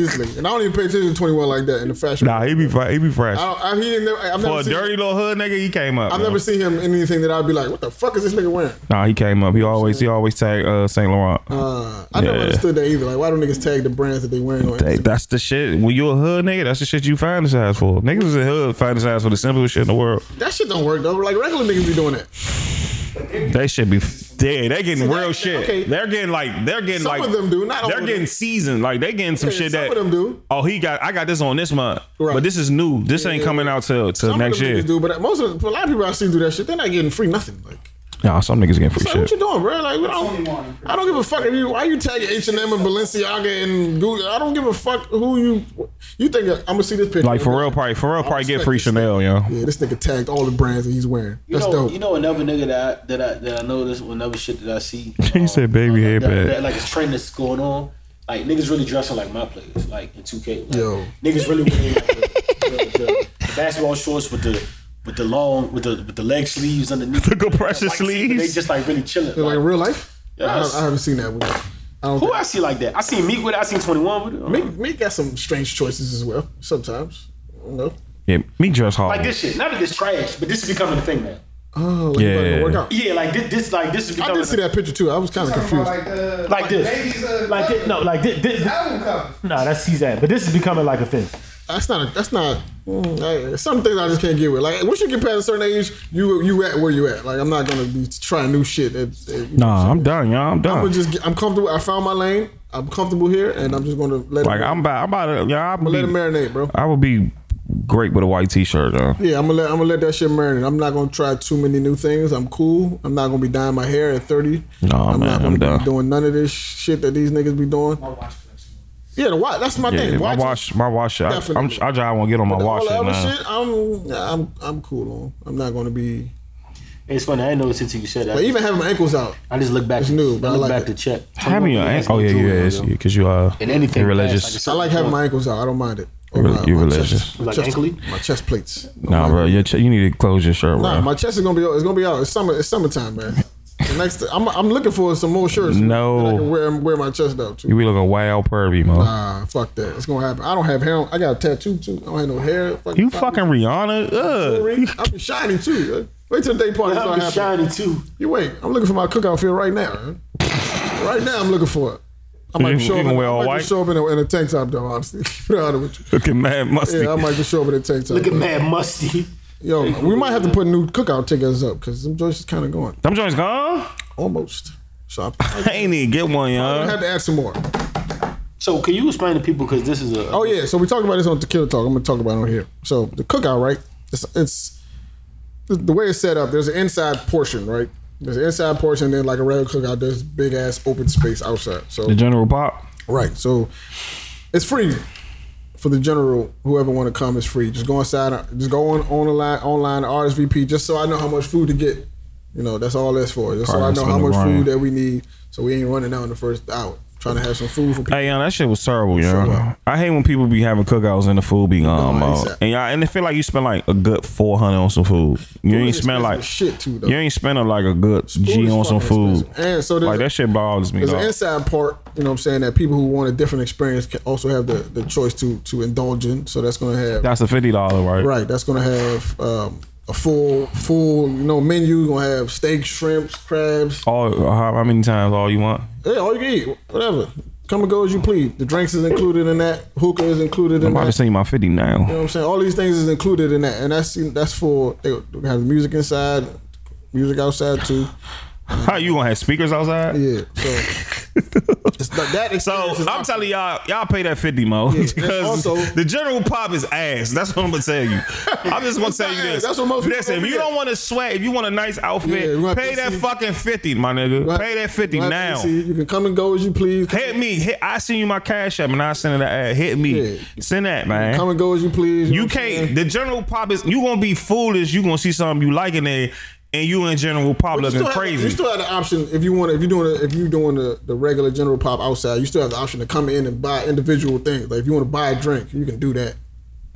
[SPEAKER 3] easily. And I don't even pay attention to 21 like that in the fashion.
[SPEAKER 4] Nah, he be fre- he be fresh.
[SPEAKER 3] I, don't- I, he didn't, I've
[SPEAKER 4] For
[SPEAKER 3] never
[SPEAKER 4] a
[SPEAKER 3] seen,
[SPEAKER 4] dirty little hood nigga, he came up.
[SPEAKER 3] I've
[SPEAKER 4] man.
[SPEAKER 3] never seen him in anything that I'd be like, what the fuck is this nigga wearing?
[SPEAKER 4] Nah, he came up. He always he always tag uh, Saint Laurent.
[SPEAKER 3] Uh, I never
[SPEAKER 4] Yeah.
[SPEAKER 3] understood that either. Like, why do niggas tag the brands that they wearing on?
[SPEAKER 4] Hey,
[SPEAKER 3] Instagram?
[SPEAKER 4] that's the shit. When you a hood nigga, that's the shit you fantasize for. Niggas is a hood fantasize for the simplest shit in the world.
[SPEAKER 3] That shit don't work though. Like regular niggas be doing that.
[SPEAKER 4] They should be dead. They getting real shit.
[SPEAKER 3] okay.
[SPEAKER 4] They're getting like they're getting
[SPEAKER 3] Some
[SPEAKER 4] like
[SPEAKER 3] of them do, not all
[SPEAKER 4] they're
[SPEAKER 3] of
[SPEAKER 4] getting
[SPEAKER 3] them.
[SPEAKER 4] seasoned. Like they getting some
[SPEAKER 3] Yeah,
[SPEAKER 4] shit
[SPEAKER 3] some
[SPEAKER 4] that
[SPEAKER 3] of them do.
[SPEAKER 4] Oh, he got I got this on this month,
[SPEAKER 3] Right.
[SPEAKER 4] but this is new. This ain't coming out till till
[SPEAKER 3] Some
[SPEAKER 4] next
[SPEAKER 3] of them
[SPEAKER 4] year.
[SPEAKER 3] niggas do, but most of the, a lot of people I see do that shit. They're not getting free nothing. Like,
[SPEAKER 4] Nah, some niggas getting free
[SPEAKER 3] it's like, what
[SPEAKER 4] shit.
[SPEAKER 3] you doing, bro? Like, we don't.
[SPEAKER 6] 21.
[SPEAKER 3] I don't give a fuck if you. Why you tagging H and M and Balenciaga and Google? I don't give a fuck who you. You think I'm gonna see this picture?
[SPEAKER 4] Like Pharrell probably Pharrell probably
[SPEAKER 3] respect
[SPEAKER 4] get free
[SPEAKER 3] this thing.
[SPEAKER 4] Chanel, yo.
[SPEAKER 3] Yeah, this nigga tagged all the brands that he's wearing.
[SPEAKER 7] You
[SPEAKER 3] That's
[SPEAKER 7] know,
[SPEAKER 3] dope.
[SPEAKER 7] you know another nigga that I, that I that I noticed, another shit that I see. um,
[SPEAKER 4] He said baby head
[SPEAKER 7] that,
[SPEAKER 4] bad.
[SPEAKER 7] that, like it's trend that's going on. Like niggas really dressing like my players, like in two K. Like,
[SPEAKER 3] Yo.
[SPEAKER 7] niggas really wearing like, the, the, the, the basketball shorts with the with the long with the with the leg sleeves underneath.
[SPEAKER 4] The compression
[SPEAKER 7] Like, They
[SPEAKER 4] sleeves.
[SPEAKER 7] just like really chilling.
[SPEAKER 3] like
[SPEAKER 7] Like,
[SPEAKER 3] in real life,
[SPEAKER 7] Yes.
[SPEAKER 3] I, I haven't seen that. One. I don't.
[SPEAKER 7] who
[SPEAKER 3] think-
[SPEAKER 7] I see like that? I seen Meek with it. I seen Twenty One with it.
[SPEAKER 3] Meek, Meek got some strange choices as well. Sometimes, I don't know.
[SPEAKER 4] Yeah, me dress hard.
[SPEAKER 7] Like this shit. Not that it's trash, but this is becoming a thing now.
[SPEAKER 3] Oh, like yeah.
[SPEAKER 4] Yeah.
[SPEAKER 3] Go work out.
[SPEAKER 7] Yeah, like this, this like this is
[SPEAKER 3] I
[SPEAKER 7] becoming
[SPEAKER 3] did see that picture too. I was kind of confused.
[SPEAKER 6] Like, uh,
[SPEAKER 7] like
[SPEAKER 6] Babies,
[SPEAKER 7] this.
[SPEAKER 6] uh,
[SPEAKER 7] Like this, no, like this, this,
[SPEAKER 6] Album cover.
[SPEAKER 7] Nah, that's he's at. But this is becoming like a thing.
[SPEAKER 3] That's not. A, that's not. Mm, I, some things I just can't get with. Like once you get past a certain age, you you at where you at. Like I'm not gonna be trying new shit. At, at,
[SPEAKER 4] Nah, I'm done, y'all. I'm
[SPEAKER 3] I'm
[SPEAKER 4] done.
[SPEAKER 3] gonna just. Get, I'm comfortable. I found my lane. I'm comfortable here, and I'm just gonna let.
[SPEAKER 4] like
[SPEAKER 3] it,
[SPEAKER 4] I'm about, I'm about to, yeah, I
[SPEAKER 3] let it
[SPEAKER 4] would, be,
[SPEAKER 3] marinate, bro.
[SPEAKER 4] I would be great with a white t-shirt, though.
[SPEAKER 3] Yeah, I'm gonna let. I'm gonna let that shit marinate. I'm not gonna try too many new things. I'm cool. I'm not gonna be dyeing my hair at 30.
[SPEAKER 4] Nah,
[SPEAKER 3] I'm
[SPEAKER 4] man,
[SPEAKER 3] not
[SPEAKER 4] I'm
[SPEAKER 3] gonna
[SPEAKER 4] done.
[SPEAKER 3] be doing none of this shit that these niggas be doing.
[SPEAKER 6] My watch collection.
[SPEAKER 3] Yeah, the watch. That's my
[SPEAKER 4] Yeah,
[SPEAKER 3] thing.
[SPEAKER 4] my
[SPEAKER 3] Watch.
[SPEAKER 4] wash, my wash. I, I'm,
[SPEAKER 3] Definitely.
[SPEAKER 4] I just want to get on my wash
[SPEAKER 3] all the
[SPEAKER 4] shit
[SPEAKER 3] other
[SPEAKER 4] now.
[SPEAKER 3] shit, I'm. I'm. I'm cool on. I'm not gonna be.
[SPEAKER 7] It's funny. I didn't notice until you said that.
[SPEAKER 3] Like even having my ankles out.
[SPEAKER 7] I just look back.
[SPEAKER 3] It's new, but
[SPEAKER 7] I
[SPEAKER 3] I
[SPEAKER 7] look
[SPEAKER 3] like
[SPEAKER 7] back
[SPEAKER 3] it.
[SPEAKER 7] to check.
[SPEAKER 4] Having your ankle, oh yeah, you is because you uh, are
[SPEAKER 7] And anything
[SPEAKER 4] you're
[SPEAKER 7] past,
[SPEAKER 4] religious.
[SPEAKER 7] a
[SPEAKER 3] I like having my ankles out. I don't mind it. Or
[SPEAKER 4] Really- you
[SPEAKER 3] Chest,
[SPEAKER 4] religious.
[SPEAKER 7] Like
[SPEAKER 3] chest-
[SPEAKER 7] ankle-y?
[SPEAKER 3] my chest plates.
[SPEAKER 4] Nah, bro, your ch- you need to close your shirt,
[SPEAKER 3] Nah,
[SPEAKER 4] bro.
[SPEAKER 3] my chest is gonna be. It's gonna be out. It's summer. It's summertime, man. The next, I'm, I'm looking for some more shirts.
[SPEAKER 4] No.
[SPEAKER 3] that I can wear wear my chest out too.
[SPEAKER 4] You be looking wild pervy, mo.
[SPEAKER 3] Ah, fuck that. It's gonna happen. I don't have hair. on- I got a tattoo too. I don't have no hair.
[SPEAKER 4] you fucking Rihanna. Ugh.
[SPEAKER 3] I'll be shiny too. Wait till the day party start
[SPEAKER 7] I'm shiny
[SPEAKER 3] happening.
[SPEAKER 7] too.
[SPEAKER 3] You wait. I'm looking for my cookout field right now. man. Right now, I'm looking for it. I might
[SPEAKER 4] You-
[SPEAKER 3] just show
[SPEAKER 4] you
[SPEAKER 3] up,
[SPEAKER 4] gonna
[SPEAKER 3] in,
[SPEAKER 4] wear all
[SPEAKER 3] I might
[SPEAKER 4] white?
[SPEAKER 3] just show up in, a, in a tank top though. Honestly, To be honest with you.
[SPEAKER 4] Looking mad musty.
[SPEAKER 3] Yeah, I might just show up in a tank top.
[SPEAKER 7] Look at Mad Musty.
[SPEAKER 3] Yo, we might have to put new cookout tickets up because them joints is kind of going
[SPEAKER 4] Them joints gone.
[SPEAKER 3] almost. So I,
[SPEAKER 4] I ain't need to get one,
[SPEAKER 3] I
[SPEAKER 4] y'all.
[SPEAKER 3] had to add some more.
[SPEAKER 7] So can you explain to people because this is a
[SPEAKER 3] Oh yeah, so we talked about this on Tequila Talk. I'm gonna talk about it on here. So the cookout, right? It's, it's the- the way it's set up. There's an inside portion, right? There's an inside portion, then like a regular cookout. There's big ass open space outside. So
[SPEAKER 4] The general pop.
[SPEAKER 3] Right. So it's free for the general. Whoever want to come is free. Just go inside. uh, Just go on online online RSVP. Just so I know how much food to get. You know, that's all that's for. Just so I
[SPEAKER 4] Probably
[SPEAKER 3] know
[SPEAKER 4] spend
[SPEAKER 3] how
[SPEAKER 4] the
[SPEAKER 3] much
[SPEAKER 4] grind.
[SPEAKER 3] food that we need. So we ain't running out in the first hour. Trying to have some food for people.
[SPEAKER 4] Hey, yo, that shit was terrible, yo.
[SPEAKER 3] what?
[SPEAKER 4] I hate when people be having cookouts and the food be gone,
[SPEAKER 3] No,
[SPEAKER 4] mo.
[SPEAKER 3] exactly.
[SPEAKER 4] And y'all, and it feel like you spend like a good four hundred on some food. You ain't
[SPEAKER 3] is expensive
[SPEAKER 4] spend like
[SPEAKER 3] as shit, too, though.
[SPEAKER 4] You ain't spending like a good
[SPEAKER 3] Food
[SPEAKER 4] G
[SPEAKER 3] is
[SPEAKER 4] on some
[SPEAKER 3] fucking
[SPEAKER 4] food.
[SPEAKER 3] expensive. And so there's
[SPEAKER 4] Like
[SPEAKER 3] a-
[SPEAKER 4] that shit bothers me.
[SPEAKER 3] There's an
[SPEAKER 4] dog.
[SPEAKER 3] inside part, you know what I'm saying, that people who want a different experience can also have the, the choice to to indulge in. So that's gonna have
[SPEAKER 4] That's a fifty dollar, right?
[SPEAKER 3] Right, that's gonna have um, a full full you know menu. Gonna have steak, shrimps, crabs,
[SPEAKER 4] All how, how many times all you want?
[SPEAKER 3] Yeah, all you can eat, whatever. Come and go as you please. The drinks is included in that. Hookah is included in
[SPEAKER 4] I'm about to
[SPEAKER 3] that.
[SPEAKER 4] send you my fifty
[SPEAKER 3] You know
[SPEAKER 4] now.
[SPEAKER 3] what I'm saying? All these things is included in that, and that's that's for they have the music inside, music outside too.
[SPEAKER 4] How you gonna have speakers outside?
[SPEAKER 3] Yeah, so it's not, that experience.
[SPEAKER 4] So
[SPEAKER 3] is
[SPEAKER 4] I'm
[SPEAKER 3] optional.
[SPEAKER 4] telling y'all, y'all pay that fifty mo
[SPEAKER 3] and
[SPEAKER 4] because
[SPEAKER 3] also-
[SPEAKER 4] the general pop is ass. That's what I'm gonna tell you. I'm just gonna tell you
[SPEAKER 3] not ass.
[SPEAKER 4] this.
[SPEAKER 3] That's what most people
[SPEAKER 4] Listen, if
[SPEAKER 3] don't
[SPEAKER 4] you
[SPEAKER 3] get.
[SPEAKER 4] don't want to sweat, if you want a nice
[SPEAKER 3] Yeah,
[SPEAKER 4] outfit,
[SPEAKER 3] you want
[SPEAKER 4] pay that
[SPEAKER 3] PC.
[SPEAKER 4] fucking fifty, my nigga.
[SPEAKER 3] Right?
[SPEAKER 4] Pay that fifty
[SPEAKER 3] Right,
[SPEAKER 4] now.
[SPEAKER 3] see, you can come and go as you please.
[SPEAKER 4] Hit me. Hit, I send you my cash app and I send it. Ad. Hit me.
[SPEAKER 3] Yeah.
[SPEAKER 4] Send that, man.
[SPEAKER 3] Come and go as you please. know
[SPEAKER 4] You
[SPEAKER 3] what I'm saying?
[SPEAKER 4] can't. The general pop is you gonna be foolish. You gonna see something you like in there, and you in general
[SPEAKER 3] But
[SPEAKER 4] pop
[SPEAKER 3] you
[SPEAKER 4] looking
[SPEAKER 3] still have-
[SPEAKER 4] crazy.
[SPEAKER 3] You still have the option if you want to, if you're doing a, if you're doing the, the regular general pop outside, you still have the option to come in and buy individual things. Like if you want to buy a drink, you can do that.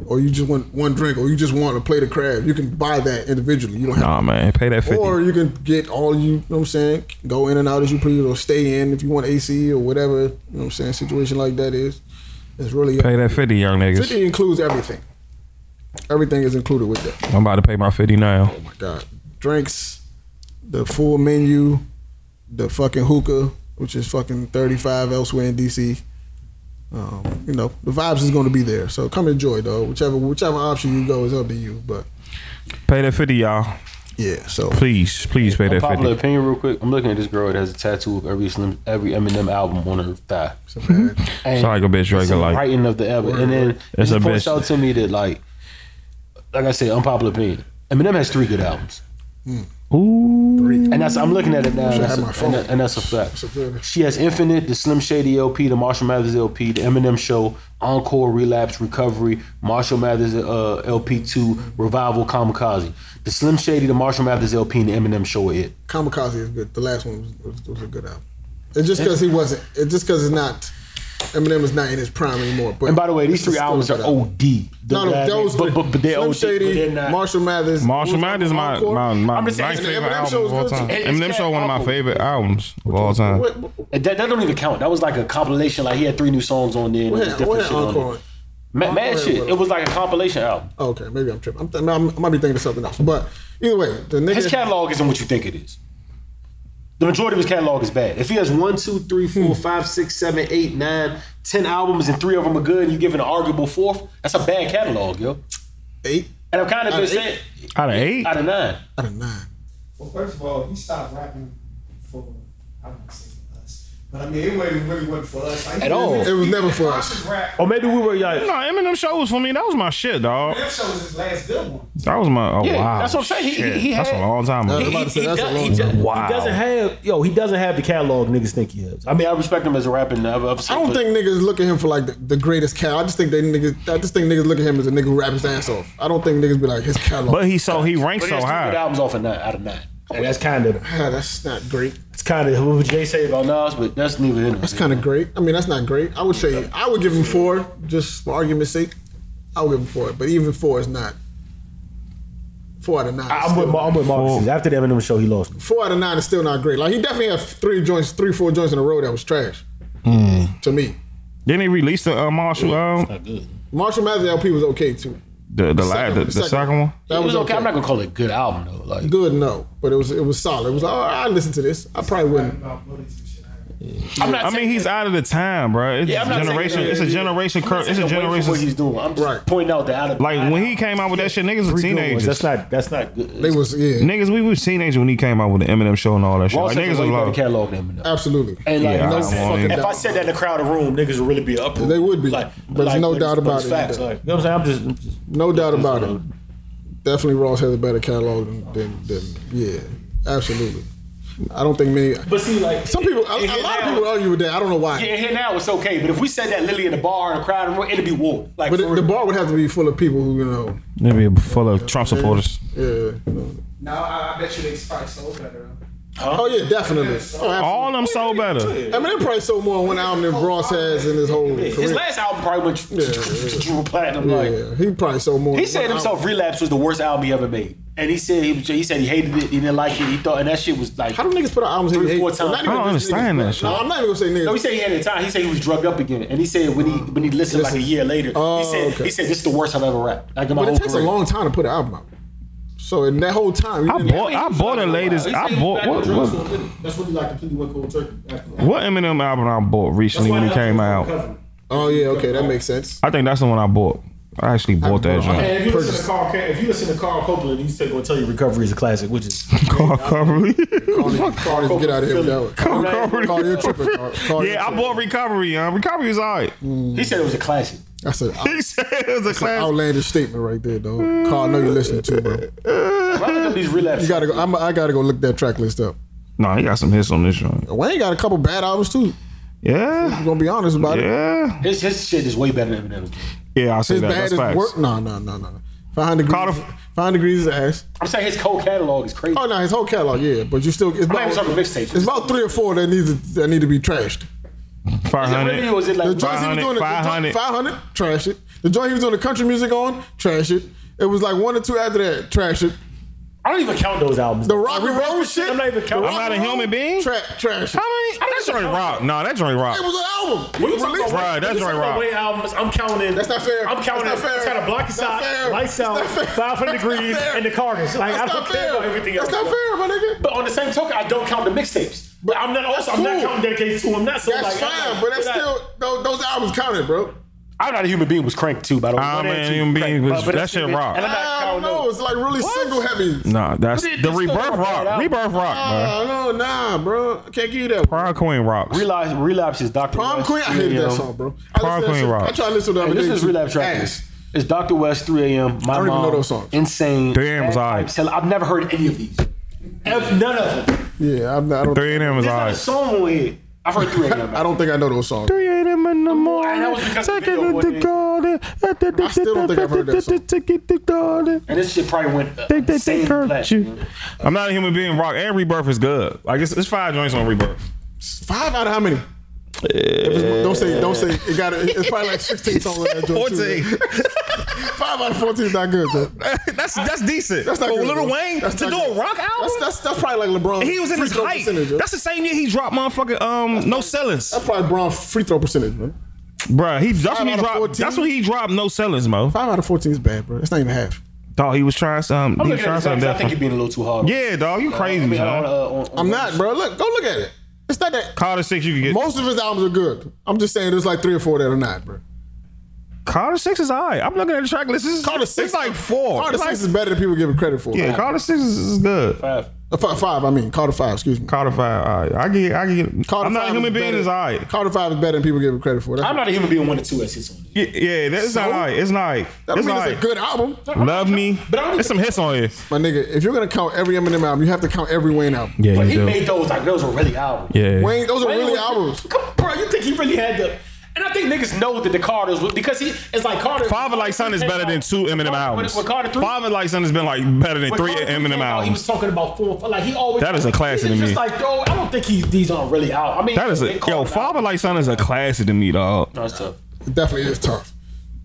[SPEAKER 3] Or you just want one drink, or you just want a plate of crab, you can buy that individually. You don't have.
[SPEAKER 4] nah, man. Pay that fifty.
[SPEAKER 3] Or you can get all you, you know what I'm saying, go in and out as you please, or stay in if you want AC or whatever, you know what I'm saying, situation like that is. It's really
[SPEAKER 4] pay that fifty, young niggas.
[SPEAKER 3] 50 includes everything. Everything is included with that. Oh
[SPEAKER 4] I'm about to pay my fifty now.
[SPEAKER 3] my god. Drinks, the full menu, the fucking hookah, which is fucking 35 elsewhere in DC. Um, you know, the vibes is gonna be there. So come enjoy though. Whichever whichever option you go is up to you. But
[SPEAKER 4] Pay that fifty, y'all.
[SPEAKER 3] yeah, so
[SPEAKER 4] Please, please pay that
[SPEAKER 7] popular
[SPEAKER 4] fifty.
[SPEAKER 7] opinion real quick. I'm looking at this girl that has a tattoo of every Slim, every Eminem album on her thigh. And
[SPEAKER 4] Sorry, go bitch. Right,
[SPEAKER 7] it's a
[SPEAKER 4] like
[SPEAKER 7] writing of the album, and then it
[SPEAKER 4] It's a
[SPEAKER 7] just points
[SPEAKER 4] bitch.
[SPEAKER 7] out to me that like, like I said, unpopular opinion. Eminem has three good albums.
[SPEAKER 4] Ooh.
[SPEAKER 2] And that's I'm looking at it now. And
[SPEAKER 3] have
[SPEAKER 2] that's,
[SPEAKER 3] my
[SPEAKER 2] a,
[SPEAKER 3] phone.
[SPEAKER 2] and, that- and that's a fact.
[SPEAKER 3] a good one.
[SPEAKER 2] She has Infinite, the Slim Shady LP, the Marshall Mathers LP, the Eminem Show, Encore, Relapse, Recovery, Marshall Mathers uh, LP two, Revival, Kamikaze. The Slim Shady, the Marshall Mathers LP, and the Eminem Show are it.
[SPEAKER 3] Kamikaze is good. The last one was, was, was a good album. It's just because he wasn't. It's just because it's not. Eminem is not in his prime anymore. But
[SPEAKER 2] And by the way, these
[SPEAKER 3] it's
[SPEAKER 2] three
[SPEAKER 3] still a
[SPEAKER 2] albums
[SPEAKER 3] good
[SPEAKER 2] are
[SPEAKER 3] album.
[SPEAKER 2] OD. The
[SPEAKER 3] No, no,
[SPEAKER 2] bad-
[SPEAKER 3] those.
[SPEAKER 2] but, but, but they're
[SPEAKER 3] Slim
[SPEAKER 2] OD. but
[SPEAKER 3] Shady,
[SPEAKER 2] they're not.
[SPEAKER 3] Marshall Mathers.
[SPEAKER 4] Marshall
[SPEAKER 3] Who's
[SPEAKER 4] Mathers is my
[SPEAKER 3] Encore?
[SPEAKER 4] my, my,
[SPEAKER 7] I'm
[SPEAKER 4] my
[SPEAKER 7] just saying,
[SPEAKER 4] favorite
[SPEAKER 7] the
[SPEAKER 3] Eminem
[SPEAKER 4] album
[SPEAKER 3] show
[SPEAKER 4] of
[SPEAKER 3] is
[SPEAKER 4] all
[SPEAKER 3] good
[SPEAKER 4] time.
[SPEAKER 3] too.
[SPEAKER 7] It's
[SPEAKER 4] Eminem
[SPEAKER 7] cat
[SPEAKER 4] show one of my
[SPEAKER 7] awful.
[SPEAKER 4] favorite albums of all time.
[SPEAKER 3] What, what,
[SPEAKER 2] And That, that don't even count. That was like a compilation. Like he had three new songs on there. And
[SPEAKER 3] what
[SPEAKER 2] it was
[SPEAKER 3] had, what
[SPEAKER 2] different
[SPEAKER 3] had
[SPEAKER 2] shit on there.
[SPEAKER 3] Encore? on?
[SPEAKER 2] Ma- Mad
[SPEAKER 3] Encore
[SPEAKER 2] shit.
[SPEAKER 3] was-
[SPEAKER 2] It was like a compilation album.
[SPEAKER 3] Oh, okay, maybe I'm tripping. I'm, th- I'm, I might be thinking of something else. But either way, the nigga.
[SPEAKER 2] His catalog isn't what you think it is. The majority of his catalog is bad. If he has one, two, three, four, five, six, seven, eight, nine, ten albums and three of them are good, and you give an arguable fourth, that's a bad catalog, yo.
[SPEAKER 3] eight
[SPEAKER 2] And I've kind of
[SPEAKER 3] Out
[SPEAKER 2] been
[SPEAKER 3] of
[SPEAKER 2] saying
[SPEAKER 4] Out of eight,
[SPEAKER 2] out of nine.
[SPEAKER 3] out of nine.
[SPEAKER 6] Well, first of all, he stopped rapping for I don't say for us, but I mean it wasn't really wasn't for us like,
[SPEAKER 2] At all.
[SPEAKER 3] It was never for us.
[SPEAKER 6] Conscious rap.
[SPEAKER 2] Or maybe we were like,
[SPEAKER 4] no Eminem show was for me. That was my shit, dog.
[SPEAKER 6] That show was his last good one.
[SPEAKER 4] That was my oh
[SPEAKER 2] Yeah,
[SPEAKER 4] wow.
[SPEAKER 2] that's what I'm saying. He- he-
[SPEAKER 4] Shit.
[SPEAKER 2] he
[SPEAKER 4] that's
[SPEAKER 2] had-
[SPEAKER 4] a long time
[SPEAKER 3] I was
[SPEAKER 4] ago.
[SPEAKER 3] about to say, that's a long
[SPEAKER 7] does-
[SPEAKER 3] time.
[SPEAKER 4] Wow.
[SPEAKER 7] He doesn't have yo. He doesn't have the catalog niggas think he has.
[SPEAKER 2] I mean, I respect him as a rapper. And I've, I've
[SPEAKER 3] I don't think niggas look at him for like the, the greatest cat. I just think they niggas. I just think niggas look at him as a nigga who raps his ass off. I don't think niggas be like his catalog.
[SPEAKER 4] But he so he ranked
[SPEAKER 2] But he
[SPEAKER 4] so
[SPEAKER 2] has two good
[SPEAKER 4] high.
[SPEAKER 2] albums off of nine, out of nine.
[SPEAKER 7] And that's kind of
[SPEAKER 3] Ah, that's not great.
[SPEAKER 7] it's kind of what would Jay say about
[SPEAKER 2] About Nas, but that's neither here nor
[SPEAKER 3] That's kind of great. I mean, that's not great. I would say I would give him four, just for argument's sake. I would give him four, but even four is not. Four out of nine. is
[SPEAKER 7] I'm with
[SPEAKER 3] still-
[SPEAKER 7] Mar- I'm with Marcus. After the Eminem show, he lost. me.
[SPEAKER 3] four out of nine is still not great. Like he definitely had three joints, three four joints in a row that was trash. To me,
[SPEAKER 4] Then he released the uh, Marshall album,
[SPEAKER 3] Marshall Mathers LP was okay too.
[SPEAKER 4] the the la-
[SPEAKER 3] Second-
[SPEAKER 4] the, the second one.
[SPEAKER 3] That
[SPEAKER 2] It
[SPEAKER 3] was,
[SPEAKER 2] was okay.
[SPEAKER 3] okay.
[SPEAKER 2] I'm not gonna call it a good album though. Like
[SPEAKER 3] good, no, but it was it was solid. It was like, all right, I listen to this. I probably wouldn't.
[SPEAKER 6] About bullies and shit. I heard.
[SPEAKER 2] I'm not
[SPEAKER 4] I mean, he's out of the time, bro. It's
[SPEAKER 2] Yeah, I'm not
[SPEAKER 4] generation.
[SPEAKER 2] taking it.
[SPEAKER 4] It's a generation curse. It's a
[SPEAKER 2] What
[SPEAKER 4] generation.
[SPEAKER 2] he's doing. I'm just
[SPEAKER 3] Right.
[SPEAKER 2] pointing out that out of
[SPEAKER 4] Like when he came out with that shit, niggas was
[SPEAKER 7] Three good ones. That's
[SPEAKER 4] teenagers.
[SPEAKER 7] not that's not good.
[SPEAKER 3] They was yeah,
[SPEAKER 4] Niggas, we were teenagers when he came out with the Eminem show and all that shit.
[SPEAKER 2] Ross
[SPEAKER 4] Like,
[SPEAKER 2] has
[SPEAKER 4] niggas was
[SPEAKER 2] a way better
[SPEAKER 4] like,
[SPEAKER 2] catalog than Eminem.
[SPEAKER 3] absolutely.
[SPEAKER 2] And like,
[SPEAKER 4] Yeah,
[SPEAKER 2] no
[SPEAKER 4] I
[SPEAKER 2] fucking
[SPEAKER 4] won't even-
[SPEAKER 2] if I said that in a crowded room, niggas would really be up.
[SPEAKER 3] They would be, but there's no doubt about it.
[SPEAKER 2] Facts, like,
[SPEAKER 7] You know what I'm saying? I'm just, I'm just
[SPEAKER 3] No doubt about it. Definitely Ross has a better catalog than, than, than yeah, absolutely. I don't think many.
[SPEAKER 2] but see, like
[SPEAKER 3] Some people, a,
[SPEAKER 2] in here
[SPEAKER 3] a lot of
[SPEAKER 2] now-
[SPEAKER 3] people argue with that. I don't know why.
[SPEAKER 2] Yeah, in here now it's okay, but if we said that Lily in the bar in a crowded room, it'd be war. Like,
[SPEAKER 3] But
[SPEAKER 2] for
[SPEAKER 3] it, the
[SPEAKER 2] real.
[SPEAKER 3] bar would have to be full of people who you know.
[SPEAKER 4] maybe full of Trump supporters.
[SPEAKER 3] Yeah. You know.
[SPEAKER 6] No, I, I bet you they probably sold better.
[SPEAKER 3] Oh yeah, definitely. Oh, absolutely.
[SPEAKER 4] All them sold better.
[SPEAKER 3] I mean, they probably sold more on one album than Ross has in his whole
[SPEAKER 2] his
[SPEAKER 3] career.
[SPEAKER 2] last album probably went triple platinum. Like,
[SPEAKER 3] yeah, he probably sold more.
[SPEAKER 2] He
[SPEAKER 3] on
[SPEAKER 2] said
[SPEAKER 3] one
[SPEAKER 2] himself,
[SPEAKER 3] album.
[SPEAKER 2] "Relapse" was the worst album he ever made, and he said he, he said he hated it, he didn't like it, he thought, and that shit was like.
[SPEAKER 3] How do niggas put out albums
[SPEAKER 2] Three,
[SPEAKER 3] every
[SPEAKER 2] four
[SPEAKER 3] eight-
[SPEAKER 2] times.
[SPEAKER 3] not even
[SPEAKER 4] I don't
[SPEAKER 3] just
[SPEAKER 4] understand
[SPEAKER 3] niggas,
[SPEAKER 4] that
[SPEAKER 3] but-
[SPEAKER 4] shit.
[SPEAKER 3] No, I'm not even gonna say niggas.
[SPEAKER 2] No, he said he had a time. He said he was drugged up again, and he said when he
[SPEAKER 7] Oh.
[SPEAKER 2] when he listened like a year later,
[SPEAKER 3] Oh,
[SPEAKER 2] he said
[SPEAKER 3] okay.
[SPEAKER 2] he said this is the worst I've ever rapped. Like in my
[SPEAKER 3] But
[SPEAKER 2] whole
[SPEAKER 3] it takes a
[SPEAKER 2] career.
[SPEAKER 3] long time to put an album out. So in that whole time, you
[SPEAKER 4] I
[SPEAKER 3] didn't-
[SPEAKER 4] bought. I bought the latest. I bought what, what?
[SPEAKER 7] That's when he like completely went cold turkey.
[SPEAKER 4] What Eminem album I bought recently when he came out?
[SPEAKER 3] Oh yeah, okay, that makes sense.
[SPEAKER 4] I think that's the one I bought. I actually bought that joint.
[SPEAKER 7] And if you listen to Carl, Ca- if you listen to Carl Copeland, he's still gonna tell you recovery is a classic, which is
[SPEAKER 4] Carl Coverly.
[SPEAKER 3] Cardi, Cardi, get out of here with that one.
[SPEAKER 4] Carl
[SPEAKER 3] Cardi,
[SPEAKER 4] Coverly.
[SPEAKER 3] you're tripping. Cardi, Cardi,
[SPEAKER 4] Yeah, I bought Recovery. Um, Recovery was alright.
[SPEAKER 2] He said it was a classic.
[SPEAKER 3] That's an
[SPEAKER 4] He said it was a classic.
[SPEAKER 3] outlandish statement right there, though. Carl, I know you're listening to, bro.
[SPEAKER 2] Rather than these relapse.
[SPEAKER 3] You gotta go. I'm, I gotta go look that track list up.
[SPEAKER 4] Nah, he got some hits on this joint.
[SPEAKER 3] Wayne got a couple bad albums too.
[SPEAKER 4] Yeah,
[SPEAKER 3] I'm gonna be honest about it.
[SPEAKER 4] yeah,
[SPEAKER 2] his his shit is way better than Eminem's.
[SPEAKER 4] yeah. I say
[SPEAKER 3] His
[SPEAKER 4] that.
[SPEAKER 3] bad
[SPEAKER 4] That's
[SPEAKER 3] is
[SPEAKER 4] facts.
[SPEAKER 3] work. No, no, no, no. Five hundred
[SPEAKER 4] Carter-
[SPEAKER 3] degrees. Five degrees is ass.
[SPEAKER 2] I'm saying his whole catalog is crazy.
[SPEAKER 3] Oh no, his whole catalog, yeah. But you still, it's
[SPEAKER 2] not even
[SPEAKER 3] about,
[SPEAKER 2] talking mixtapes.
[SPEAKER 3] it's about three or four that need to, that need to be trashed.
[SPEAKER 4] Five
[SPEAKER 2] Is it really, or
[SPEAKER 4] hundred.
[SPEAKER 2] was it
[SPEAKER 3] The
[SPEAKER 2] like
[SPEAKER 3] joints he was
[SPEAKER 4] 500,
[SPEAKER 3] doing, the- the
[SPEAKER 4] 500.
[SPEAKER 3] joint- 500, trash it. The joint he was doing the country music on, trash it. It was like one or two after that, trash it.
[SPEAKER 7] I don't even count those albums.
[SPEAKER 3] The rock and roll shit.
[SPEAKER 7] I'm not even counting.
[SPEAKER 3] the
[SPEAKER 7] I'm
[SPEAKER 3] rock
[SPEAKER 4] not a
[SPEAKER 3] and roll,
[SPEAKER 4] human being?
[SPEAKER 3] Tra- trash it.
[SPEAKER 4] How many? That joint rock. Nah, that joint rock.
[SPEAKER 3] It was an album.
[SPEAKER 7] When you
[SPEAKER 3] It
[SPEAKER 7] talk
[SPEAKER 3] released-
[SPEAKER 7] about Wayne-
[SPEAKER 4] Right,
[SPEAKER 7] when
[SPEAKER 4] that's
[SPEAKER 7] you talk
[SPEAKER 4] right,
[SPEAKER 7] about
[SPEAKER 4] Rob.
[SPEAKER 7] Wayne albums, I'm counting.
[SPEAKER 3] That's not fair.
[SPEAKER 7] I'm counting.
[SPEAKER 3] That's not fair.
[SPEAKER 7] I'm counting Block
[SPEAKER 3] That's not fair.
[SPEAKER 7] Inside, Lights Out,
[SPEAKER 3] That's not fair.
[SPEAKER 7] 500
[SPEAKER 3] That's
[SPEAKER 7] Degrees,
[SPEAKER 3] not fair.
[SPEAKER 7] and the Carcass. Like
[SPEAKER 3] That's
[SPEAKER 7] I
[SPEAKER 3] not
[SPEAKER 7] don't care
[SPEAKER 3] fair.
[SPEAKER 7] about everything else.
[SPEAKER 3] That's not fair, my nigga.
[SPEAKER 2] But on the same token, I don't count the mixtapes.
[SPEAKER 7] But I'm not also. I'm not
[SPEAKER 3] cool.
[SPEAKER 7] counting dedicated to him. Not so
[SPEAKER 3] That's
[SPEAKER 7] like. I'm
[SPEAKER 3] fine,
[SPEAKER 7] not-
[SPEAKER 3] but that's
[SPEAKER 7] I'm not-
[SPEAKER 3] still those, those albums counted, bro.
[SPEAKER 2] I'm not a human being was cranked too. By the way,
[SPEAKER 4] Ah,
[SPEAKER 2] One and
[SPEAKER 4] man,
[SPEAKER 2] two,
[SPEAKER 4] human being
[SPEAKER 2] Crank.
[SPEAKER 4] was-
[SPEAKER 2] But
[SPEAKER 4] that
[SPEAKER 2] it's-
[SPEAKER 4] shit
[SPEAKER 2] and
[SPEAKER 4] rock.
[SPEAKER 2] I'm not
[SPEAKER 3] I don't
[SPEAKER 2] counting those.
[SPEAKER 3] know. It's like really single heavy.
[SPEAKER 4] Nah, that's
[SPEAKER 2] But it-
[SPEAKER 4] the
[SPEAKER 2] it's still
[SPEAKER 4] rebirth
[SPEAKER 2] not bad
[SPEAKER 4] rock.
[SPEAKER 2] album.
[SPEAKER 4] Rebirth rock, bro.
[SPEAKER 3] Uh, no, nah, bro. I can't give you that. one.
[SPEAKER 4] Pride Queen rocks.
[SPEAKER 2] Relapse, relapse is Dr.
[SPEAKER 3] Prom
[SPEAKER 2] West,
[SPEAKER 3] Queen, I hated that
[SPEAKER 2] 3
[SPEAKER 3] song, bro.
[SPEAKER 4] Prom
[SPEAKER 3] I listened to that
[SPEAKER 4] Queen
[SPEAKER 3] shit-
[SPEAKER 4] rock.
[SPEAKER 3] I tried to listen to the
[SPEAKER 2] Hey,
[SPEAKER 3] other
[SPEAKER 2] this
[SPEAKER 3] day,
[SPEAKER 2] is
[SPEAKER 3] too.
[SPEAKER 2] relapse track.
[SPEAKER 3] Ass.
[SPEAKER 2] list. It's Dr. West, 3 a.m. My
[SPEAKER 3] I don't even
[SPEAKER 2] Mom,
[SPEAKER 3] know those songs.
[SPEAKER 2] Insane.
[SPEAKER 4] Damn was
[SPEAKER 2] Bad
[SPEAKER 4] alright.
[SPEAKER 2] Vibes Hell. I've never heard any of these. Ev- None of them.
[SPEAKER 3] Yeah, I'm not, I don't.
[SPEAKER 4] Three A&M is
[SPEAKER 2] There's not a
[SPEAKER 4] alright.
[SPEAKER 2] song on here. I've heard three of them.
[SPEAKER 3] I don't think I know those songs.
[SPEAKER 4] Three A&M in the
[SPEAKER 2] And that was because the video wasn't-
[SPEAKER 4] morning. I
[SPEAKER 3] still don't think I've heard that song.
[SPEAKER 2] And this shit probably went. Uh,
[SPEAKER 4] They- they- they
[SPEAKER 2] same
[SPEAKER 4] hurt
[SPEAKER 2] platinum.
[SPEAKER 4] you. I'm not a human being. Rock and rebirth is good. Like it's, it's five joints on rebirth.
[SPEAKER 3] Five out of how many? If it's- Don't say, don't say. It got it. It's probably like 16 songs on that joint. too. Five out of 14 is not good. Though.
[SPEAKER 8] that's that's decent.
[SPEAKER 3] That's not
[SPEAKER 8] For
[SPEAKER 3] good,
[SPEAKER 8] Lil
[SPEAKER 3] bro.
[SPEAKER 8] Wayne
[SPEAKER 3] That's
[SPEAKER 8] to do
[SPEAKER 3] not
[SPEAKER 8] a
[SPEAKER 3] good.
[SPEAKER 8] rock album.
[SPEAKER 3] That's that's that's probably like LeBron.
[SPEAKER 8] he was in his height. That's the same year he dropped motherfucking um no sellers,
[SPEAKER 3] that's probably LeBron free throw percentage. Man.
[SPEAKER 4] Bruh, he that's when he
[SPEAKER 3] out of
[SPEAKER 4] dropped.
[SPEAKER 3] 14?
[SPEAKER 4] That's when he dropped no sellers, mo.
[SPEAKER 3] Five out of 14 is bad, bro. That's not even half.
[SPEAKER 4] Dog, he was trying some.
[SPEAKER 2] I'm
[SPEAKER 4] He was
[SPEAKER 2] looking at
[SPEAKER 4] trying
[SPEAKER 2] this album,
[SPEAKER 4] something
[SPEAKER 2] I think you're
[SPEAKER 4] different.
[SPEAKER 2] being a little too hard.
[SPEAKER 4] Yeah, dog, you
[SPEAKER 2] I
[SPEAKER 4] crazy,
[SPEAKER 2] mean, on,
[SPEAKER 4] dog.
[SPEAKER 2] uh, on, on
[SPEAKER 3] I'm not, bro. Look, go look at it. It's not that.
[SPEAKER 4] Carter Six, you can get.
[SPEAKER 3] Most of his albums are good. I'm just saying, there's like three or four that are not, bro.
[SPEAKER 4] Carter Six is alright. I'm looking at the track list. This is,
[SPEAKER 3] Carter Six-
[SPEAKER 4] It's like four.
[SPEAKER 3] Carter
[SPEAKER 4] It's like-
[SPEAKER 3] Six is better than people give it credit for.
[SPEAKER 4] Yeah, Carter Six is, is good.
[SPEAKER 2] Five.
[SPEAKER 3] Uh, fi- five. I mean, Carter Five. Excuse me.
[SPEAKER 4] Carter Five, alright. I get. I get.
[SPEAKER 3] Carter
[SPEAKER 4] I'm not
[SPEAKER 3] Five
[SPEAKER 4] a human
[SPEAKER 3] is
[SPEAKER 4] being.
[SPEAKER 3] better-
[SPEAKER 4] Is alright.
[SPEAKER 3] Carter Five is better than people give it credit for. That's,
[SPEAKER 2] I'm not a human being one or two as hits on this.
[SPEAKER 4] Yeah, yeah that's not alright. It's not alright.
[SPEAKER 3] that don't
[SPEAKER 4] It's
[SPEAKER 3] mean
[SPEAKER 4] alright.
[SPEAKER 3] it's a good album,
[SPEAKER 4] Love me. There's some hits on here.
[SPEAKER 3] my nigga. If you're gonna count every Eminem album, you have to count every Wayne album.
[SPEAKER 4] Yeah,
[SPEAKER 2] But he made those like those were really albums.
[SPEAKER 4] Yeah.
[SPEAKER 3] Wayne, those are
[SPEAKER 2] Wayne
[SPEAKER 3] really
[SPEAKER 2] was-
[SPEAKER 3] albums.
[SPEAKER 2] Come on, bro, you think he really had the? And I think niggas know that the Carters was- because he it's like Carter.
[SPEAKER 4] Father Like Son is better than two Eminem albums.
[SPEAKER 2] With Carter three,
[SPEAKER 4] Father Like Son has been like better than
[SPEAKER 2] when
[SPEAKER 4] three
[SPEAKER 2] Carter
[SPEAKER 4] Eminem
[SPEAKER 2] came out, He
[SPEAKER 4] albums.
[SPEAKER 2] was talking about four. Like he always.
[SPEAKER 4] That is a classic
[SPEAKER 2] he's
[SPEAKER 4] to
[SPEAKER 2] just
[SPEAKER 4] me.
[SPEAKER 2] Like yo, I don't think he, these aren't really out. I mean,
[SPEAKER 4] That is
[SPEAKER 2] they
[SPEAKER 4] a
[SPEAKER 2] call
[SPEAKER 4] yo.
[SPEAKER 2] it
[SPEAKER 4] Father
[SPEAKER 2] album.
[SPEAKER 4] Like Son is a classic to me, dog.
[SPEAKER 2] No, it's tough.
[SPEAKER 3] It definitely is tough.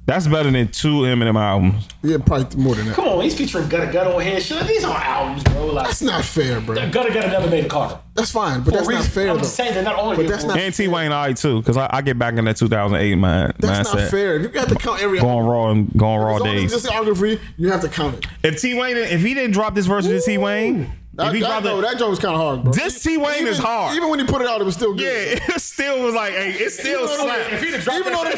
[SPEAKER 4] That's better than two Eminem albums.
[SPEAKER 3] Yeah, probably more than that.
[SPEAKER 2] Come on, he's featuring Gutta Gutta on here. Shit, these aren't albums, bro. Like
[SPEAKER 3] That's not fair, bro.
[SPEAKER 2] Gutta Gutta never made a Carter.
[SPEAKER 3] That's fine, but that's
[SPEAKER 2] For a
[SPEAKER 3] not
[SPEAKER 2] reason.
[SPEAKER 3] fair
[SPEAKER 2] I'm
[SPEAKER 3] though.
[SPEAKER 2] just saying they're not all.
[SPEAKER 3] But that's not-
[SPEAKER 4] And T Wayne, alright too, because I, I get back in that 2008 mind,
[SPEAKER 3] That's
[SPEAKER 4] mindset.
[SPEAKER 3] not fair. You have to count every album.
[SPEAKER 4] Going raw and going raw
[SPEAKER 3] As long as
[SPEAKER 4] days.
[SPEAKER 3] it's discography, you have to count it.
[SPEAKER 4] If T Wayne, if he didn't drop this version of T Wayne, if
[SPEAKER 3] That,
[SPEAKER 4] he
[SPEAKER 3] that,
[SPEAKER 4] dropped
[SPEAKER 3] no,
[SPEAKER 4] it,
[SPEAKER 3] that joint was kind of hard, bro.
[SPEAKER 4] This T Wayne is
[SPEAKER 3] Even-
[SPEAKER 4] hard.
[SPEAKER 3] Even when he put it out, it was still good.
[SPEAKER 4] yeah, it still was like, hey, it still slapped.
[SPEAKER 2] If he'd have dropped
[SPEAKER 3] Even though the
[SPEAKER 2] that-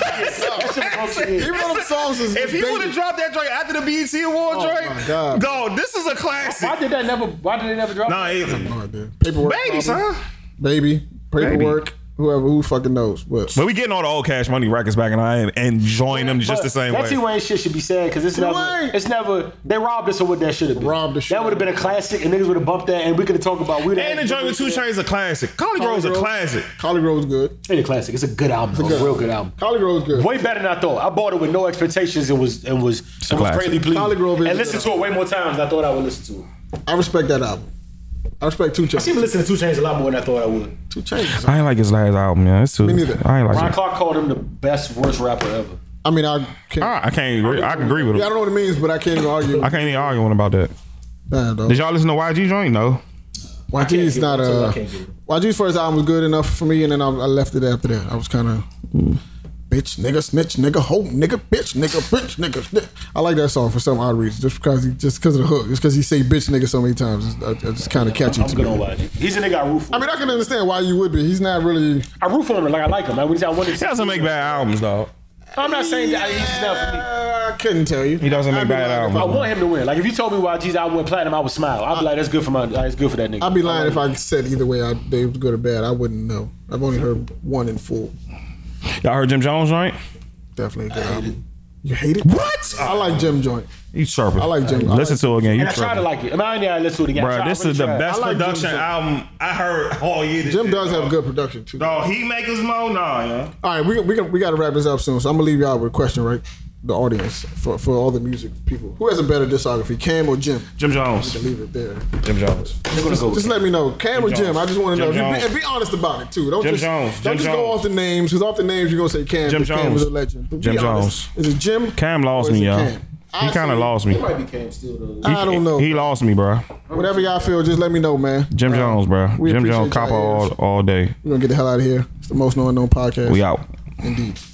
[SPEAKER 3] song was hard, even though the songs is
[SPEAKER 4] If he would have
[SPEAKER 3] dated.
[SPEAKER 4] dropped that joint after the BET Award
[SPEAKER 3] Oh
[SPEAKER 4] joint,
[SPEAKER 3] my God.
[SPEAKER 4] dog, this is a classic.
[SPEAKER 2] Why did that never? Why did they never drop?
[SPEAKER 4] Nah,
[SPEAKER 2] it?
[SPEAKER 4] it,
[SPEAKER 3] All right, dude. Paperwork.
[SPEAKER 4] baby,
[SPEAKER 3] problem.
[SPEAKER 4] son.
[SPEAKER 3] Baby. Paperwork. Whoever, who fucking knows. But
[SPEAKER 4] But we getting all the old Cash Money records back, and I am enjoying them just
[SPEAKER 2] But
[SPEAKER 4] the same
[SPEAKER 2] that
[SPEAKER 4] way.
[SPEAKER 2] T Wayne shit should be sad because it's
[SPEAKER 3] Wayne.
[SPEAKER 2] never, it's never. They robbed us of what that should have been.
[SPEAKER 3] Robbed the shit
[SPEAKER 2] That would have been a classic, and niggas would have bumped that, and we could have talked about. We
[SPEAKER 4] and the joint with Two Chainz a classic. Collie Grove's a
[SPEAKER 3] Grove.
[SPEAKER 4] classic.
[SPEAKER 3] Collie Grove's good.
[SPEAKER 2] Ain't a classic. It's a good album. though.
[SPEAKER 3] good
[SPEAKER 2] real good album.
[SPEAKER 3] Collie Grove's good.
[SPEAKER 2] Way better than I thought. I bought it with no expectations and was and was, and was
[SPEAKER 4] classic.
[SPEAKER 2] greatly pleased.
[SPEAKER 3] Collie Grove is a
[SPEAKER 2] and listened
[SPEAKER 3] good
[SPEAKER 2] to it way more times than I thought I would listen to it.
[SPEAKER 3] I respect that album. I respect Two
[SPEAKER 2] I seem to
[SPEAKER 3] Chainz.
[SPEAKER 2] listen to Two Chainz a lot more than I thought I would.
[SPEAKER 3] Two Chainz.
[SPEAKER 4] I ain't like his last album, man. It's too.
[SPEAKER 3] Me neither.
[SPEAKER 4] I ain't like
[SPEAKER 2] Ron
[SPEAKER 4] it.
[SPEAKER 2] Clark called him the best worst rapper ever.
[SPEAKER 3] I mean, I can't.
[SPEAKER 4] I, I can't. Agree. I can agree with
[SPEAKER 3] Yeah, I don't
[SPEAKER 4] him.
[SPEAKER 3] know what it means, but I can't even argue.
[SPEAKER 4] I can't even argue with him about that.
[SPEAKER 3] Nah, though.
[SPEAKER 4] Did y'all listen to YG joint? No.
[SPEAKER 3] YG's
[SPEAKER 2] give
[SPEAKER 3] not
[SPEAKER 2] it to him. I
[SPEAKER 3] uh
[SPEAKER 2] can't give it.
[SPEAKER 3] YG's first album was good enough for me, and then I, I left it after that. I was kind of bitch, nigga, snitch, nigga, hope, nigga, bitch, nigga, bitch, nigga. Snitch. I like that song for some odd reason, just because he just because of the hook, just because he say bitch, nigga so many times. It's, uh, it's just kind of catchy.
[SPEAKER 2] I'm
[SPEAKER 3] to
[SPEAKER 2] good
[SPEAKER 3] me.
[SPEAKER 2] on YG. He's a nigga I root for.
[SPEAKER 3] I mean, I can understand why you would be. He's not really.
[SPEAKER 2] I root for him like I like him. I wouldn't say I wanted
[SPEAKER 4] He
[SPEAKER 2] to.
[SPEAKER 4] doesn't make bad albums, dog.
[SPEAKER 2] I'm not saying that he's just not for me.
[SPEAKER 3] I couldn't tell you. He
[SPEAKER 4] doesn't make bad albums.
[SPEAKER 2] I want him to win. Like if you told me why G's I went platinum, I would smile. I'd be like, that's good for my, uh, that's good for that nigga.
[SPEAKER 3] I'd be lying if I said either way I, they was good or bad. I wouldn't know. I've only heard one in full.
[SPEAKER 4] Y'all heard Jim Jones joint?
[SPEAKER 3] Definitely a good album. You hate it? What? I like Jim Joint.
[SPEAKER 4] You chirping.
[SPEAKER 3] I like Jim. I
[SPEAKER 4] Listen
[SPEAKER 3] like-
[SPEAKER 4] to it again. You
[SPEAKER 2] and I try to
[SPEAKER 4] chirping.
[SPEAKER 2] like it. I mean, I ain't gotta listen to it again. I
[SPEAKER 4] Bro,
[SPEAKER 2] try, I
[SPEAKER 4] this
[SPEAKER 2] really
[SPEAKER 4] is the
[SPEAKER 2] try.
[SPEAKER 4] best
[SPEAKER 3] I like Jim
[SPEAKER 4] production
[SPEAKER 3] Jones.
[SPEAKER 4] album I heard all year.
[SPEAKER 3] Jim does have good production too.
[SPEAKER 4] Dog, he make his mo. Nah, yeah.
[SPEAKER 3] All right, we we got- we got to wrap this up soon. So I'm gonna leave y'all with a question, right? The audience for, for all the music people. Who has a better discography, Cam or Jim?
[SPEAKER 4] Jim Jones.
[SPEAKER 3] Leave it there.
[SPEAKER 4] Jim Jones.
[SPEAKER 3] Just let me know, Cam or Jim.
[SPEAKER 4] Jones.
[SPEAKER 3] I just want to know.
[SPEAKER 4] Jim
[SPEAKER 3] And be,
[SPEAKER 4] Jones.
[SPEAKER 3] and be honest about it too. Don't
[SPEAKER 4] Jim
[SPEAKER 3] just
[SPEAKER 4] Jones.
[SPEAKER 3] don't
[SPEAKER 4] Jim
[SPEAKER 3] just go
[SPEAKER 4] Jones.
[SPEAKER 3] off the names because off the names you're gonna say Cam.
[SPEAKER 4] Jim
[SPEAKER 3] but Cam
[SPEAKER 4] Jones.
[SPEAKER 3] was a legend. But be
[SPEAKER 4] Jim
[SPEAKER 3] honest, Is it Jim?
[SPEAKER 4] Cam lost
[SPEAKER 3] or is
[SPEAKER 4] me,
[SPEAKER 3] it
[SPEAKER 4] y'all.
[SPEAKER 3] Cam?
[SPEAKER 4] He
[SPEAKER 3] I
[SPEAKER 4] kind of
[SPEAKER 3] say-
[SPEAKER 4] lost me.
[SPEAKER 2] Probably became still though.
[SPEAKER 3] I don't know.
[SPEAKER 4] He lost me, bro.
[SPEAKER 3] Whatever y'all feel, just let me know, man.
[SPEAKER 4] Jim Jones, bro.
[SPEAKER 3] we
[SPEAKER 4] Jim
[SPEAKER 3] appreciate
[SPEAKER 4] Jones, copper
[SPEAKER 3] y'all
[SPEAKER 4] all,
[SPEAKER 3] ears.
[SPEAKER 4] all day.
[SPEAKER 3] We're gonna get the hell out of here. It's the most known known podcast.
[SPEAKER 4] We out.
[SPEAKER 3] Indeed.